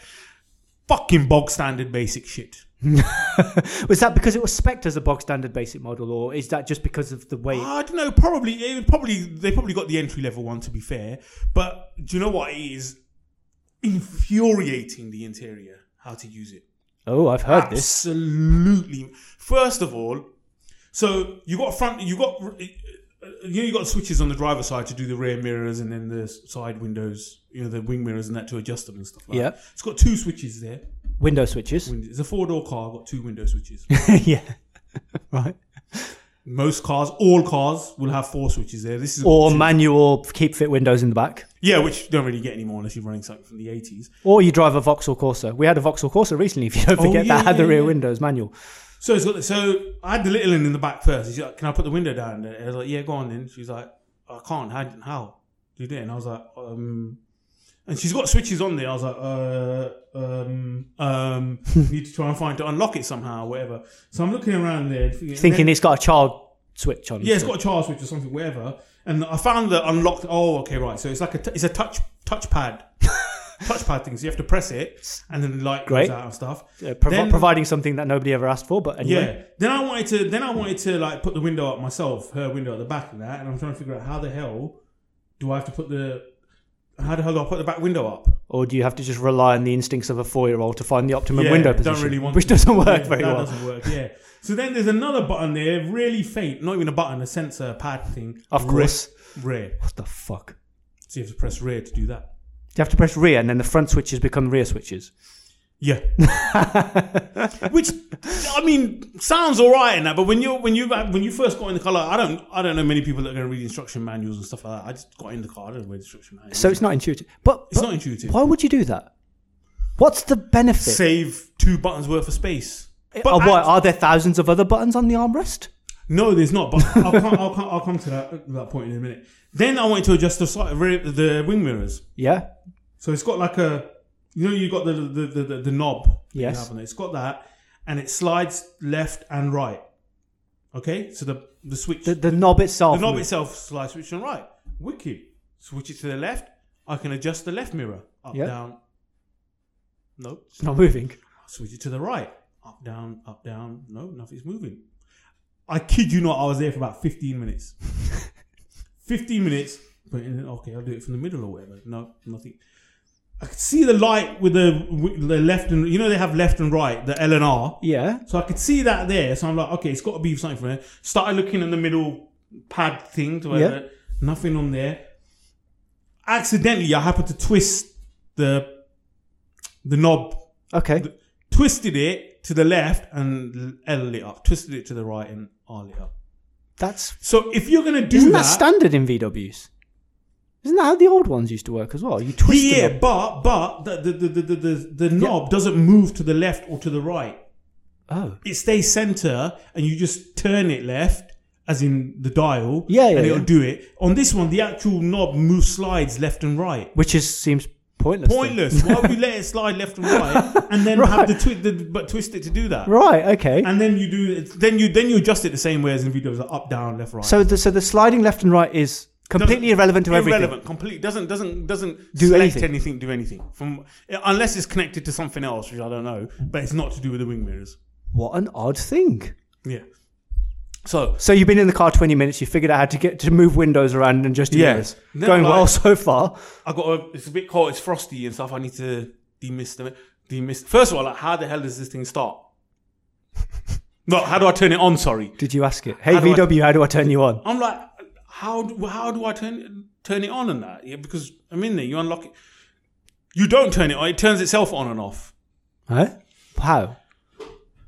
[SPEAKER 1] Fucking bog standard basic shit.
[SPEAKER 2] Was that because it was spec as a bog standard basic model, or is that just because of the way?
[SPEAKER 1] I don't know. Probably it would probably they probably got the entry level one to be fair. But do you know what? It is infuriating the interior how to use it.
[SPEAKER 2] Oh, I've heard this.
[SPEAKER 1] Absolutely. First of all, so you got front, you got you know, you got switches on the driver's side to do the rear mirrors and then the side windows, you know, the wing mirrors and that to adjust them and stuff. Like
[SPEAKER 2] Yeah.
[SPEAKER 1] that. it's got two switches there.
[SPEAKER 2] Window switches.
[SPEAKER 1] It's a four door car, got two window switches.
[SPEAKER 2] yeah. right.
[SPEAKER 1] Most cars, all cars, will have four switches there. This is
[SPEAKER 2] Or manual keep fit windows in the back.
[SPEAKER 1] yeah, which you don't really get anymore unless you're running something from the eighties.
[SPEAKER 2] Or you drive a Vauxhall Corsa. We had a Vauxhall Corsa recently, if you don't
[SPEAKER 1] Oh,
[SPEAKER 2] forget,
[SPEAKER 1] yeah,
[SPEAKER 2] that had the
[SPEAKER 1] yeah,
[SPEAKER 2] rear
[SPEAKER 1] yeah.
[SPEAKER 2] windows manual.
[SPEAKER 1] So it's got. So I had the little one in the back first. She's like, "Can I put the window down?" There? I was like, "Yeah, go on." Then she's like, "I can't. How? How do you do it?" And I was like, um, "And she's got switches on there." I was like, "Uh, um, um, need to try and find to unlock it somehow, or whatever." So I'm looking around there, thinking,
[SPEAKER 2] Thinking it's got a child switch on.
[SPEAKER 1] yeah, it's got a charge switch or something, whatever. And I found the unlocked. Oh, okay, right. So it's like a t- it's a touch touchpad, touchpad thing. So you have to press it, and then the light
[SPEAKER 2] Great.
[SPEAKER 1] goes out and stuff.
[SPEAKER 2] Uh, provi-
[SPEAKER 1] Then-
[SPEAKER 2] providing something that nobody ever asked for, but anyway.
[SPEAKER 1] Yeah. Then I wanted to then I wanted to like put the window up myself, her window at the back of that, and I'm trying to figure out how the hell do I have to put the how the hell do I put the back window up?
[SPEAKER 2] Or do you have to just rely on the instincts of a four year old to find the optimum
[SPEAKER 1] Yeah,
[SPEAKER 2] window
[SPEAKER 1] don't
[SPEAKER 2] position?
[SPEAKER 1] really want
[SPEAKER 2] which
[SPEAKER 1] to-
[SPEAKER 2] doesn't work
[SPEAKER 1] Yeah,
[SPEAKER 2] very
[SPEAKER 1] that
[SPEAKER 2] well.
[SPEAKER 1] doesn't work, yeah. So then there's another button there, really faint, not even a button, a sensor pad thing.
[SPEAKER 2] Of course.
[SPEAKER 1] Rear. rear.
[SPEAKER 2] What the fuck?
[SPEAKER 1] So you have to press rear to do that.
[SPEAKER 2] You have to press rear and then the front switches become rear switches.
[SPEAKER 1] Yeah. Which I mean sounds all right and that, but when you when you when you first got in the car, like, I don't I don't know many people that are going to read instruction manuals and stuff like that. I just got in the car, I don't read instruction manuals.
[SPEAKER 2] So it's not intuitive. But,
[SPEAKER 1] It's
[SPEAKER 2] but
[SPEAKER 1] not intuitive.
[SPEAKER 2] why would you do that? What's the benefit?
[SPEAKER 1] Save two buttons worth of space.
[SPEAKER 2] Or
[SPEAKER 1] act-
[SPEAKER 2] Eh, oh, what, are there thousands of other buttons on the armrest?
[SPEAKER 1] no, there's not. But I'll come, I'll come, I'll come to that, that point in a minute. Then I wanted to adjust the side, rear- the wing mirrors.
[SPEAKER 2] Yeah.
[SPEAKER 1] So it's got like a, you know, you got the the the, the, the knob. that you
[SPEAKER 2] Yes.
[SPEAKER 1] have on it. It's got that, and it slides left and right. Okay, so the the switch,
[SPEAKER 2] The,
[SPEAKER 1] the,
[SPEAKER 2] the knob itself.
[SPEAKER 1] knob itself slides switch and right. Wicked. Switch it to the left. I can adjust the left mirror up,
[SPEAKER 2] Yeah.
[SPEAKER 1] down. No,
[SPEAKER 2] It's not moving.
[SPEAKER 1] switch it to the right, up, down, up, down. No, nothing's moving. I kid you not, I was there for about 15 minutes. 15 minutes. But okay, I'll do it from the middle or whatever. No, nothing. I could see the light with the, with the left and you know they have left and right, the L and R.
[SPEAKER 2] Yeah.
[SPEAKER 1] So I could see that there. So I'm like, okay, it's got to be something from there. Started looking in the middle pad thing, to where
[SPEAKER 2] Yeah.
[SPEAKER 1] nothing on there. Accidentally, I happened to twist the the knob
[SPEAKER 2] Okay.
[SPEAKER 1] twisted it to the left and L lit up, twisted it to the right and R lit up.
[SPEAKER 2] That's
[SPEAKER 1] So if you're gonna do
[SPEAKER 2] isn't that,
[SPEAKER 1] that,
[SPEAKER 2] standard in VWs? Isn't that how the old ones used to work as well? You twist
[SPEAKER 1] yeah,
[SPEAKER 2] the
[SPEAKER 1] yeah,
[SPEAKER 2] knob.
[SPEAKER 1] but but the the the, the, the, the knob doesn't move to the left or to the right.
[SPEAKER 2] Oh,
[SPEAKER 1] It stays center, and you just turn it left, as in the dial.
[SPEAKER 2] Yeah, yeah,
[SPEAKER 1] and it'll
[SPEAKER 2] yeah.
[SPEAKER 1] do it. On this one, the actual knob moves slides left and right.
[SPEAKER 2] which is seems pointless. then.
[SPEAKER 1] Pointless. Why would you let it slide left and right, and then have the, twi- the but twist it to do that?
[SPEAKER 2] Right. Okay.
[SPEAKER 1] And then you do it. Then you then you adjust it the same way as in videos, like up, down, left, right.
[SPEAKER 2] so the so the sliding left and right is completely
[SPEAKER 1] Doesn't-
[SPEAKER 2] irrelevant to everything.
[SPEAKER 1] Irrelevant, complete. Doesn't doesn't doesn't
[SPEAKER 2] Do
[SPEAKER 1] do select
[SPEAKER 2] anything.
[SPEAKER 1] anything. Do anything from unless it's connected to something else, which I don't know. But it's not to do with the wing mirrors.
[SPEAKER 2] What an odd thing.
[SPEAKER 1] Yeah. So
[SPEAKER 2] So you've been in the car twenty minutes. You figured out how to get to move windows around and just do
[SPEAKER 1] Yeah.
[SPEAKER 2] this.
[SPEAKER 1] No,
[SPEAKER 2] Going
[SPEAKER 1] like-
[SPEAKER 2] well so far.
[SPEAKER 1] I got. A, it's a bit cold. It's frosty and stuff. I need to demist them. Demist. First of all, like, how the hell does this thing start? no, how do I turn it on? Sorry,
[SPEAKER 2] Did you ask it? Hey
[SPEAKER 1] How do I-
[SPEAKER 2] VW, how do I turn you on?
[SPEAKER 1] I'm like, how do, how do I turn turn it on and that? Yeah, because I'm in there. You unlock it. You don't turn it on. It turns itself on and off.
[SPEAKER 2] Huh? How?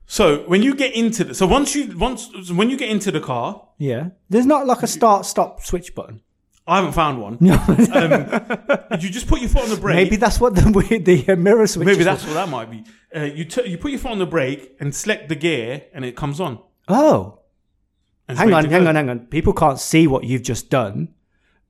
[SPEAKER 1] So when you get into the, so once you once so when you get into the car,
[SPEAKER 2] Yeah. There's not like a start stop switch button.
[SPEAKER 1] I haven't found one. um, you just put your foot on the brake.
[SPEAKER 2] Maybe that's what the weird- the uh, mirror switch.
[SPEAKER 1] Maybe that's what that might be. Uh, you t- you put your foot on the brake and select the gear, and it comes on.
[SPEAKER 2] Oh.
[SPEAKER 1] And it's
[SPEAKER 2] Hang
[SPEAKER 1] ready
[SPEAKER 2] on,
[SPEAKER 1] to
[SPEAKER 2] hang
[SPEAKER 1] go.
[SPEAKER 2] on, hang on. People can't see what you've just done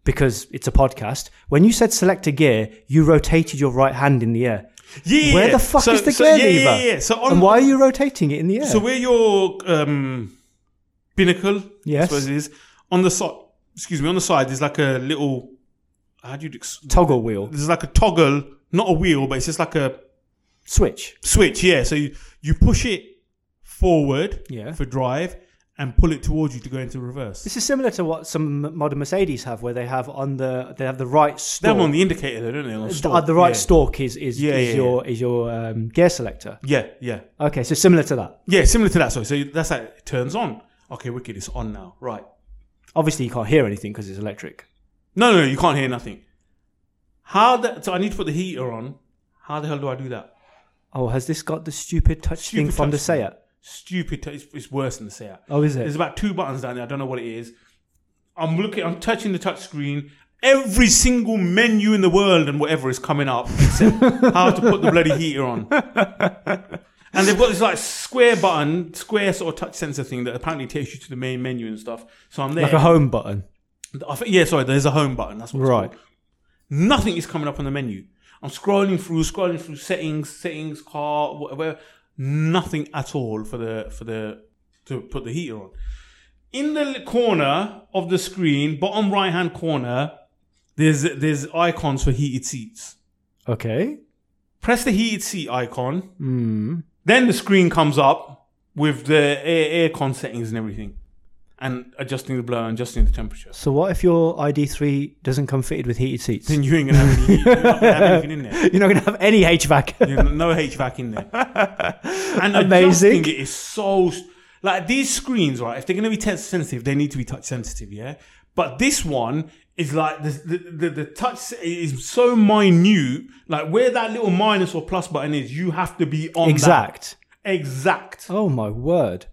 [SPEAKER 2] because it's a podcast. When you said select a gear, you rotated your right hand in the air.
[SPEAKER 1] Yeah,
[SPEAKER 2] Where
[SPEAKER 1] yeah.
[SPEAKER 2] the fuck
[SPEAKER 1] So-
[SPEAKER 2] is the
[SPEAKER 1] so-
[SPEAKER 2] gear
[SPEAKER 1] yeah,
[SPEAKER 2] lever?
[SPEAKER 1] Yeah, yeah. So on,
[SPEAKER 2] and why are you rotating it in the air?
[SPEAKER 1] so where your um, binnacle,
[SPEAKER 2] Yes.
[SPEAKER 1] I suppose it is on the side. Excuse me, on the side there's like a little. How do you? Ex-
[SPEAKER 2] Toggle wheel.
[SPEAKER 1] there's like a toggle, not a wheel, but it's just like a
[SPEAKER 2] Switch.
[SPEAKER 1] switch. Yeah, so you, you push it forward
[SPEAKER 2] Yeah.
[SPEAKER 1] for drive and pull it towards you to go into reverse.
[SPEAKER 2] This is similar to what some modern Mercedes have where they have on the they have the right
[SPEAKER 1] They have
[SPEAKER 2] stalk.
[SPEAKER 1] them on the indicator, though, don't they? On the,
[SPEAKER 2] Uh,
[SPEAKER 1] stalk.
[SPEAKER 2] the right
[SPEAKER 1] yeah.
[SPEAKER 2] stalk is is,
[SPEAKER 1] Yeah,
[SPEAKER 2] is
[SPEAKER 1] yeah,
[SPEAKER 2] your is your um, gear selector.
[SPEAKER 1] Yeah, yeah,
[SPEAKER 2] Okay, so similar to that.
[SPEAKER 1] yeah. Similar to that. So, so that's how it turns on. Okay, wicked. It's on now. Right.
[SPEAKER 2] Obviously, you can't hear anything because it's electric.
[SPEAKER 1] No, no, no, you can't hear nothing. How the so I need to put the heater on. How the hell do I do that?
[SPEAKER 2] Oh, has this got the stupid touch thing
[SPEAKER 1] Stupid
[SPEAKER 2] from the
[SPEAKER 1] touch thing.
[SPEAKER 2] Seat?
[SPEAKER 1] Stupid. T- it's, it's worse than the Seat.
[SPEAKER 2] Oh, is
[SPEAKER 1] There's
[SPEAKER 2] it?
[SPEAKER 1] about two buttons down there. I don't know what it is. I'm looking. I'm touching the touch screen. Every single menu in the world and whatever is coming up, except how to put the bloody heater on. And they've got this like square button, square sort of touch sensor thing that apparently takes you to the main menu and stuff. So I'm there.
[SPEAKER 2] Like a home button.
[SPEAKER 1] I think, yeah, sorry, there's a home button. That's what it's
[SPEAKER 2] Right.
[SPEAKER 1] called. Nothing is coming up on the menu. I'm scrolling through, scrolling through settings, settings, car, whatever. Nothing at all for the for the to put the heater on. In the corner of the screen, bottom right hand corner, there's there's icons for heated seats.
[SPEAKER 2] Okay.
[SPEAKER 1] Press the heated seat icon,
[SPEAKER 2] Hmm.
[SPEAKER 1] then the screen comes up with the air aircon settings and everything, and adjusting the blur and adjusting the temperature.
[SPEAKER 2] So what if your ID3 doesn't come fitted with heated seats?
[SPEAKER 1] Then you ain't gonna have any, you're not gonna have anything in there.
[SPEAKER 2] You're not going to have any HVAC.
[SPEAKER 1] There's no HVAC in there. And
[SPEAKER 2] Amazing.
[SPEAKER 1] adjusting it is so like these screens, right? If they're gonna be touch sensitive, they need to be touch sensitive, yeah. But this one is like the the, the, the touch se- is so minute. Like where that little minus or plus button is, you have to be on that.
[SPEAKER 2] exact.
[SPEAKER 1] exact.
[SPEAKER 2] Oh my word.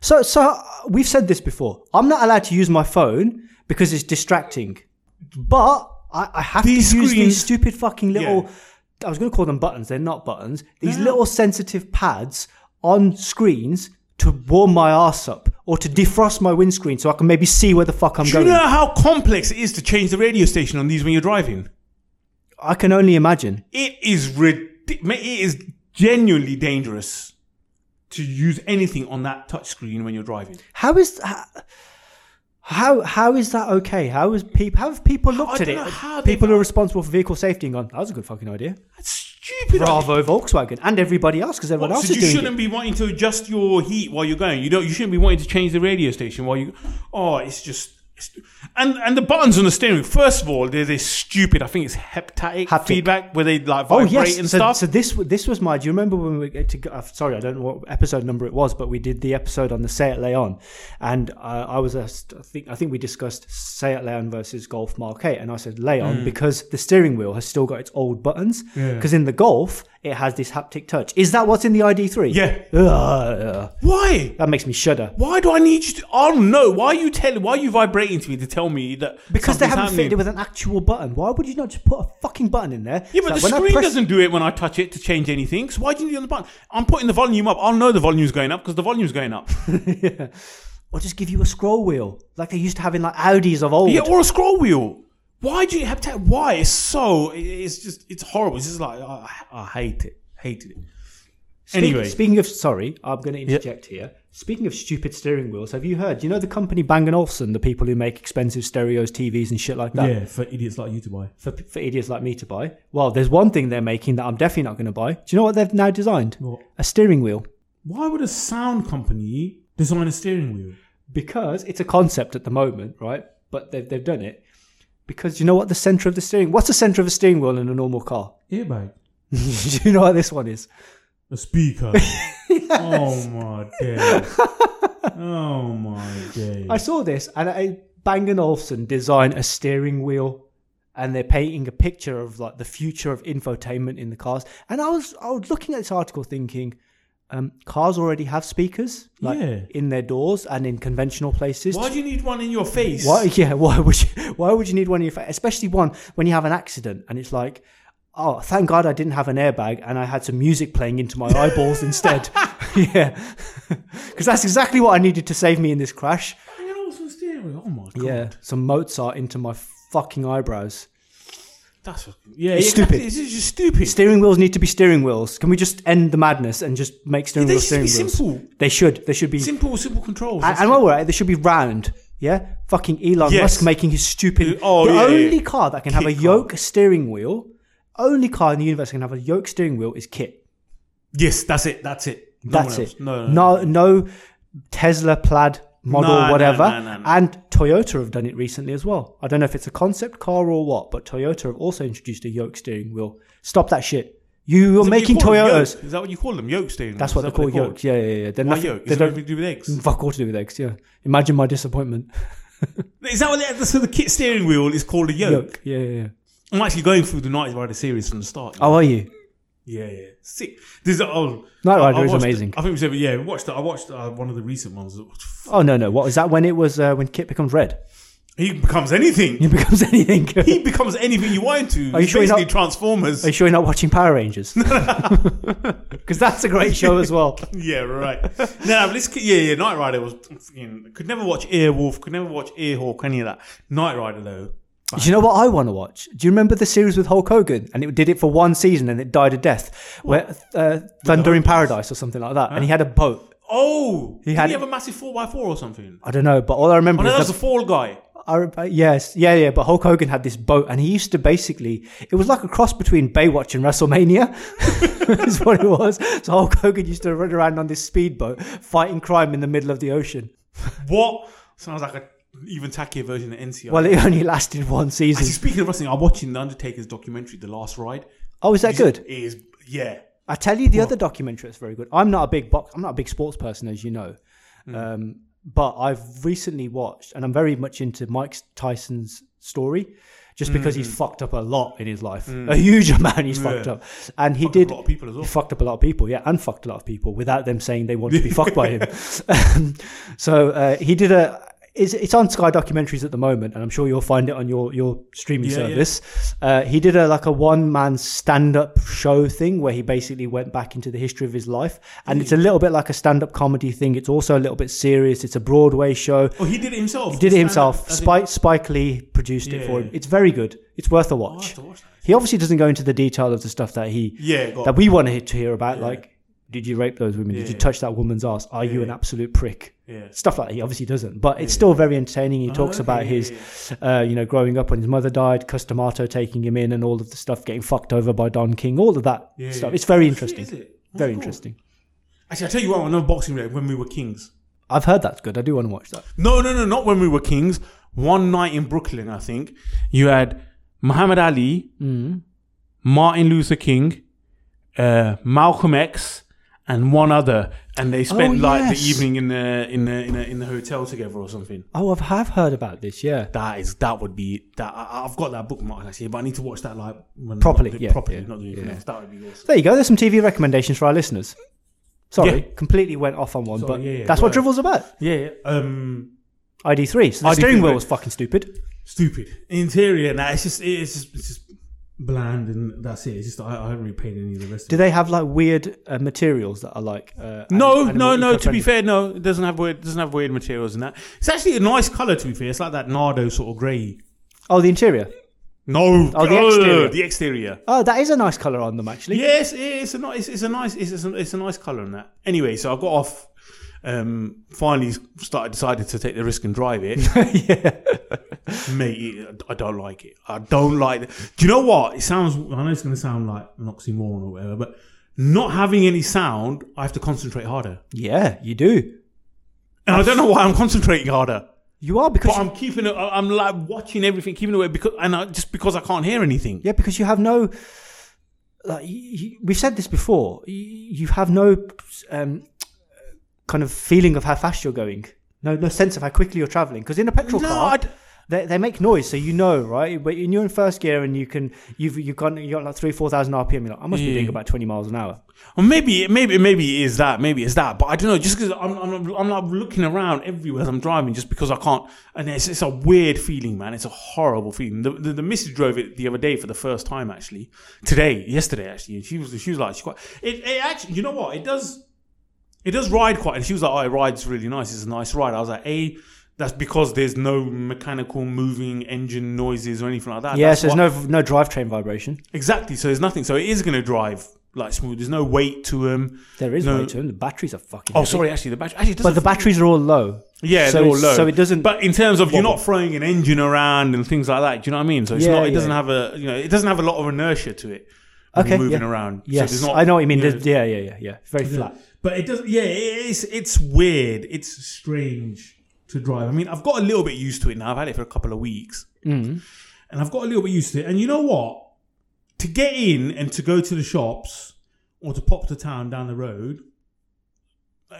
[SPEAKER 2] So so uh, we've said this before. I'm not allowed to use my phone because it's distracting. But I, I have
[SPEAKER 1] These
[SPEAKER 2] to use these
[SPEAKER 1] screens-
[SPEAKER 2] stupid fucking little I was gonna call them buttons, they're not buttons. These little sensitive pads on screens to warm my arse up or to defrost my windscreen so I can maybe see where the fuck I'm
[SPEAKER 1] Do you
[SPEAKER 2] going.
[SPEAKER 1] know how complex it is to change the radio station on these when you're driving?
[SPEAKER 2] I can only imagine.
[SPEAKER 1] It is ridic- mate, It is genuinely dangerous to use anything on that touch screen when you're driving.
[SPEAKER 2] How is that how how is that okay? How is people how have people looked at
[SPEAKER 1] don't
[SPEAKER 2] it?
[SPEAKER 1] know how they-
[SPEAKER 2] people who are responsible for vehicle safety and gone, that was a good fucking idea.
[SPEAKER 1] That's stupid.
[SPEAKER 2] Bravo Volkswagen and everybody else because everyone else
[SPEAKER 1] so
[SPEAKER 2] is
[SPEAKER 1] you
[SPEAKER 2] doing
[SPEAKER 1] shouldn't
[SPEAKER 2] it.
[SPEAKER 1] be wanting to adjust your heat while you're going. You don't. You shouldn't be wanting to change the radio station while you. Oh, it's just. It's, and and the buttons on the steering. wheel, First of all, there's this stupid. I think it's haptic,
[SPEAKER 2] Haptic.
[SPEAKER 1] feedback where they like
[SPEAKER 2] Oh
[SPEAKER 1] vibrate
[SPEAKER 2] yes,
[SPEAKER 1] and
[SPEAKER 2] so,
[SPEAKER 1] stuff.
[SPEAKER 2] so this w- this was my. Do you remember when we to, go- uh, sorry I don't know what episode number it was, but we did the episode on the Seat Leon, and uh, I was asked, I think I think we discussed Seat Leon versus Golf Mark 8, and I said Leon because the steering wheel has still got its old buttons
[SPEAKER 1] Mm. Yeah.
[SPEAKER 2] because in the Golf it has this haptic touch. Is that what's in the ID3?
[SPEAKER 1] Yeah.
[SPEAKER 2] Ugh,
[SPEAKER 1] why?
[SPEAKER 2] that makes me shudder.
[SPEAKER 1] Why do I need you? To, I don't know. Why are you telling? Why are you vibrating to me to tell me that?
[SPEAKER 2] Because they
[SPEAKER 1] something's
[SPEAKER 2] haven't
[SPEAKER 1] happening?
[SPEAKER 2] fitted it with an actual button. Why would you not just put a fucking button in there?
[SPEAKER 1] Yeah, but the
[SPEAKER 2] It's like when I
[SPEAKER 1] screen
[SPEAKER 2] press-
[SPEAKER 1] doesn't do it when I touch it to change anything. So why do you need on the button? I'm putting the volume up. I'll know the volume's going up because the volume's going up.
[SPEAKER 2] yeah. Or just give you a scroll wheel, like they used to have in like Audis of old.
[SPEAKER 1] yeah, or a scroll wheel. Why do you have to? Why it's so? it- It's just it's horrible. It's just like I, I hate it. Hated it.
[SPEAKER 2] Speak-
[SPEAKER 1] anyway.
[SPEAKER 2] speaking of sorry, I'm going to interject here. Speaking of stupid steering wheels, have you heard? You know the company Bang & Olufsen, the people who make expensive stereos, TVs, and shit like that.
[SPEAKER 1] for idiots like you to buy.
[SPEAKER 2] For, for idiots like me to buy. Well, there's one thing they're making that I'm definitely not going to buy. Do you know what they've now designed?
[SPEAKER 1] What?
[SPEAKER 2] A steering wheel.
[SPEAKER 1] Why would a sound company design a steering wheel?
[SPEAKER 2] because it's a concept at the moment, right? But they've, they've done it because you know what the center of the steering what's the center of a steering wheel in a normal car?
[SPEAKER 1] Earbag,
[SPEAKER 2] Do you know what this one is?
[SPEAKER 1] a speaker. Oh my god. oh my god.
[SPEAKER 2] I saw this and I Bang & Olufsen design a steering wheel and they're painting a picture of like the future of infotainment in the cars. And I was I was looking at this article thinking um, cars already have speakers like
[SPEAKER 1] Yeah.
[SPEAKER 2] in their doors and in conventional places.
[SPEAKER 1] Why do you need one in your face?
[SPEAKER 2] Why? Yeah. Why would you? Why would you need one in your face? Especially one when you have an accident and it's like, oh, thank God I didn't have an airbag and I had some music playing into my eyeballs instead. yeah, because that's exactly what I needed to save me in this crash.
[SPEAKER 1] Bang & Olufsen steering wheel. Oh my god.
[SPEAKER 2] Yeah, some Mozart into my fucking eyebrows.
[SPEAKER 1] That's yeah.
[SPEAKER 2] It's
[SPEAKER 1] exactly.
[SPEAKER 2] stupid.
[SPEAKER 1] It's just stupid.
[SPEAKER 2] Steering wheels need to be steering wheels. Can we just end the madness and just make steering
[SPEAKER 1] They
[SPEAKER 2] wheels
[SPEAKER 1] should
[SPEAKER 2] steering
[SPEAKER 1] be
[SPEAKER 2] wheels?
[SPEAKER 1] simple.
[SPEAKER 2] They should. They should be.
[SPEAKER 1] Simple, simple controls.
[SPEAKER 2] And, and while we're at it, they should be round. Yeah, fucking Elon
[SPEAKER 1] Yes.
[SPEAKER 2] Musk making his stupid.
[SPEAKER 1] Oh,
[SPEAKER 2] the
[SPEAKER 1] yeah,
[SPEAKER 2] only
[SPEAKER 1] yeah.
[SPEAKER 2] car that can have a
[SPEAKER 1] Kit car.
[SPEAKER 2] yoke steering wheel, only car in the universe that can have a yoke steering wheel is Kit.
[SPEAKER 1] yes, that's it. That's it. No
[SPEAKER 2] That's
[SPEAKER 1] one else.
[SPEAKER 2] it.
[SPEAKER 1] No, no,
[SPEAKER 2] no, no Tesla plaid model,
[SPEAKER 1] No, no,
[SPEAKER 2] whatever.
[SPEAKER 1] no, no, no.
[SPEAKER 2] And Toyota have done it recently as well. I don't know if it's a concept car or what, but Toyota have also introduced a yoke steering wheel. Stop that shit. You are
[SPEAKER 1] Is that what
[SPEAKER 2] making
[SPEAKER 1] you call them?
[SPEAKER 2] Toyotas.
[SPEAKER 1] Yoke? Is that what you call them? Yoke steering.
[SPEAKER 2] That's what they call yokes. Yeah, yeah, yeah. They're
[SPEAKER 1] Why
[SPEAKER 2] nothing-
[SPEAKER 1] yoke?
[SPEAKER 2] They
[SPEAKER 1] Is it
[SPEAKER 2] don't
[SPEAKER 1] nothing to do with eggs?
[SPEAKER 2] fuck all to do with eggs. Yeah. Imagine my disappointment.
[SPEAKER 1] Is that what they, so the kit steering wheel is called a yoke?
[SPEAKER 2] Look, yeah, yeah, yeah.
[SPEAKER 1] I'm actually going through the Night Rider series from the start.
[SPEAKER 2] Oh, are you?
[SPEAKER 1] Yeah, yeah. Sick. This is, oh,
[SPEAKER 2] Knight
[SPEAKER 1] I- I
[SPEAKER 2] Rider is
[SPEAKER 1] watched it.
[SPEAKER 2] amazing.
[SPEAKER 1] I think we said, yeah, we watched it. I watched uh, one of the recent ones.
[SPEAKER 2] Oh no, no. What was that? When it was uh, when Kit becomes red,
[SPEAKER 1] He becomes anything.
[SPEAKER 2] he becomes anything.
[SPEAKER 1] He becomes anything you want him to.
[SPEAKER 2] Are you
[SPEAKER 1] He's
[SPEAKER 2] sure he's
[SPEAKER 1] basically
[SPEAKER 2] not-
[SPEAKER 1] Transformers.
[SPEAKER 2] Are you sure you're not watching Power Rangers? Because that's a great show as well.
[SPEAKER 1] yeah, right. no, no, let's, yeah, yeah. Night Rider was fucking- could never watch Earwolf, could never watch Earhawk, any of that. Night Rider though.
[SPEAKER 2] Do you know what I want to watch? Do you remember the series with Hulk Hogan? And it did it for one season and it died a death. Where uh, Thunder in Paradise or something like that. And he had a boat.
[SPEAKER 1] Oh, he
[SPEAKER 2] had-
[SPEAKER 1] he have a massive four x four or something?
[SPEAKER 2] I don't know, but all I remember
[SPEAKER 1] Oh no, that was
[SPEAKER 2] is the,
[SPEAKER 1] the Fall Guy.
[SPEAKER 2] I re- uh, yes, yeah, yeah. But Hulk Hogan had this boat, and he used to basically it was like a cross between Baywatch and WrestleMania, is what it was. So Hulk Hogan used to run around on this speedboat fighting crime in the middle of the ocean.
[SPEAKER 1] What sounds like a even tackier version of NCR.
[SPEAKER 2] Well, it only lasted one
[SPEAKER 1] Actually,
[SPEAKER 2] season.
[SPEAKER 1] speaking of wrestling, I'm watching the Undertaker's documentary, The Last Ride.
[SPEAKER 2] Oh, is that good?
[SPEAKER 1] It is yeah.
[SPEAKER 2] I tell you, the other documentary that's very good. I'm not a big box. I'm not a big sports person, as you know, um, but I've recently watched, and I'm very much into Mike Tyson's story, just because he's fucked up a lot in his life, a huge amount. He's fucked
[SPEAKER 1] Yeah.
[SPEAKER 2] up, and he
[SPEAKER 1] a
[SPEAKER 2] did
[SPEAKER 1] lot of people as well.
[SPEAKER 2] He fucked up a lot of people, yeah, and fucked a lot of people without them saying they want to be fucked by him. Um, so uh, he did a. It's, it's on Sky Documentaries at the moment, and I'm sure you'll find it on your your streaming
[SPEAKER 1] Yeah, yeah.
[SPEAKER 2] service. Uh, he did a like a one man stand up show thing where he basically went back into the history of his life, and
[SPEAKER 1] Mm.
[SPEAKER 2] it's a little bit like a stand up comedy thing. It's also a little bit serious. It's a Broadway show.
[SPEAKER 1] Oh, he did it himself.
[SPEAKER 2] He did it
[SPEAKER 1] Stand
[SPEAKER 2] himself.
[SPEAKER 1] up, as in-
[SPEAKER 2] Spike Spike Lee produced it
[SPEAKER 1] Yeah,
[SPEAKER 2] for
[SPEAKER 1] yeah. Oh,
[SPEAKER 2] him. It's very good. It's worth a
[SPEAKER 1] I'll
[SPEAKER 2] watch.
[SPEAKER 1] have to watch that.
[SPEAKER 2] He obviously doesn't go into the detail of the stuff that he
[SPEAKER 1] Yeah, got
[SPEAKER 2] that we want to hear, to hear about, like, did you rape those women? Did you
[SPEAKER 1] Yeah.
[SPEAKER 2] touch that woman's ass? Are you an
[SPEAKER 1] Yeah.
[SPEAKER 2] absolute prick?
[SPEAKER 1] yeah.
[SPEAKER 2] Stuff like that. He obviously doesn't, but it's still very entertaining. He talks
[SPEAKER 1] okay,
[SPEAKER 2] about
[SPEAKER 1] yeah,
[SPEAKER 2] his, uh, you know, growing up when his mother died, Customato taking him in, and all of the stuff getting fucked over by Don King, all of that
[SPEAKER 1] Yeah,
[SPEAKER 2] stuff.
[SPEAKER 1] yeah. Oh,
[SPEAKER 2] It's very
[SPEAKER 1] Shit,
[SPEAKER 2] interesting.
[SPEAKER 1] is it? What's
[SPEAKER 2] Very
[SPEAKER 1] it called?
[SPEAKER 2] interesting.
[SPEAKER 1] Actually, I tell you what, another boxing related. When we were kings.
[SPEAKER 2] I've heard that's good. I do want to watch that.
[SPEAKER 1] No, no, no, not when we were kings. One night in Brooklyn, I think you had Muhammad Ali,
[SPEAKER 2] Mm.
[SPEAKER 1] Martin Luther King, uh, Malcolm X, and one other, and they spent like the
[SPEAKER 2] Oh, yes.
[SPEAKER 1] evening in the in the in the, in the hotel together or something.
[SPEAKER 2] Oh, I have heard about this. Yeah.
[SPEAKER 1] That is that would be that I, I've got that bookmark actually, but I need to watch that like when
[SPEAKER 2] Properly,
[SPEAKER 1] not,
[SPEAKER 2] yeah,
[SPEAKER 1] properly,
[SPEAKER 2] yeah,
[SPEAKER 1] not doing anything
[SPEAKER 2] yeah.
[SPEAKER 1] else. That would be awesome.
[SPEAKER 2] There you go. There's some TV recommendations for our listeners. Sorry,
[SPEAKER 1] Yeah.
[SPEAKER 2] completely went off on one,
[SPEAKER 1] Sorry,
[SPEAKER 2] but
[SPEAKER 1] yeah, yeah,
[SPEAKER 2] that's what
[SPEAKER 1] right.
[SPEAKER 2] Drivel's about.
[SPEAKER 1] Yeah, yeah. um,
[SPEAKER 2] ID3. So the
[SPEAKER 1] ID3,
[SPEAKER 2] steering wheel
[SPEAKER 1] right.
[SPEAKER 2] was fucking stupid.
[SPEAKER 1] stupid interior. Now it's just it's just it's just bland and that's it. It's just I, I haven't really paid any of the rest.
[SPEAKER 2] Do
[SPEAKER 1] of
[SPEAKER 2] they have like weird uh, materials that are like? Uh,
[SPEAKER 1] it. No,
[SPEAKER 2] anim-
[SPEAKER 1] no,
[SPEAKER 2] animal
[SPEAKER 1] no. To be
[SPEAKER 2] eco-friendly?
[SPEAKER 1] fair, no, it doesn't have weird doesn't have weird materials in that. It's actually a nice color. To be fair, it's like that Nardo sort of grey.
[SPEAKER 2] Oh, the interior.
[SPEAKER 1] No,
[SPEAKER 2] Oh, the
[SPEAKER 1] God,
[SPEAKER 2] exterior.
[SPEAKER 1] The exterior.
[SPEAKER 2] Oh, that is a nice color on them actually.
[SPEAKER 1] Yes, it's a nice, it's a nice, it's a, it's a nice color in that. Anyway, so I got off. Um, finally, started decided to take the risk and drive it.
[SPEAKER 2] yeah.
[SPEAKER 1] Mate, it- I don't like it. I don't like it. Do you know what? It sounds, I know it's going to sound like an oxymoron or whatever, but not having any sound, I have to concentrate harder.
[SPEAKER 2] Yeah, you do.
[SPEAKER 1] And I don't know why I'm concentrating harder,
[SPEAKER 2] You are because
[SPEAKER 1] but I'm keeping it, I- I'm like watching everything, keeping it away because, and I, just because I can't hear anything.
[SPEAKER 2] yeah, because you have no. Like y y- we've said this before, y- you have no um, kind of feeling of how fast you're going. No, no sense of how quickly you're traveling. Because in a petrol
[SPEAKER 1] No,
[SPEAKER 2] car,
[SPEAKER 1] I d-
[SPEAKER 2] they, they make noise, so you know, right? But when you're in first gear and you can you've you've got you got like three four thousand RPM. You're like, I must be
[SPEAKER 1] Yeah.
[SPEAKER 2] doing about twenty miles an hour.
[SPEAKER 1] Or maybe, it- maybe, maybe it is that. Maybe it's that. But I don't know. Just because I'm, I'm, I'm like looking around everywhere as I'm driving, just because I can't. And it's, it's a weird feeling, man. It's a horrible feeling. The, the, the missus drove it the other day for the first time, actually. Today, yesterday, actually. And she was, she was like, she quite. It, it actually, you know what? It does, it does ride quite. And she was like, oh, it rides really nice. It's a nice ride. I was like, a. That's because there's no mechanical moving engine noises or anything like that.
[SPEAKER 2] Yes,
[SPEAKER 1] That's
[SPEAKER 2] there's
[SPEAKER 1] why-
[SPEAKER 2] no no drivetrain vibration.
[SPEAKER 1] exactly. So there's nothing. So it is going to drive like smooth. There's no weight to them.
[SPEAKER 2] There is
[SPEAKER 1] No.
[SPEAKER 2] no turn. The batteries are fucking.
[SPEAKER 1] Oh,
[SPEAKER 2] heavy.
[SPEAKER 1] sorry. Actually, the battery. Actually, it
[SPEAKER 2] But
[SPEAKER 1] doesn't
[SPEAKER 2] the batteries are all low.
[SPEAKER 1] Yeah,
[SPEAKER 2] so
[SPEAKER 1] they're all
[SPEAKER 2] it's-
[SPEAKER 1] low.
[SPEAKER 2] So it doesn't.
[SPEAKER 1] But in terms of you're not throwing an engine around and things like that, do you know what I mean? So it's
[SPEAKER 2] Yeah,
[SPEAKER 1] not. It
[SPEAKER 2] yeah.
[SPEAKER 1] doesn't have a. You know, it doesn't have a lot of inertia to it. when
[SPEAKER 2] Okay,
[SPEAKER 1] you're moving
[SPEAKER 2] yeah.
[SPEAKER 1] around.
[SPEAKER 2] yes,
[SPEAKER 1] so it's not,
[SPEAKER 2] I know what you mean.
[SPEAKER 1] know,
[SPEAKER 2] There's- yeah, yeah, yeah, yeah. It's very flat.
[SPEAKER 1] but it doesn't. Yeah, it's it's weird. It's strange to drive. I mean, I've got a little bit used to it now. I've had it for a couple of weeks, and I've got a little bit used to it. And you know what? To get in and to go to the shops or to pop to town down the road,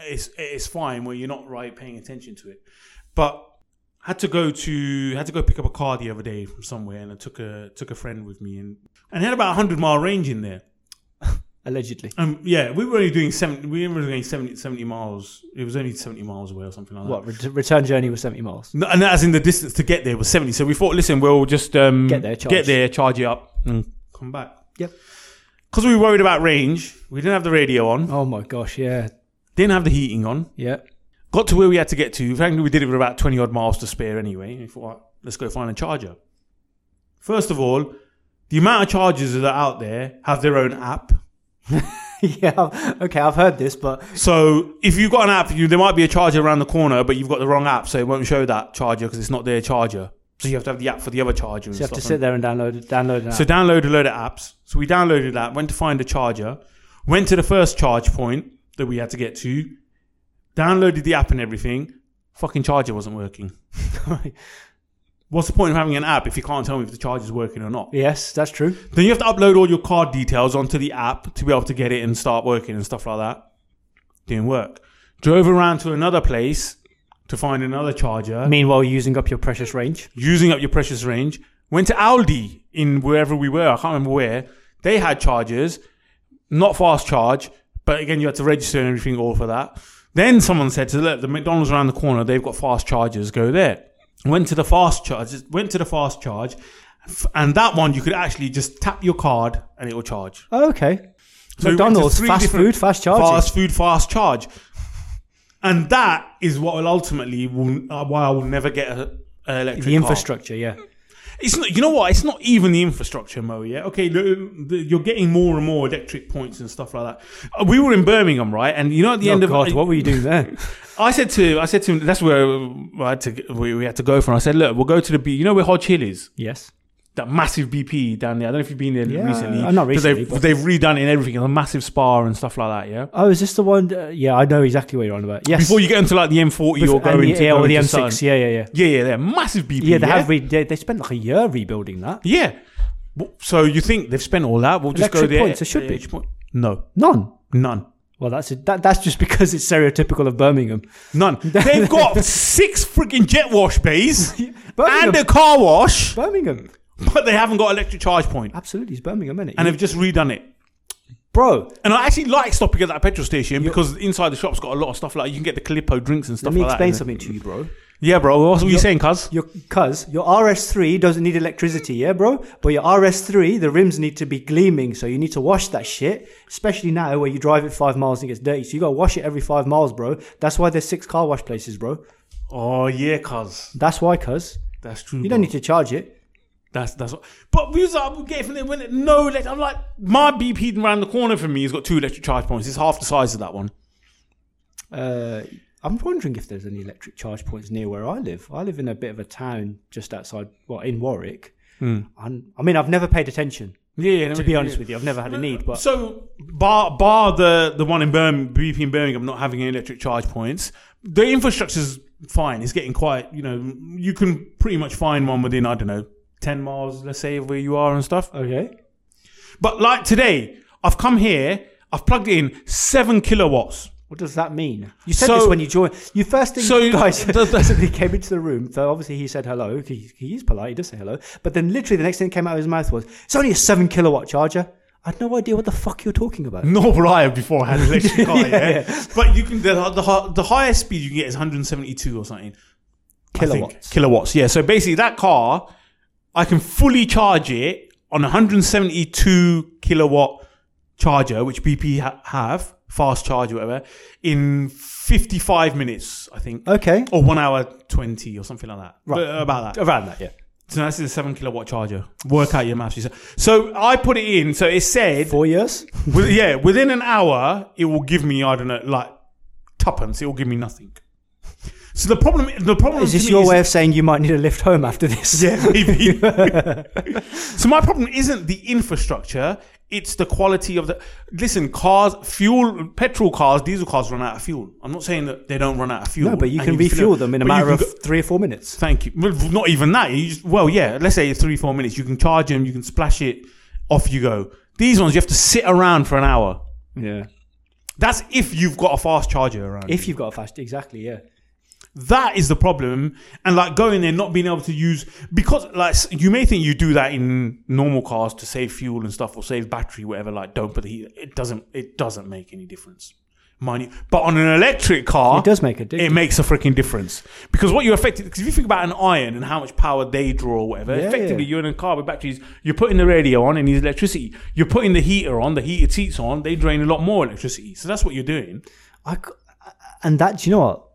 [SPEAKER 1] it's it's fine where you're not right paying attention to it. But had to go to had to go pick up a car the other day from somewhere, and I took a took a friend with me, and and it had about a hundred mile range in there.
[SPEAKER 2] allegedly.
[SPEAKER 1] Um, yeah, we were only doing seventy. We were doing 70, 70 miles. It was only seventy miles away or something like that.
[SPEAKER 2] What ret- return journey was seventy miles?
[SPEAKER 1] No, and as in the distance to get there was 70. So we thought, listen, we'll just um,
[SPEAKER 2] Get there, charge.
[SPEAKER 1] get there, charge it up, and come back.
[SPEAKER 2] Yep.
[SPEAKER 1] Because we were worried about range. We didn't have the radio on,
[SPEAKER 2] Oh my gosh, yeah,
[SPEAKER 1] didn't have the heating on.
[SPEAKER 2] yeah.
[SPEAKER 1] Got to where we had to get to. Frankly, we did it with about 20 odd miles to spare anyway. And we thought, "Right, let's go find a charger. First of all, the amount of chargers that are out there have their own app.
[SPEAKER 2] yeah, okay, I've heard this, but
[SPEAKER 1] So if you've got an app, you, there might be a charger around the corner, but you've got the wrong app, so it won't show that charger because it's not their charger. So you have to have the app for the other charger. and
[SPEAKER 2] you have to
[SPEAKER 1] stuff.
[SPEAKER 2] sit there and download it. Download it.
[SPEAKER 1] So download a load of apps. So we downloaded that, went to find a charger, went to the first charge point that we had to get to, downloaded the app and everything. Fucking charger wasn't working. What's the point of having an app if you can't tell me if the charger's working or not?
[SPEAKER 2] yes, that's true.
[SPEAKER 1] Then you have to upload all your card details onto the app to be able to get it and start working and stuff like that. Didn't work. Drove around to another place to find another charger
[SPEAKER 2] Meanwhile, using up your precious range.
[SPEAKER 1] using up your precious range. Went to Aldi in wherever we were, I can't remember where. They had chargers, not fast charge, but again, you had to register and everything all for that. Then someone said to look, the McDonald's around the corner, they've got fast chargers, go there. Went to the fast charge, went to the fast charge, f- and that one you could actually just tap your card and it will charge.
[SPEAKER 2] Oh, okay.
[SPEAKER 1] So we went to
[SPEAKER 2] McDonald's,
[SPEAKER 1] three
[SPEAKER 2] fast
[SPEAKER 1] different-
[SPEAKER 2] food, fast charging.
[SPEAKER 1] Fast food, fast charge. And that is what will ultimately will, uh, why I will never get a, a electric
[SPEAKER 2] the
[SPEAKER 1] car.
[SPEAKER 2] infrastructure, yeah.
[SPEAKER 1] It's not. You know what? It's not even the infrastructure, Mo. Yeah. Okay. The, the, you're getting more and more electric points and stuff like that. Uh, We were in Birmingham, right? And you know, at the
[SPEAKER 2] oh
[SPEAKER 1] end of
[SPEAKER 2] God, what were you doing there?
[SPEAKER 1] I said to I said to him, that's where I had to, we, we had to go from. I said, look, we'll go to the B. You know where Hodge Hill is?
[SPEAKER 2] yes.
[SPEAKER 1] That massive BP down there. I don't know if you've been there
[SPEAKER 2] Yeah,
[SPEAKER 1] recently.
[SPEAKER 2] uh, not
[SPEAKER 1] 'Cause
[SPEAKER 2] recently,
[SPEAKER 1] They've,
[SPEAKER 2] but-
[SPEAKER 1] they've redone it and everything. It's a massive spa and stuff like that. Yeah.
[SPEAKER 2] Oh, is this the one? Uh, yeah, I know exactly what you're on about. Yes.
[SPEAKER 1] Before you get into like the M40
[SPEAKER 2] Bef-
[SPEAKER 1] or
[SPEAKER 2] and
[SPEAKER 1] going
[SPEAKER 2] the,
[SPEAKER 1] to
[SPEAKER 2] yeah,
[SPEAKER 1] going
[SPEAKER 2] or the
[SPEAKER 1] to
[SPEAKER 2] M6.
[SPEAKER 1] Sun.
[SPEAKER 2] Yeah, yeah, yeah.
[SPEAKER 1] Yeah, yeah, they're massive BP.
[SPEAKER 2] Yeah, they have. Re- they, they spent like a year rebuilding that.
[SPEAKER 1] Yeah. W- So you think they've spent all that? We'll just go
[SPEAKER 2] Electric
[SPEAKER 1] there.
[SPEAKER 2] points, there should be.
[SPEAKER 1] Electric point- No,
[SPEAKER 2] None.
[SPEAKER 1] none,
[SPEAKER 2] Well, that's it. That, that's just because it's stereotypical of Birmingham.
[SPEAKER 1] none. They've got six freaking jet wash bays
[SPEAKER 2] Birmingham.
[SPEAKER 1] and a car wash,
[SPEAKER 2] Birmingham.
[SPEAKER 1] but they haven't got electric charge point,
[SPEAKER 2] Absolutely, it's Birmingham, isn't it?
[SPEAKER 1] and they've just redone it.
[SPEAKER 2] bro,
[SPEAKER 1] And I actually like stopping at that petrol station because inside the shop's got a lot of stuff like you can get the Calippo drinks and stuff
[SPEAKER 2] let me
[SPEAKER 1] like
[SPEAKER 2] explain
[SPEAKER 1] that.
[SPEAKER 2] something to you, bro.
[SPEAKER 1] Yeah, bro. What were you saying, cuz?
[SPEAKER 2] Your cuz your RS3 doesn't need electricity, yeah, bro. But your RS3, the rims need to be gleaming, so you need to wash that shit. Especially now where you drive it five miles and it gets dirty, so you gotta wash it every five miles, bro. That's why there's six car wash places, bro.
[SPEAKER 1] Oh yeah, cuz.
[SPEAKER 2] That's why, cuz
[SPEAKER 1] That's true.
[SPEAKER 2] you don't need to charge it.
[SPEAKER 1] That's that's what. But we was like, we get it from there. When it, no, elect- I'm like my BP around the corner from me has got two electric charge points. It's half the size of that one.
[SPEAKER 2] Uh, I'm wondering if there's any electric charge points near where I live. I live in a bit of a town just outside, well, in Warwick. I'm- I mean, I've never paid attention.
[SPEAKER 1] Yeah, Hmm. yeah
[SPEAKER 2] To be honest with you, I've never had a need, but
[SPEAKER 1] So bar bar the the one in Birmingham, BP in Birmingham not having any electric charge points, the infrastructure's fine. It's getting quite you know you can pretty much find one within I don't know ten miles, let's say, of where you are and stuff.
[SPEAKER 2] okay.
[SPEAKER 1] But like today, I've come here, I've plugged in seven kilowatts.
[SPEAKER 2] What does that mean? You said
[SPEAKER 1] So-
[SPEAKER 2] this when you joined. You first thing,
[SPEAKER 1] So-
[SPEAKER 2] guys,
[SPEAKER 1] the- the-
[SPEAKER 2] somebody came into the room. So obviously he said hello. He, he is polite. He does say hello. But then literally the next thing that came out of his mouth was, "It's only a seven kilowatt charger." I had no idea what the fuck you're talking about.
[SPEAKER 1] Nor were I before I had an electric car. yeah,
[SPEAKER 2] Yeah,
[SPEAKER 1] but you can the, the hi- the highest speed you can get is 172 or something. I think.
[SPEAKER 2] Kilowatts.
[SPEAKER 1] Kilowatts. Yeah. So basically, that car, I can fully charge it on a 172 kilowatt charger, which BP ha- have fast charge, whatever, in 55 minutes, I think,
[SPEAKER 2] Okay,
[SPEAKER 1] or one hour 20 or something like that.
[SPEAKER 2] Right.
[SPEAKER 1] Uh, About that.
[SPEAKER 2] around that, yeah.
[SPEAKER 1] So that's a seven kilowatt charger. Work out your maths. yourself. So I put it in. So it said
[SPEAKER 2] Four years.
[SPEAKER 1] with, yeah, within an hour, it will give me I don't know, like tuppence. It will give me nothing. So the problem, the problem
[SPEAKER 2] Is
[SPEAKER 1] to
[SPEAKER 2] this
[SPEAKER 1] me
[SPEAKER 2] your way of saying you might need a lift home after this?
[SPEAKER 1] Yeah, maybe. so my problem isn't the infrastructure; it's the quality of the. Listen, cars, fuel, petrol cars, diesel cars run out of fuel. I'm not saying that they don't run out of fuel.
[SPEAKER 2] No, but you
[SPEAKER 1] and
[SPEAKER 2] can
[SPEAKER 1] fill
[SPEAKER 2] refuel
[SPEAKER 1] up-
[SPEAKER 2] them in a
[SPEAKER 1] but you
[SPEAKER 2] matter
[SPEAKER 1] can
[SPEAKER 2] of
[SPEAKER 1] go-
[SPEAKER 2] three or four minutes.
[SPEAKER 1] Thank you. Well, not even that. You just, well, yeah. Let's say it's three, four minutes. You can charge them. You can splash it. Off you go. These ones you have to sit around for an hour.
[SPEAKER 2] Yeah.
[SPEAKER 1] That's if you've got a fast charger around. you.
[SPEAKER 2] If you've got a fast, exactly, yeah.
[SPEAKER 1] That is the problem. And like going there, not being able to use because like s- you may think you do that in normal cars to save fuel and stuff or save battery, whatever. Like don't put the heat. It doesn't. It doesn't make any difference. Mind you, but on an electric car,
[SPEAKER 2] It does make a
[SPEAKER 1] it
[SPEAKER 2] difference.
[SPEAKER 1] makes a freaking difference because what you're affected because if you think about an iron and how much power they draw or whatever
[SPEAKER 2] Yeah,
[SPEAKER 1] effectively
[SPEAKER 2] yeah.
[SPEAKER 1] you're in a car with batteries you're putting the radio on and needs electricity you're putting the heater on the heated seats on they drain a lot more electricity so that's what you're doing
[SPEAKER 2] I c and that, do you know what?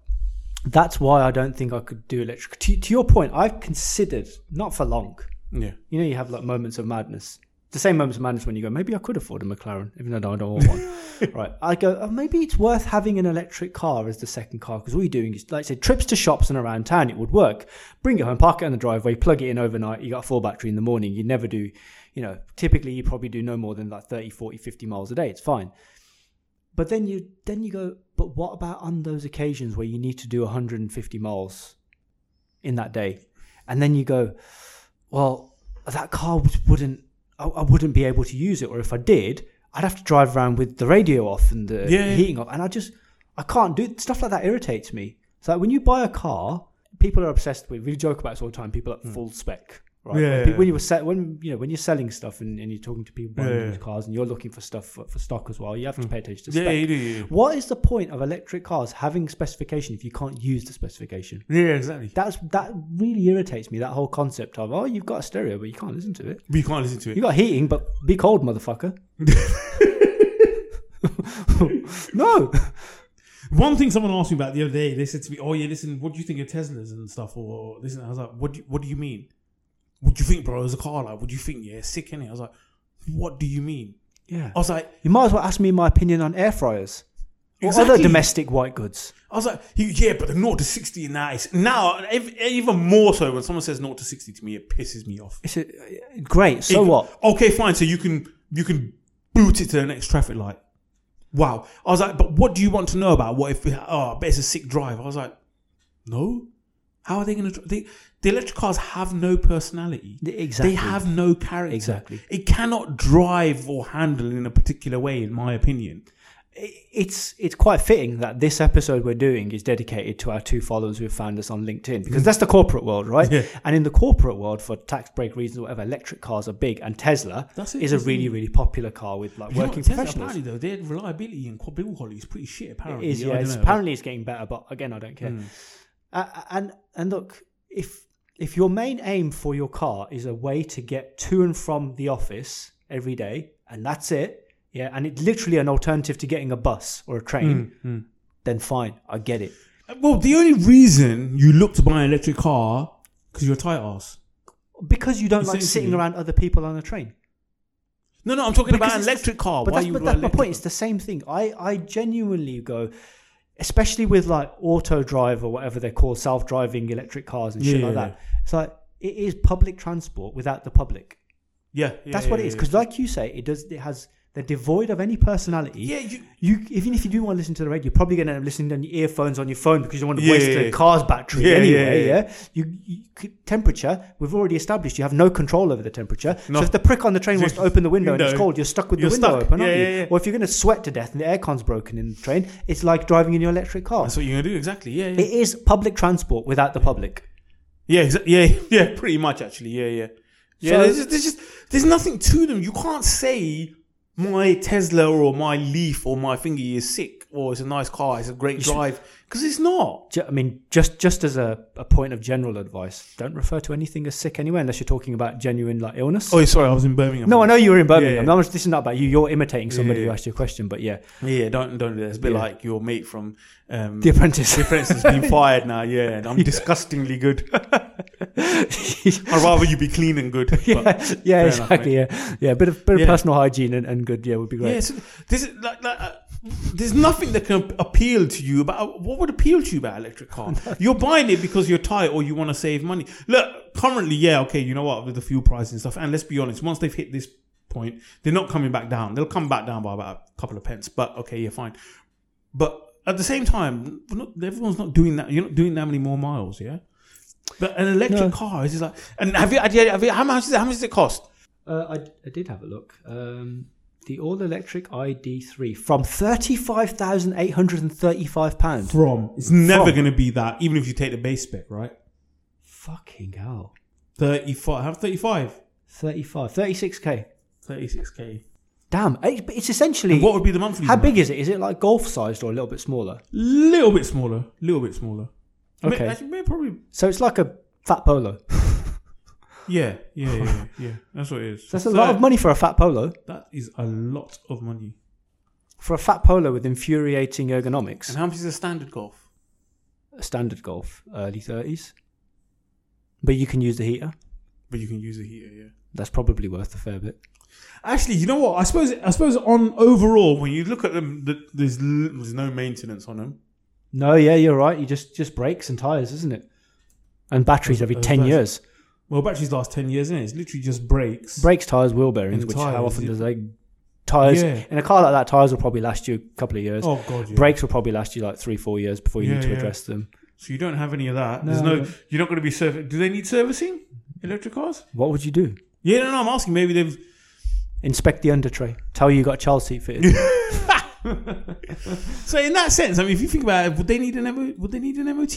[SPEAKER 2] That's why I don't think I could do electric. To, to your point, I've considered, not for long,
[SPEAKER 1] yeah
[SPEAKER 2] you know, you have like moments of madness. The same moments of madness when you go, maybe I could afford a McLaren, even though I don't want one. right. I go, oh, maybe it's worth having an electric car as the second car because all you're doing is, like I said, trips to shops and around town, it would work. Bring it home, park it in the driveway, plug it in overnight. You got a full battery in the morning. You never do, you know, typically you probably do no more than like 30, 40, 50 miles a day. It's fine. But then you then you go, but what about on those occasions where you need to do 150 miles in that day? And then you go, well, that car w- wouldn't I, I wouldn't be able to use it, or if I did, I'd have to drive around with the radio off and the
[SPEAKER 1] Yeah.
[SPEAKER 2] heating off, and I just I can't do stuff like that. Irritates me. So like when you buy a car, people are obsessed with. We joke about this all the time. People at full spec. Right.
[SPEAKER 1] Hmm. Yeah,
[SPEAKER 2] When
[SPEAKER 1] yeah,
[SPEAKER 2] pe-
[SPEAKER 1] yeah.
[SPEAKER 2] when you were set, when you know when you're selling stuff and, and you're talking to people buying
[SPEAKER 1] Yeah, Hmm. yeah.
[SPEAKER 2] used cars and you're looking for stuff for, for stock as well, you have to pay attention to
[SPEAKER 1] yeah,
[SPEAKER 2] spec.
[SPEAKER 1] yeah, yeah,
[SPEAKER 2] What is the point of electric cars having specification if you can't use the specification?
[SPEAKER 1] yeah. yeah exactly
[SPEAKER 2] That's that really irritates me. That whole concept of oh, you've got a stereo but you can't listen to it.
[SPEAKER 1] we can't listen to it
[SPEAKER 2] You got heating but be cold, motherfucker. no,
[SPEAKER 3] One thing someone asked me about the other day, they said to me, "Oh yeah, listen, what do you think of Teslas and stuff?" Or this, and I was like, "What? Do you, what do you mean? What do you think, bro? As a car, like, what do you think? Yeah, sick innit? I was like, "What do you mean?"
[SPEAKER 2] yeah.
[SPEAKER 3] I was like,
[SPEAKER 2] You might as well ask me my opinion on air fryers or
[SPEAKER 3] Exactly.
[SPEAKER 2] other domestic white goods.
[SPEAKER 1] I was like, he- yeah, but the 0 to 60 and that is now, ev- even more so, when someone says 0 to 60 to me, it pisses me off.
[SPEAKER 2] It's a, great. So
[SPEAKER 1] If-
[SPEAKER 2] what?
[SPEAKER 1] Okay, fine. So you can you can boot it to the next traffic light. Wow. I was like, but what do you want to know about? What if? Oh, I bet it's a sick drive. I was like, no. How are they going to? They, the electric cars have no personality.
[SPEAKER 2] Exactly.
[SPEAKER 1] They have no character.
[SPEAKER 2] Exactly.
[SPEAKER 1] It cannot drive or handle in a particular way, in my opinion.
[SPEAKER 2] it's it's quite fitting that this episode we're doing is dedicated to our two followers who have found us on LinkedIn because that's the corporate world, right?
[SPEAKER 1] Mm. Yeah.
[SPEAKER 2] And in the corporate world, for tax break reasons or whatever, electric cars are big, and Tesla
[SPEAKER 1] That's
[SPEAKER 2] is
[SPEAKER 1] it,
[SPEAKER 2] a
[SPEAKER 1] isn't
[SPEAKER 2] really
[SPEAKER 1] it?
[SPEAKER 2] really popular car with like
[SPEAKER 1] You know
[SPEAKER 2] working
[SPEAKER 1] what, Tesla,
[SPEAKER 2] professionals.
[SPEAKER 1] Apparently, though, their reliability and qu- build quality is pretty shit.
[SPEAKER 2] It
[SPEAKER 1] Apparently,
[SPEAKER 2] is,
[SPEAKER 1] I
[SPEAKER 2] yeah.
[SPEAKER 1] don't
[SPEAKER 2] It's,
[SPEAKER 1] know. Hmm.
[SPEAKER 2] apparently, it's getting better, but again, I don't care. Uh, and and look, if if your main aim for your car is a way to get to and from the office every day, and that's it, yeah, and it's literally an alternative to getting a bus or a train,
[SPEAKER 1] Hmm,
[SPEAKER 2] then fine, I get it.
[SPEAKER 1] Well, the only reason you look to buy an electric car because you're a tight ass.
[SPEAKER 2] Because you don't like
[SPEAKER 1] Essentially.
[SPEAKER 2] sitting around other people on a train.
[SPEAKER 1] No, no, I'm talking
[SPEAKER 2] Because
[SPEAKER 1] about an
[SPEAKER 2] it's-
[SPEAKER 1] electric car.
[SPEAKER 2] But
[SPEAKER 1] Why
[SPEAKER 2] that's,
[SPEAKER 1] you
[SPEAKER 2] but
[SPEAKER 1] would
[SPEAKER 2] that's
[SPEAKER 1] want
[SPEAKER 2] my
[SPEAKER 1] electric
[SPEAKER 2] point. It's the same thing. I, I genuinely go, especially with like auto drive or whatever they're called, self driving electric cars and shit
[SPEAKER 1] Yeah,
[SPEAKER 2] like
[SPEAKER 1] yeah,
[SPEAKER 2] that. It's like it is public transport without the public.
[SPEAKER 1] Yeah, yeah,
[SPEAKER 2] That's
[SPEAKER 1] yeah,
[SPEAKER 2] what it
[SPEAKER 1] yeah,
[SPEAKER 2] is. Because like you say, it does. It has they're devoid of any personality.
[SPEAKER 1] yeah, you,
[SPEAKER 2] You even if you do want to listen to the radio, you're probably going to end up listening on your earphones on your phone because you don't want to
[SPEAKER 1] Yeah,
[SPEAKER 2] waste
[SPEAKER 1] yeah,
[SPEAKER 2] the
[SPEAKER 1] yeah.
[SPEAKER 2] car's battery
[SPEAKER 1] Yeah, yeah,
[SPEAKER 2] anyway.
[SPEAKER 1] yeah.
[SPEAKER 2] Yeah, You, you c- temperature we've already established you have no control over the temperature.
[SPEAKER 1] No.
[SPEAKER 2] So if the prick on the train wants to open the window and it's
[SPEAKER 1] Window.
[SPEAKER 2] cold, you're stuck with
[SPEAKER 1] You're
[SPEAKER 2] the window
[SPEAKER 1] stuck.
[SPEAKER 2] open, aren't
[SPEAKER 1] Yeah,
[SPEAKER 2] you?
[SPEAKER 1] yeah, yeah.
[SPEAKER 2] Or if you're going to sweat to death and the aircon's broken in the train, it's like driving in your electric car.
[SPEAKER 1] that's what you're gonna do exactly. Yeah, yeah,
[SPEAKER 2] It is public transport without the public.
[SPEAKER 1] yeah, exa- yeah, yeah. Pretty much, actually. Yeah, yeah, yeah.
[SPEAKER 2] So-
[SPEAKER 1] there's, just, there's just there's nothing to them. You can't say my Tesla or my Leaf or my thingy is sick or it's a nice car, it's a great drive because it's not.
[SPEAKER 2] Ju- I mean, just just as a, a point of general advice, don't refer to anything as sick anyway, unless you're talking about genuine like illness.
[SPEAKER 1] Oh, sorry, I was in Birmingham.
[SPEAKER 2] no, I know you were in Birmingham.
[SPEAKER 1] Yeah, yeah.
[SPEAKER 2] I'm not- this is not about you. You're imitating somebody
[SPEAKER 1] Yeah, yeah.
[SPEAKER 2] who asked you a question, but yeah,
[SPEAKER 1] Yeah, don't don't do that. It's a bit
[SPEAKER 2] Yeah.
[SPEAKER 1] like your mate from um,
[SPEAKER 2] The Apprentice.
[SPEAKER 1] The Apprentice has been fired now. Yeah, and I'm disgustingly good. I'd rather you be clean and good. but-
[SPEAKER 2] yeah, yeah,
[SPEAKER 1] enough,
[SPEAKER 2] exactly. yeah, yeah, bit of bit of
[SPEAKER 1] Yeah.
[SPEAKER 2] personal hygiene and, and good. Yeah, would be great.
[SPEAKER 1] Yeah, so this is like, like uh, there's nothing that can appeal to you about what would appeal to you about electric car. You're buying it because you're tired or you want to save money. Look, currently, yeah, okay, you know what, with the fuel price and stuff. And let's be honest, once they've hit this point, they're not coming back down. They'll come back down by about a couple of pence. But okay, yeah, fine. But at the same time, we're not, everyone's not doing that. You're not doing that many more miles, yeah. But an electric
[SPEAKER 2] No.
[SPEAKER 1] car is just like, and have you, have you, have you how much? How much does it cost?
[SPEAKER 2] Uh, I, I did have a look. Um, The all-electric ID3 from thirty-five thousand eight hundred and thirty-five pounds.
[SPEAKER 1] From it's never
[SPEAKER 2] From.
[SPEAKER 1] going to be that, even if you take the base spec, right?
[SPEAKER 2] Fucking hell.
[SPEAKER 1] Thirty five, have thirty five.
[SPEAKER 2] 35, 36k.
[SPEAKER 1] 36k.
[SPEAKER 2] Damn, it- it's essentially.
[SPEAKER 1] What would be the monthly?
[SPEAKER 2] how big is it? Is it like golf sized or a little bit smaller?
[SPEAKER 1] Little bit smaller. Little bit smaller. May-
[SPEAKER 2] Okay.
[SPEAKER 1] actually, may- probably.
[SPEAKER 2] So it's like a fat polo.
[SPEAKER 1] Yeah, yeah, yeah, yeah, yeah. That's what it is.
[SPEAKER 2] That's a lot of money for a fat polo.
[SPEAKER 1] That is a lot of money.
[SPEAKER 2] For a fat polo with infuriating ergonomics.
[SPEAKER 4] And how much is a standard golf?
[SPEAKER 2] Standard golf, early 30s. But you can use the heater.
[SPEAKER 1] But you can use a heater, yeah.
[SPEAKER 2] That's probably worth a fair bit.
[SPEAKER 1] Actually, you know what? I suppose I suppose on overall, when you look at them, th- there's l- there's no maintenance on them.
[SPEAKER 2] No, yeah, you're right. You just just brakes and tires, isn't it? And batteries every
[SPEAKER 1] Uh,
[SPEAKER 2] ten
[SPEAKER 1] that's-
[SPEAKER 2] years.
[SPEAKER 1] Well, batteries last ten years, isn't it? It's literally just brakes.
[SPEAKER 2] Brakes, tires, wheel bearings.
[SPEAKER 1] And
[SPEAKER 2] Which
[SPEAKER 1] tires,
[SPEAKER 2] how often
[SPEAKER 1] yeah.
[SPEAKER 2] does they? Tires
[SPEAKER 1] Yeah.
[SPEAKER 2] in a car like that, tires will probably last you a couple of years.
[SPEAKER 1] oh god, yeah.
[SPEAKER 2] Brakes will probably last you like three, four years before you
[SPEAKER 1] Yeah,
[SPEAKER 2] need to
[SPEAKER 1] yeah.
[SPEAKER 2] address them.
[SPEAKER 1] So you don't have any of that.
[SPEAKER 2] No,
[SPEAKER 1] there's no.
[SPEAKER 2] I don't.
[SPEAKER 1] You're not going to be serving. Do they need servicing? Electric cars?
[SPEAKER 2] What would you do?
[SPEAKER 1] Yeah, no, no. I'm asking. Maybe they've.
[SPEAKER 2] Inspect the undertray. Tell you you got a child seat fitted.
[SPEAKER 1] So in that sense, I mean, if you think about it, would they need an MO, Would they need an MOT?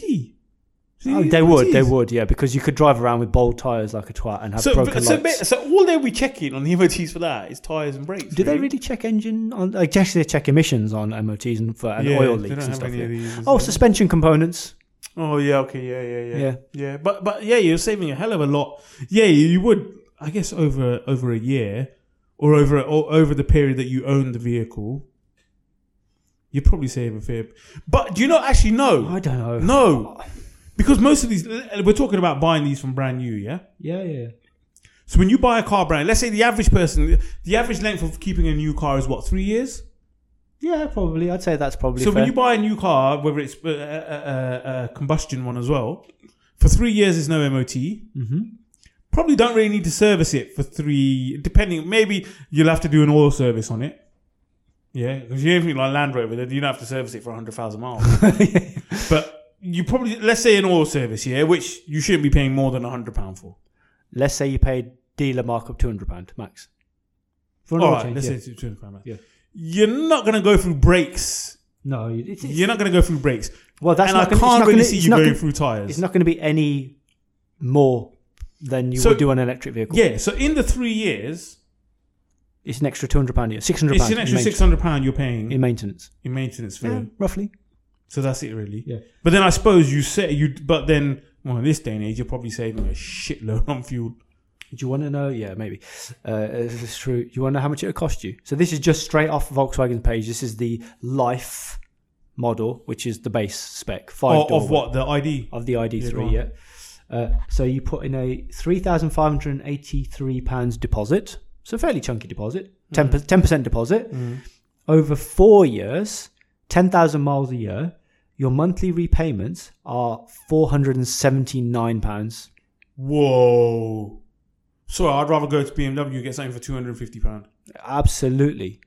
[SPEAKER 1] Do
[SPEAKER 2] oh,
[SPEAKER 1] need
[SPEAKER 2] they would, they
[SPEAKER 1] MOTs?
[SPEAKER 2] would, yeah, because you could drive around with bold tires like a twat and have
[SPEAKER 4] So,
[SPEAKER 2] broken
[SPEAKER 4] so,
[SPEAKER 2] lights.
[SPEAKER 4] so all they'll be checking on the MOTs for that is tires and brakes.
[SPEAKER 2] do they really check engine on? Like, actually, they check emissions on MOTs and for and
[SPEAKER 1] Yeah,
[SPEAKER 2] oil
[SPEAKER 1] they don't
[SPEAKER 2] leaks and
[SPEAKER 1] have
[SPEAKER 2] stuff.
[SPEAKER 1] any of
[SPEAKER 2] yeah.
[SPEAKER 1] these, is
[SPEAKER 2] Oh,
[SPEAKER 1] there?
[SPEAKER 2] suspension components.
[SPEAKER 4] Oh yeah, okay, yeah, yeah, yeah,
[SPEAKER 2] Yeah.
[SPEAKER 4] yeah,
[SPEAKER 1] But but yeah, you're saving a hell of a lot. Yeah, you, you would. I guess over over a year, or over or over the period that you own the vehicle, you probably save a fair. But do you know? Actually, no,
[SPEAKER 2] I don't know.
[SPEAKER 1] no, because most of these we're talking about buying these from brand new. Yeah.
[SPEAKER 2] Yeah, yeah.
[SPEAKER 1] So when you buy a car brand, let's say the average person, the average length of keeping a new car is what three years.
[SPEAKER 2] Yeah, probably. I'd say that's probably
[SPEAKER 1] So
[SPEAKER 2] fair.
[SPEAKER 1] when you buy a new car, whether it's uh, a, uh, a, a combustion one as well, for three years there's no MOT. Mm-hmm. Probably don't really need to service it for three. Depending, maybe you'll have to do an oil service on it. Yeah, because you anything like Land Rover, then you don't have to service it for hundred thousand miles. but you probably let's say an oil service, yeah, which you shouldn't be paying more than hundred pound for.
[SPEAKER 2] Let's say you paid dealer markup two hundred pound max. For an
[SPEAKER 1] All
[SPEAKER 2] oil
[SPEAKER 1] right,
[SPEAKER 2] change,
[SPEAKER 1] let's
[SPEAKER 2] yeah.
[SPEAKER 1] say two hundred pound.
[SPEAKER 2] Yeah.
[SPEAKER 1] You're not gonna go through brakes.
[SPEAKER 2] No, it's, it's,
[SPEAKER 1] You're not gonna go through brakes,
[SPEAKER 2] well, that's
[SPEAKER 1] and
[SPEAKER 2] not
[SPEAKER 1] I
[SPEAKER 2] gonna, it's
[SPEAKER 1] can't
[SPEAKER 2] not
[SPEAKER 1] really
[SPEAKER 2] gonna,
[SPEAKER 1] see
[SPEAKER 2] it's
[SPEAKER 1] you
[SPEAKER 2] not
[SPEAKER 1] going
[SPEAKER 2] gonna-
[SPEAKER 1] through tires.
[SPEAKER 2] It's not going to be any more than you
[SPEAKER 1] So-
[SPEAKER 2] would do on an electric vehicle.
[SPEAKER 1] Yeah, so in the three years,
[SPEAKER 2] It's an extra two hundred pound a year, six hundred
[SPEAKER 1] it's
[SPEAKER 2] pound
[SPEAKER 1] an extra six hundred pound you're paying
[SPEAKER 2] in maintenance.
[SPEAKER 1] in maintenance for
[SPEAKER 2] Yeah,
[SPEAKER 1] them.
[SPEAKER 2] roughly.
[SPEAKER 1] So that's it, really.
[SPEAKER 2] Yeah.
[SPEAKER 1] But then I suppose you say you, but then well, in this day and age, you're probably saving a shitload on fuel.
[SPEAKER 2] Do you want to know? Yeah, maybe. Uh, this is true. Do you want to know how much it would cost you? So this is just straight off Volkswagen's page. This is the life model, which is the base spec. Five
[SPEAKER 1] Or,
[SPEAKER 2] door
[SPEAKER 1] of what the ID?
[SPEAKER 2] of the
[SPEAKER 1] go
[SPEAKER 2] ID3
[SPEAKER 1] on.
[SPEAKER 2] yeah. Uh, so you put in a £3,583 deposit, so fairly chunky deposit,
[SPEAKER 1] Mm.
[SPEAKER 2] 10, per 10% deposit, over four years, 10,000 miles a year. Your monthly repayments are £479.
[SPEAKER 1] Whoa! Sorry, I'd rather go to BMW and get something for two hundred and fifty pound.
[SPEAKER 2] Absolutely.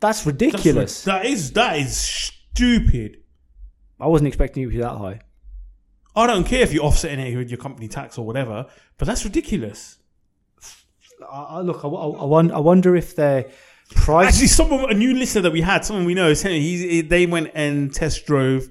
[SPEAKER 2] That's ridiculous.
[SPEAKER 1] That is that is stupid.
[SPEAKER 2] I wasn't expecting it to be that high.
[SPEAKER 1] I don't care if you're offsetting it with your company tax or whatever, but that's ridiculous.
[SPEAKER 2] I, I, look, I, I, I won- I wonder if their price.
[SPEAKER 1] Actually, someone, a new listener that we had, someone we know, is saying he's, he, they went and test drove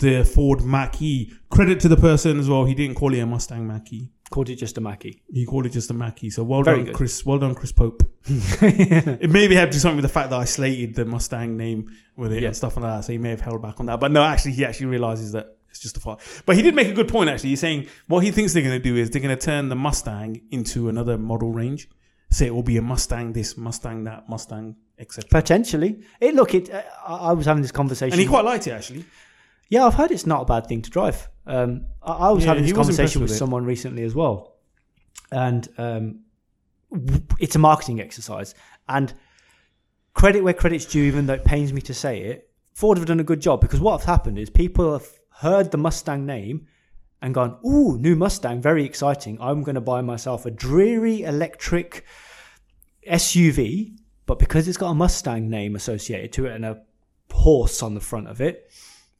[SPEAKER 1] the Ford Mach E. Credit to the person as well. He didn't call it a Mustang Mach E.
[SPEAKER 2] called it just a Mackie.
[SPEAKER 1] He called it just a Mach E. So well
[SPEAKER 2] Very
[SPEAKER 1] done,
[SPEAKER 2] good.
[SPEAKER 1] Chris. Well done, Chris Pope. It maybe had to do something with the fact that I slated the Mustang name with it
[SPEAKER 2] Yeah.
[SPEAKER 1] and stuff like that. So he may have held back on that. But no, actually, he actually realizes that it's just a fart. But he did make a good point, actually. He's saying what he thinks they're going to do is they're going to turn the Mustang into another model range. Say it will be a Mustang this, Mustang that, Mustang, etc.
[SPEAKER 2] Potentially, it look it. Uh, I I was having this conversation.
[SPEAKER 1] And he quite liked it, actually.
[SPEAKER 2] yeah, I've heard it's not a bad thing to drive. Um, I, I was
[SPEAKER 1] Yeah,
[SPEAKER 2] having
[SPEAKER 1] he
[SPEAKER 2] this
[SPEAKER 1] was impressed
[SPEAKER 2] conversation
[SPEAKER 1] with
[SPEAKER 2] with
[SPEAKER 1] it.
[SPEAKER 2] someone recently as well, and um, w- it's a marketing exercise. And credit where credit's due, even though it pains me to say it, Ford have done a good job because what's happened is people have heard the Mustang name and gone, "Ooh, new Mustang, very exciting! I'm going to buy myself a dreary electric SUV." But because it's got a Mustang name associated to it and a horse on the front of it,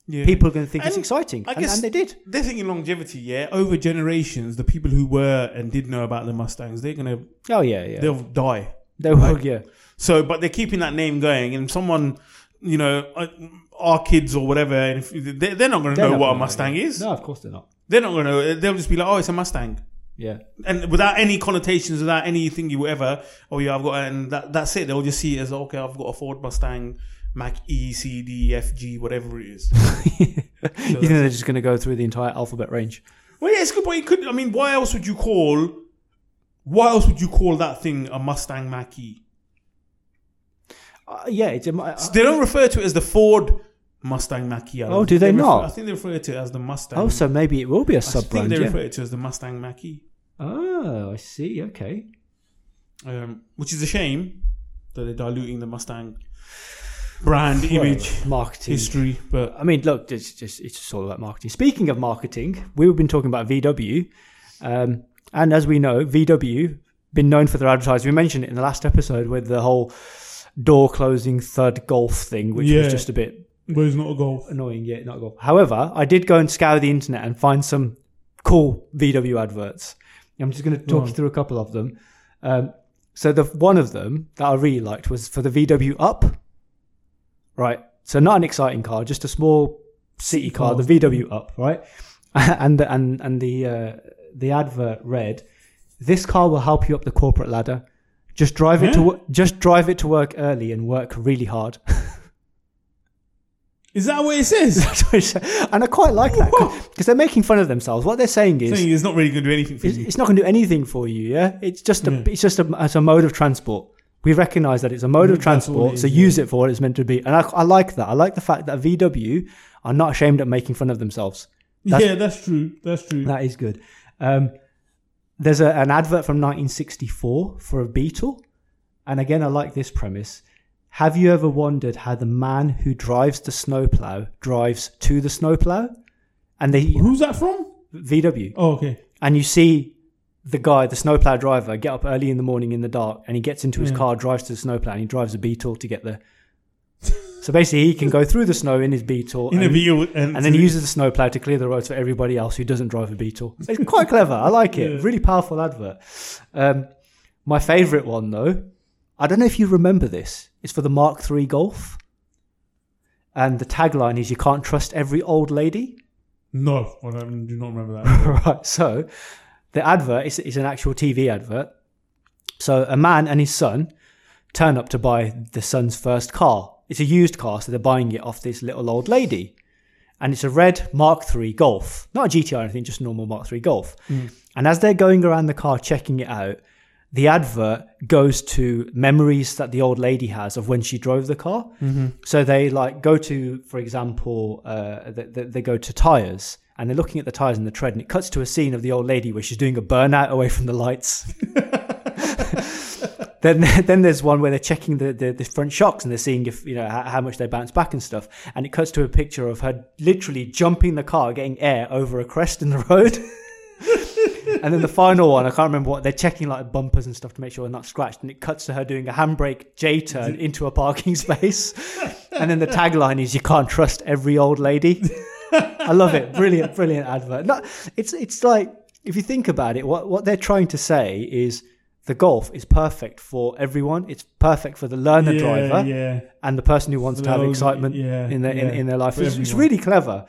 [SPEAKER 1] Yeah.
[SPEAKER 2] people are going to think it's
[SPEAKER 1] And
[SPEAKER 2] exciting,
[SPEAKER 1] I
[SPEAKER 2] and,
[SPEAKER 1] guess-
[SPEAKER 2] and they did.
[SPEAKER 1] They're thinking longevity, yeah. Over generations, the people who were and did know about the Mustangs, they're gonna
[SPEAKER 2] Oh yeah, yeah,
[SPEAKER 1] they'll die.
[SPEAKER 2] They will, yeah.
[SPEAKER 1] So, but they're keeping that name going, and someone, you know, uh, our kids or whatever, and if, they, they're not going to
[SPEAKER 2] They're
[SPEAKER 1] know
[SPEAKER 2] not
[SPEAKER 1] what a
[SPEAKER 2] gonna know,
[SPEAKER 1] Mustang is.
[SPEAKER 2] No, of course they're not.
[SPEAKER 1] They're not going to. They'll just be like, "Oh, it's a Mustang,"
[SPEAKER 2] Yeah.
[SPEAKER 1] and without any connotations, without anything you whatever. Oh yeah, I've got, and that, that's it. They'll just see it as okay, I've got a Ford Mustang, Mac E, C, D, F, G, whatever it is.
[SPEAKER 2] you think they're just going to go through the entire alphabet range?
[SPEAKER 1] well, yeah, it's good, but you could. I mean, why else would you call? Why else would you call that thing a Mustang Mach E?
[SPEAKER 2] Uh, yeah, it's a, uh,
[SPEAKER 1] They don't refer to it as the Ford Mustang Mach E. I don't
[SPEAKER 2] Oh,
[SPEAKER 1] think
[SPEAKER 2] do they
[SPEAKER 1] refer-
[SPEAKER 2] not?
[SPEAKER 1] I think they refer to it as the Mustang.
[SPEAKER 2] oh, so maybe it will be a
[SPEAKER 1] I
[SPEAKER 2] sub
[SPEAKER 1] think
[SPEAKER 2] brand.
[SPEAKER 1] they
[SPEAKER 2] Yeah.
[SPEAKER 1] refer to it as the Mustang Mach E,
[SPEAKER 2] Oh, I see. Okay.
[SPEAKER 1] um, which is a shame that they're diluting the Mustang brand image
[SPEAKER 2] marketing.
[SPEAKER 1] history. But
[SPEAKER 2] I mean, look, it's just it's just all about marketing. Speaking of marketing, we've been talking about VW, um, and as we know, VW been known for their advertising. We mentioned it in the last episode with the whole door closing thud golf thing, which
[SPEAKER 3] Yeah.
[SPEAKER 2] was just a bit
[SPEAKER 3] But it's not a golf.
[SPEAKER 2] annoying. Yet not golf. However, I did go and scour the internet and find some cool VW adverts. I'm just going to talk you through a couple of them. Um, so the one of them that I really liked was for the VW Up. Right. So not an exciting car, just a small city car, the VW Up, right? And the, and and the uh, the advert read, "This car will help you up the corporate ladder. Just drive it to
[SPEAKER 3] Yeah.
[SPEAKER 2] wo- just drive it to work early and work really hard."
[SPEAKER 3] Is that what it says?
[SPEAKER 2] and I quite like that because they're making fun of themselves. What they're saying is,
[SPEAKER 1] saying it's not really going to do anything for
[SPEAKER 2] it's,
[SPEAKER 1] you.
[SPEAKER 2] it's not going to do anything for you. Yeah, it's just a, it's just a, it's a mode of transport. We recognise that it's a mode of
[SPEAKER 3] That's all it
[SPEAKER 2] transport, so
[SPEAKER 3] is,
[SPEAKER 2] use it for what it's meant to be. And I, I like that. I like the fact that VW are not ashamed at making fun of themselves. That's-
[SPEAKER 3] yeah, that's true. That's true.
[SPEAKER 2] That is good. Um, there's a, an advert from 1964 for a Beetle, and again, I like this premise. Have you ever wondered how the man who drives the snowplow drives to the snowplow? And they
[SPEAKER 3] Who's that from?
[SPEAKER 2] VW
[SPEAKER 3] Oh, okay.
[SPEAKER 2] and you see the guy, the snowplow driver, get up early in the morning in the dark, and he gets into his car, drives to the snowplow, and he drives a Beetle to get there. so basically, he can go through the snow in his Beetle,
[SPEAKER 1] In a
[SPEAKER 2] and,
[SPEAKER 1] video, and,
[SPEAKER 2] and then uses the snowplow to clear the roads for everybody else who doesn't drive a Beetle. It's quite clever. I like it. Really powerful advert. Um, my favourite one though, I don't know if you remember this. It's for the Mark III Golf, and the tagline is "You can't trust every old lady."
[SPEAKER 3] No, I don't, do not remember that.
[SPEAKER 2] right. So the advert is, is an actual TV advert. So a man and his son turn up to buy the son's first car. It's a used car, so they're buying it off this little old lady. And it's a red Mark III Golf, not a GTR or anything, just a normal Mark III Golf. And as they're going around the car checking it out, the advert goes to memories that the old lady has of when she drove the car. So they like go to, for example, uh, they, they, they go to tires and they're looking at the tires and the tread, and it cuts to a scene of the old lady where she's doing a burnout away from the lights. then then there's one where they're checking the, the, the front shocks and they're seeing if you know how, how much they bounce back and stuff and it cuts to a picture of her literally jumping the car getting air over a crest in the road and then the final one i can't remember what they're checking like bumpers and stuff to make sure they're not scratched and it cuts to her doing a handbrake j turn into a parking space and then the tagline is you can't trust every old lady I love it. Brilliant, brilliant advert. No, it's it's like if you think about it, what what they're trying to say is the golf is perfect for everyone. It's perfect for the learner
[SPEAKER 3] yeah,
[SPEAKER 2] driver
[SPEAKER 3] yeah.
[SPEAKER 2] and the person who wants to have
[SPEAKER 3] Well,
[SPEAKER 2] excitement
[SPEAKER 3] yeah,
[SPEAKER 2] in their in,
[SPEAKER 3] yeah,
[SPEAKER 2] in their life.
[SPEAKER 3] for
[SPEAKER 2] It's, it's
[SPEAKER 3] everyone.
[SPEAKER 2] really clever,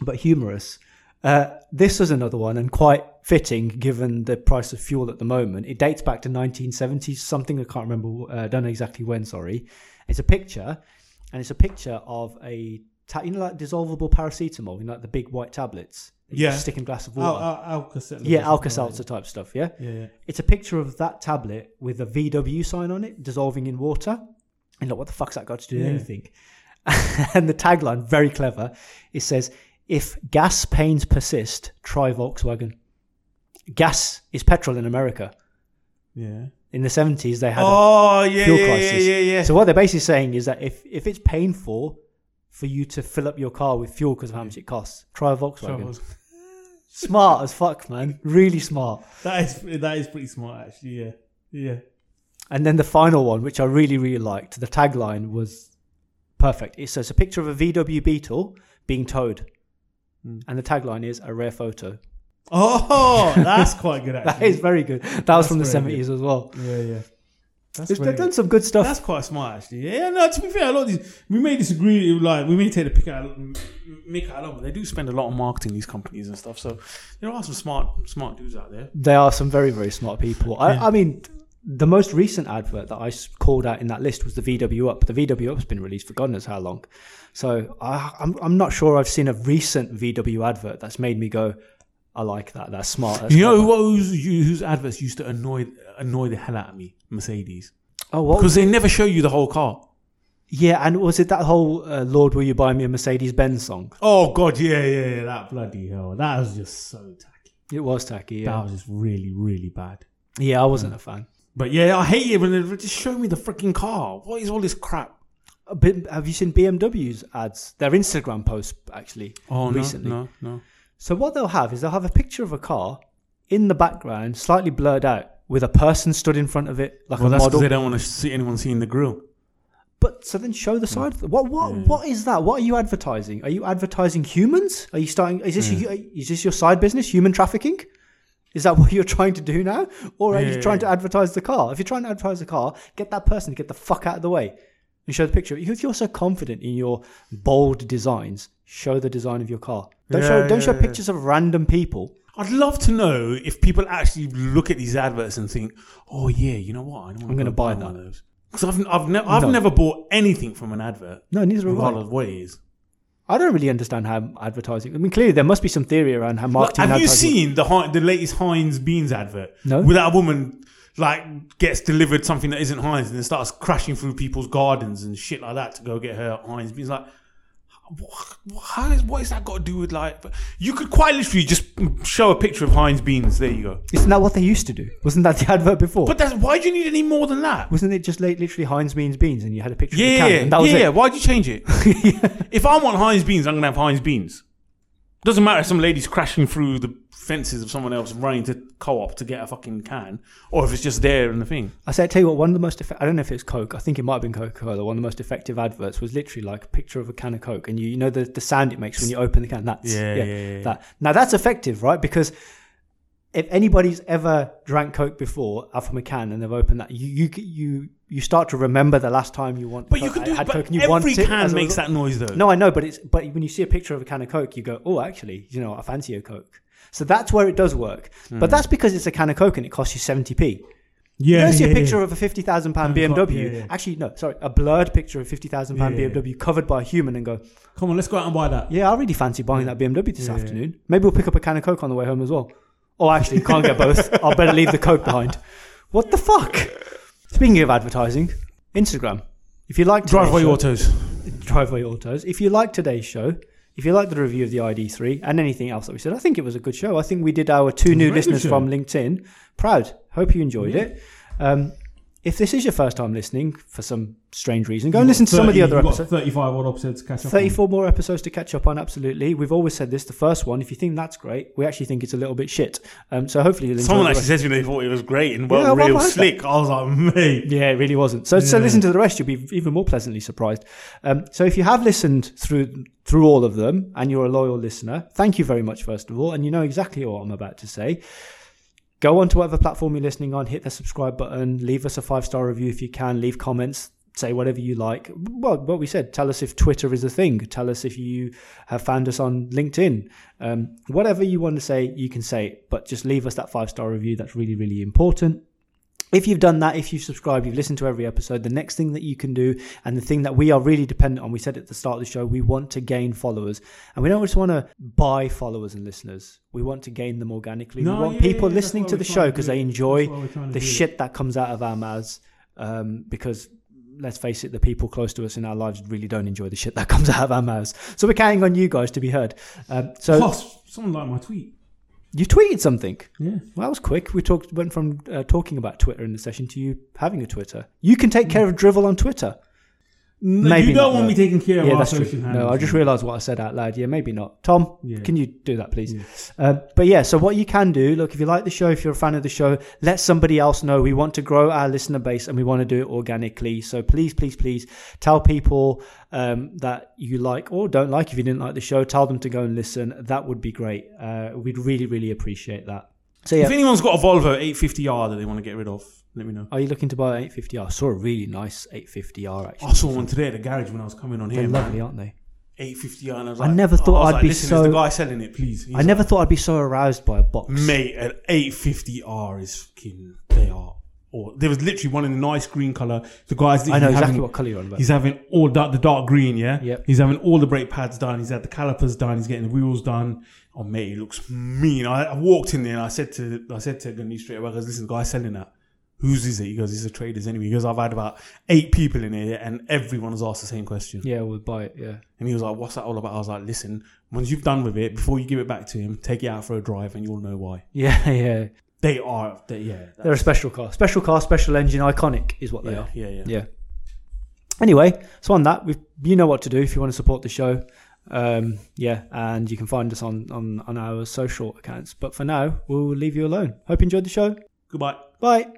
[SPEAKER 2] but humorous. Uh, this was another one and quite fitting given the price of fuel at the moment. It dates back to 1970s something. I can't remember. Uh, don't know exactly when. Sorry. It's a picture, and it's a picture of a ta- you know like dissolvable paracetamol, you know, like the big white tablets. that you
[SPEAKER 1] Yeah.
[SPEAKER 2] just Stick in a glass of
[SPEAKER 3] Al,
[SPEAKER 2] water.
[SPEAKER 3] Al, Alka-Seltzer.
[SPEAKER 2] yeah, Alka-Seltzer type stuff. Yeah.
[SPEAKER 3] Yeah, yeah.
[SPEAKER 2] It's a picture of that tablet with a VW sign on it, dissolving in water. And like, what the fuck's that got to do with
[SPEAKER 3] Yeah.
[SPEAKER 2] anything? and the tagline, very clever, it says, "If gas pains persist, try Volkswagen." Gas is petrol in America.
[SPEAKER 3] yeah.
[SPEAKER 2] In the seventies, they had a
[SPEAKER 1] oh yeah,
[SPEAKER 2] fuel
[SPEAKER 1] yeah, yeah,
[SPEAKER 2] crisis.
[SPEAKER 1] yeah, yeah.
[SPEAKER 2] So what they're basically saying is that if if it's painful for you to fill up your car with fuel because of how much it costs, try a Volkswagen. Smart as fuck, man. Really smart.
[SPEAKER 3] That is that is pretty smart actually. Yeah, yeah.
[SPEAKER 2] And then the final one, which I really, really liked, the tagline was perfect. It says a picture of a VW Beetle being towed.
[SPEAKER 1] Hmm.
[SPEAKER 2] And the tagline is a rare photo.
[SPEAKER 3] Oh, that's quite good
[SPEAKER 2] That
[SPEAKER 3] actually.
[SPEAKER 1] Hmm.
[SPEAKER 2] is very good. That was from the
[SPEAKER 3] very good.
[SPEAKER 2] 70s as well.
[SPEAKER 3] Yeah, yeah.
[SPEAKER 1] That's
[SPEAKER 2] They've, they've
[SPEAKER 1] very-
[SPEAKER 2] done some good stuff.
[SPEAKER 1] That's quite smart, actually. Yeah, no. To be fair, a lot of these we may disagree. Like we may take the pick out, m- make out a lot, but they do spend a lot on marketing these companies and stuff. So there are some smart, smart dudes out there.
[SPEAKER 2] They are some very, very smart people. I,
[SPEAKER 1] Yeah.
[SPEAKER 2] I mean, the most recent advert that I s- called out in that list was the VW Up. The VW Up's been released for God knows how long. So I, I'm, I'm not sure I've seen a recent VW advert that's made me go, I like that. That's smart. That's
[SPEAKER 5] You
[SPEAKER 1] You know
[SPEAKER 2] clever."
[SPEAKER 1] who- who's, you- whose adverts used to annoy annoy the hell out of me? Mercedes,
[SPEAKER 2] Oh, what?
[SPEAKER 1] because they never show you the whole car.
[SPEAKER 2] yeah, and was it that whole uh, "Lord, will you buy me a Mercedes Benz" song?
[SPEAKER 1] Oh God, yeah, yeah, yeah. That bloody hell. That was just so tacky.
[SPEAKER 2] It was tacky.
[SPEAKER 1] That
[SPEAKER 2] Yeah,
[SPEAKER 1] was just really, really bad.
[SPEAKER 2] yeah, I wasn't a fan.
[SPEAKER 1] But yeah, I hate it when they just show me the freaking car. What is all this crap?
[SPEAKER 2] Uh, But have you seen BMW's ads? Their Instagram posts actually
[SPEAKER 1] Oh no,
[SPEAKER 2] recently.
[SPEAKER 1] no, no.
[SPEAKER 2] So what they'll have is they'll have a picture of a car in the background, slightly blurred out, with a person stood in front of it, like
[SPEAKER 1] Well,
[SPEAKER 2] a
[SPEAKER 1] that's because
[SPEAKER 2] model.
[SPEAKER 1] they don't want to see anyone seeing the grill.
[SPEAKER 2] But so then show the side. What what what is that? What are you advertising? Are you advertising humans? Are you starting? Is this you- is this your side business? Human trafficking? Is that what you're trying to do now, or are
[SPEAKER 1] Yeah.
[SPEAKER 2] you trying to advertise the car? If you're trying to advertise the car, get that person to get the fuck out of the way and show the picture. If you're so confident in your bold designs, show the design of your car. Don't
[SPEAKER 1] Yeah,
[SPEAKER 2] show don't
[SPEAKER 1] yeah,
[SPEAKER 2] show
[SPEAKER 1] yeah.
[SPEAKER 2] pictures of random people.
[SPEAKER 1] I'd love to know if people actually look at these adverts and think, "Oh yeah, you know what? I am
[SPEAKER 2] gonna buy
[SPEAKER 1] one of those." Because I've I've, ne- I've
[SPEAKER 2] No.
[SPEAKER 1] never bought anything from an advert,
[SPEAKER 2] No, neither have I.
[SPEAKER 1] regardless of what it is.
[SPEAKER 2] I don't really understand how advertising. I mean, clearly there must be some theory around how
[SPEAKER 1] Like,
[SPEAKER 2] marketing.
[SPEAKER 1] have you
[SPEAKER 2] advertising-
[SPEAKER 1] seen the Hi- the latest Heinz beans advert?
[SPEAKER 2] No.
[SPEAKER 1] where that woman like gets delivered something that isn't Heinz and then starts crashing through people's gardens and shit like that to go get her Heinz beans. Like, what, how is what is that got to do with like? You could quite literally just show a picture of Heinz beans. There you go.
[SPEAKER 2] Isn't that what they used to do? Wasn't that the advert before?
[SPEAKER 1] But that's why do you need any more than that?
[SPEAKER 2] Wasn't it just like, literally Heinz means beans, and you had a picture of the
[SPEAKER 1] Yeah,
[SPEAKER 2] can,
[SPEAKER 1] yeah,
[SPEAKER 2] and that was
[SPEAKER 1] yeah,
[SPEAKER 2] it?
[SPEAKER 1] yeah. Why'd you change it? if I want Heinz beans, I'm gonna have Heinz beans. Doesn't matter if some lady's crashing through the fences of someone else running to co-op to get a fucking can, or if it's just there in the thing.
[SPEAKER 2] I say, I tell you what, one of the most effective, I don't know if it's Coke, I think it might have been Coca Cola, one of the most effective adverts was literally like a picture of a can of Coke. And you, you know the, the sound it makes when you open the can? That's,
[SPEAKER 1] Yeah, yeah, yeah.
[SPEAKER 2] That. Now that's effective, right? Because if anybody's ever drank Coke before uh, from a can and they've opened that, you you you, you start to remember the last time you want
[SPEAKER 1] But
[SPEAKER 2] Coke- uh,
[SPEAKER 1] you can do.
[SPEAKER 2] had
[SPEAKER 1] But
[SPEAKER 2] Coke and you want
[SPEAKER 1] every
[SPEAKER 2] it as
[SPEAKER 1] can
[SPEAKER 2] a
[SPEAKER 1] makes
[SPEAKER 2] result.
[SPEAKER 1] that noise though.
[SPEAKER 2] No, I know, but it's but when you see a picture of a can of Coke, you go, oh, actually, you know, I fancy a Coke. So that's where it does work. But that's because it's a can of Coke and it costs you seventy p. You
[SPEAKER 1] Hmm. yeah,
[SPEAKER 2] don't see a picture of a fifty thousand pound
[SPEAKER 1] Can of Coke,
[SPEAKER 2] BMW.
[SPEAKER 1] yeah, yeah.
[SPEAKER 2] Actually, no, sorry, a blurred picture of fifty thousand pound
[SPEAKER 1] Yeah, yeah,
[SPEAKER 2] BMW covered by a human, and go,
[SPEAKER 1] Come on, let's go out and buy that.
[SPEAKER 2] yeah, I really fancy buying that BMW this
[SPEAKER 1] Yeah, yeah.
[SPEAKER 2] afternoon. Maybe we'll pick up a can of Coke on the way home as well. Or actually, can't get both. I'll better leave the Coke behind. What the fuck? Speaking of advertising, Instagram. If you like today's
[SPEAKER 1] Driveway
[SPEAKER 2] show-
[SPEAKER 1] autos.
[SPEAKER 2] Driveway Autos. If you like today's show, if you like the review of the ID3 and anything else that we said, I think it was a good show. I think we did our two new
[SPEAKER 1] very good
[SPEAKER 2] listeners
[SPEAKER 1] show.
[SPEAKER 2] from LinkedIn. Proud. Hope you enjoyed it. Um, if this is your first time listening for some strange reason, go and listen to some of the other episodes.
[SPEAKER 1] Thirty-five odd episodes to catch up.
[SPEAKER 2] 34 more episodes to catch up on, absolutely. We've always said this. The first one, if you think that's great, we actually think it's a little bit shit. Um, so hopefully you'll enjoy
[SPEAKER 5] Someone
[SPEAKER 2] the
[SPEAKER 5] actually
[SPEAKER 2] rest-
[SPEAKER 5] said to me they thought it was great and
[SPEAKER 2] Yeah,
[SPEAKER 5] well,
[SPEAKER 2] well,
[SPEAKER 5] real
[SPEAKER 2] well,
[SPEAKER 5] slick. I was like, mate.
[SPEAKER 2] Yeah, it really wasn't. So, so
[SPEAKER 1] Yeah.
[SPEAKER 2] listen to the rest. You'll be even more pleasantly surprised. Um, so if you have listened through through all of them and you're a loyal listener, thank you very much, first of all. And you know exactly what I'm about to say. Go on to whatever platform you're listening on, hit the subscribe button, leave us a five star review if you can, leave comments, say whatever you like. Well, what we said, tell us if Twitter is a thing, tell us if you have found us on LinkedIn. Um, whatever you want to say, you can say it, but just leave us that five star review. That's really, really important if you've done that, if you've subscribed, you've listened to every episode, the next thing that you can do, and the thing that we are really dependent on, we said at the start of the show, we want to gain followers. And we don't just want to buy followers and listeners. We want to gain them organically. we want people listening to the show because they enjoy the shit that comes out of our mouths. Um, because let's face it, the people close to us in our lives really don't enjoy the shit that comes out of our mouths. So we're counting on you guys to be heard. Um, so
[SPEAKER 1] Plus, someone liked my tweet.
[SPEAKER 2] you tweeted something.
[SPEAKER 1] Yeah.
[SPEAKER 2] Well, that was quick. We talked went from uh, talking about Twitter in the session to you having a Twitter. You can
[SPEAKER 1] Hmm.
[SPEAKER 2] take care of drivel on Twitter. Maybe
[SPEAKER 1] you
[SPEAKER 2] not,
[SPEAKER 1] don't want
[SPEAKER 2] no.
[SPEAKER 1] me taking care of
[SPEAKER 2] yeah,
[SPEAKER 1] our
[SPEAKER 2] that's true.
[SPEAKER 1] social
[SPEAKER 2] No,
[SPEAKER 1] handles.
[SPEAKER 2] I just realised what I said out loud. Yeah, maybe not. Tom,
[SPEAKER 1] Yeah.
[SPEAKER 2] can you do that, please?
[SPEAKER 1] Yeah.
[SPEAKER 2] Uh, but yeah, so what you can do, look, if you like the show, if you're a fan of the show, let somebody else know. We want to grow our listener base and we want to do it organically. So please, please, please tell people um, that you like or don't like. If you didn't like the show, tell them to go and listen. That would be great. Uh, we'd really, really appreciate that. So yeah,
[SPEAKER 1] If anyone's got a Volvo 850R that they want to get rid of, let me know.
[SPEAKER 2] are you looking to buy an 850R? I saw a really nice 850R actually.
[SPEAKER 1] I saw one today at the garage when I was coming on
[SPEAKER 2] They're
[SPEAKER 1] here,
[SPEAKER 2] lovely,
[SPEAKER 1] man.
[SPEAKER 2] aren't they?
[SPEAKER 1] 850R. And I, was
[SPEAKER 2] I
[SPEAKER 1] like-
[SPEAKER 2] never thought
[SPEAKER 1] was
[SPEAKER 2] I'd be
[SPEAKER 1] "Listen, Is
[SPEAKER 2] so-
[SPEAKER 1] the guy selling it, please. He's
[SPEAKER 2] I never thought I'd be so aroused by a box.
[SPEAKER 1] Mate, an 850R is fucking. They are. Or there was literally one in a nice green color. The guys.
[SPEAKER 2] I know
[SPEAKER 1] having-
[SPEAKER 2] exactly what colour you're on about.
[SPEAKER 1] He's having all dark, the dark green, yeah.
[SPEAKER 2] Yep.
[SPEAKER 1] He's having all the brake pads done. He's had the calipers done. He's getting the wheels done. Oh mate, he looks mean. I, I walked in there and I said to I said to Gunny straight away, I goes, listen, the guy selling that. Whose is it? He goes, it's a trader's anyway. He goes, I've had about eight people in here and everyone has asked the same question.
[SPEAKER 2] Yeah, we'll buy it. Yeah,
[SPEAKER 1] And he was like, what's that all about? I was like, listen, once you've done with it, before you give it back to him, take it out for a drive and you'll know why.
[SPEAKER 2] yeah, yeah.
[SPEAKER 1] They are, they, yeah, that-
[SPEAKER 2] They're a special car, special car, special engine, iconic is what they
[SPEAKER 1] yeah,
[SPEAKER 2] are.
[SPEAKER 1] yeah, yeah.
[SPEAKER 2] Yeah. Anyway, so on that, we you know what to do if you want to support the show. Um, yeah, and you can find us on, on on our social accounts. But for now, we'll leave you alone. Hope you enjoyed the show.
[SPEAKER 1] Goodbye.
[SPEAKER 2] Bye.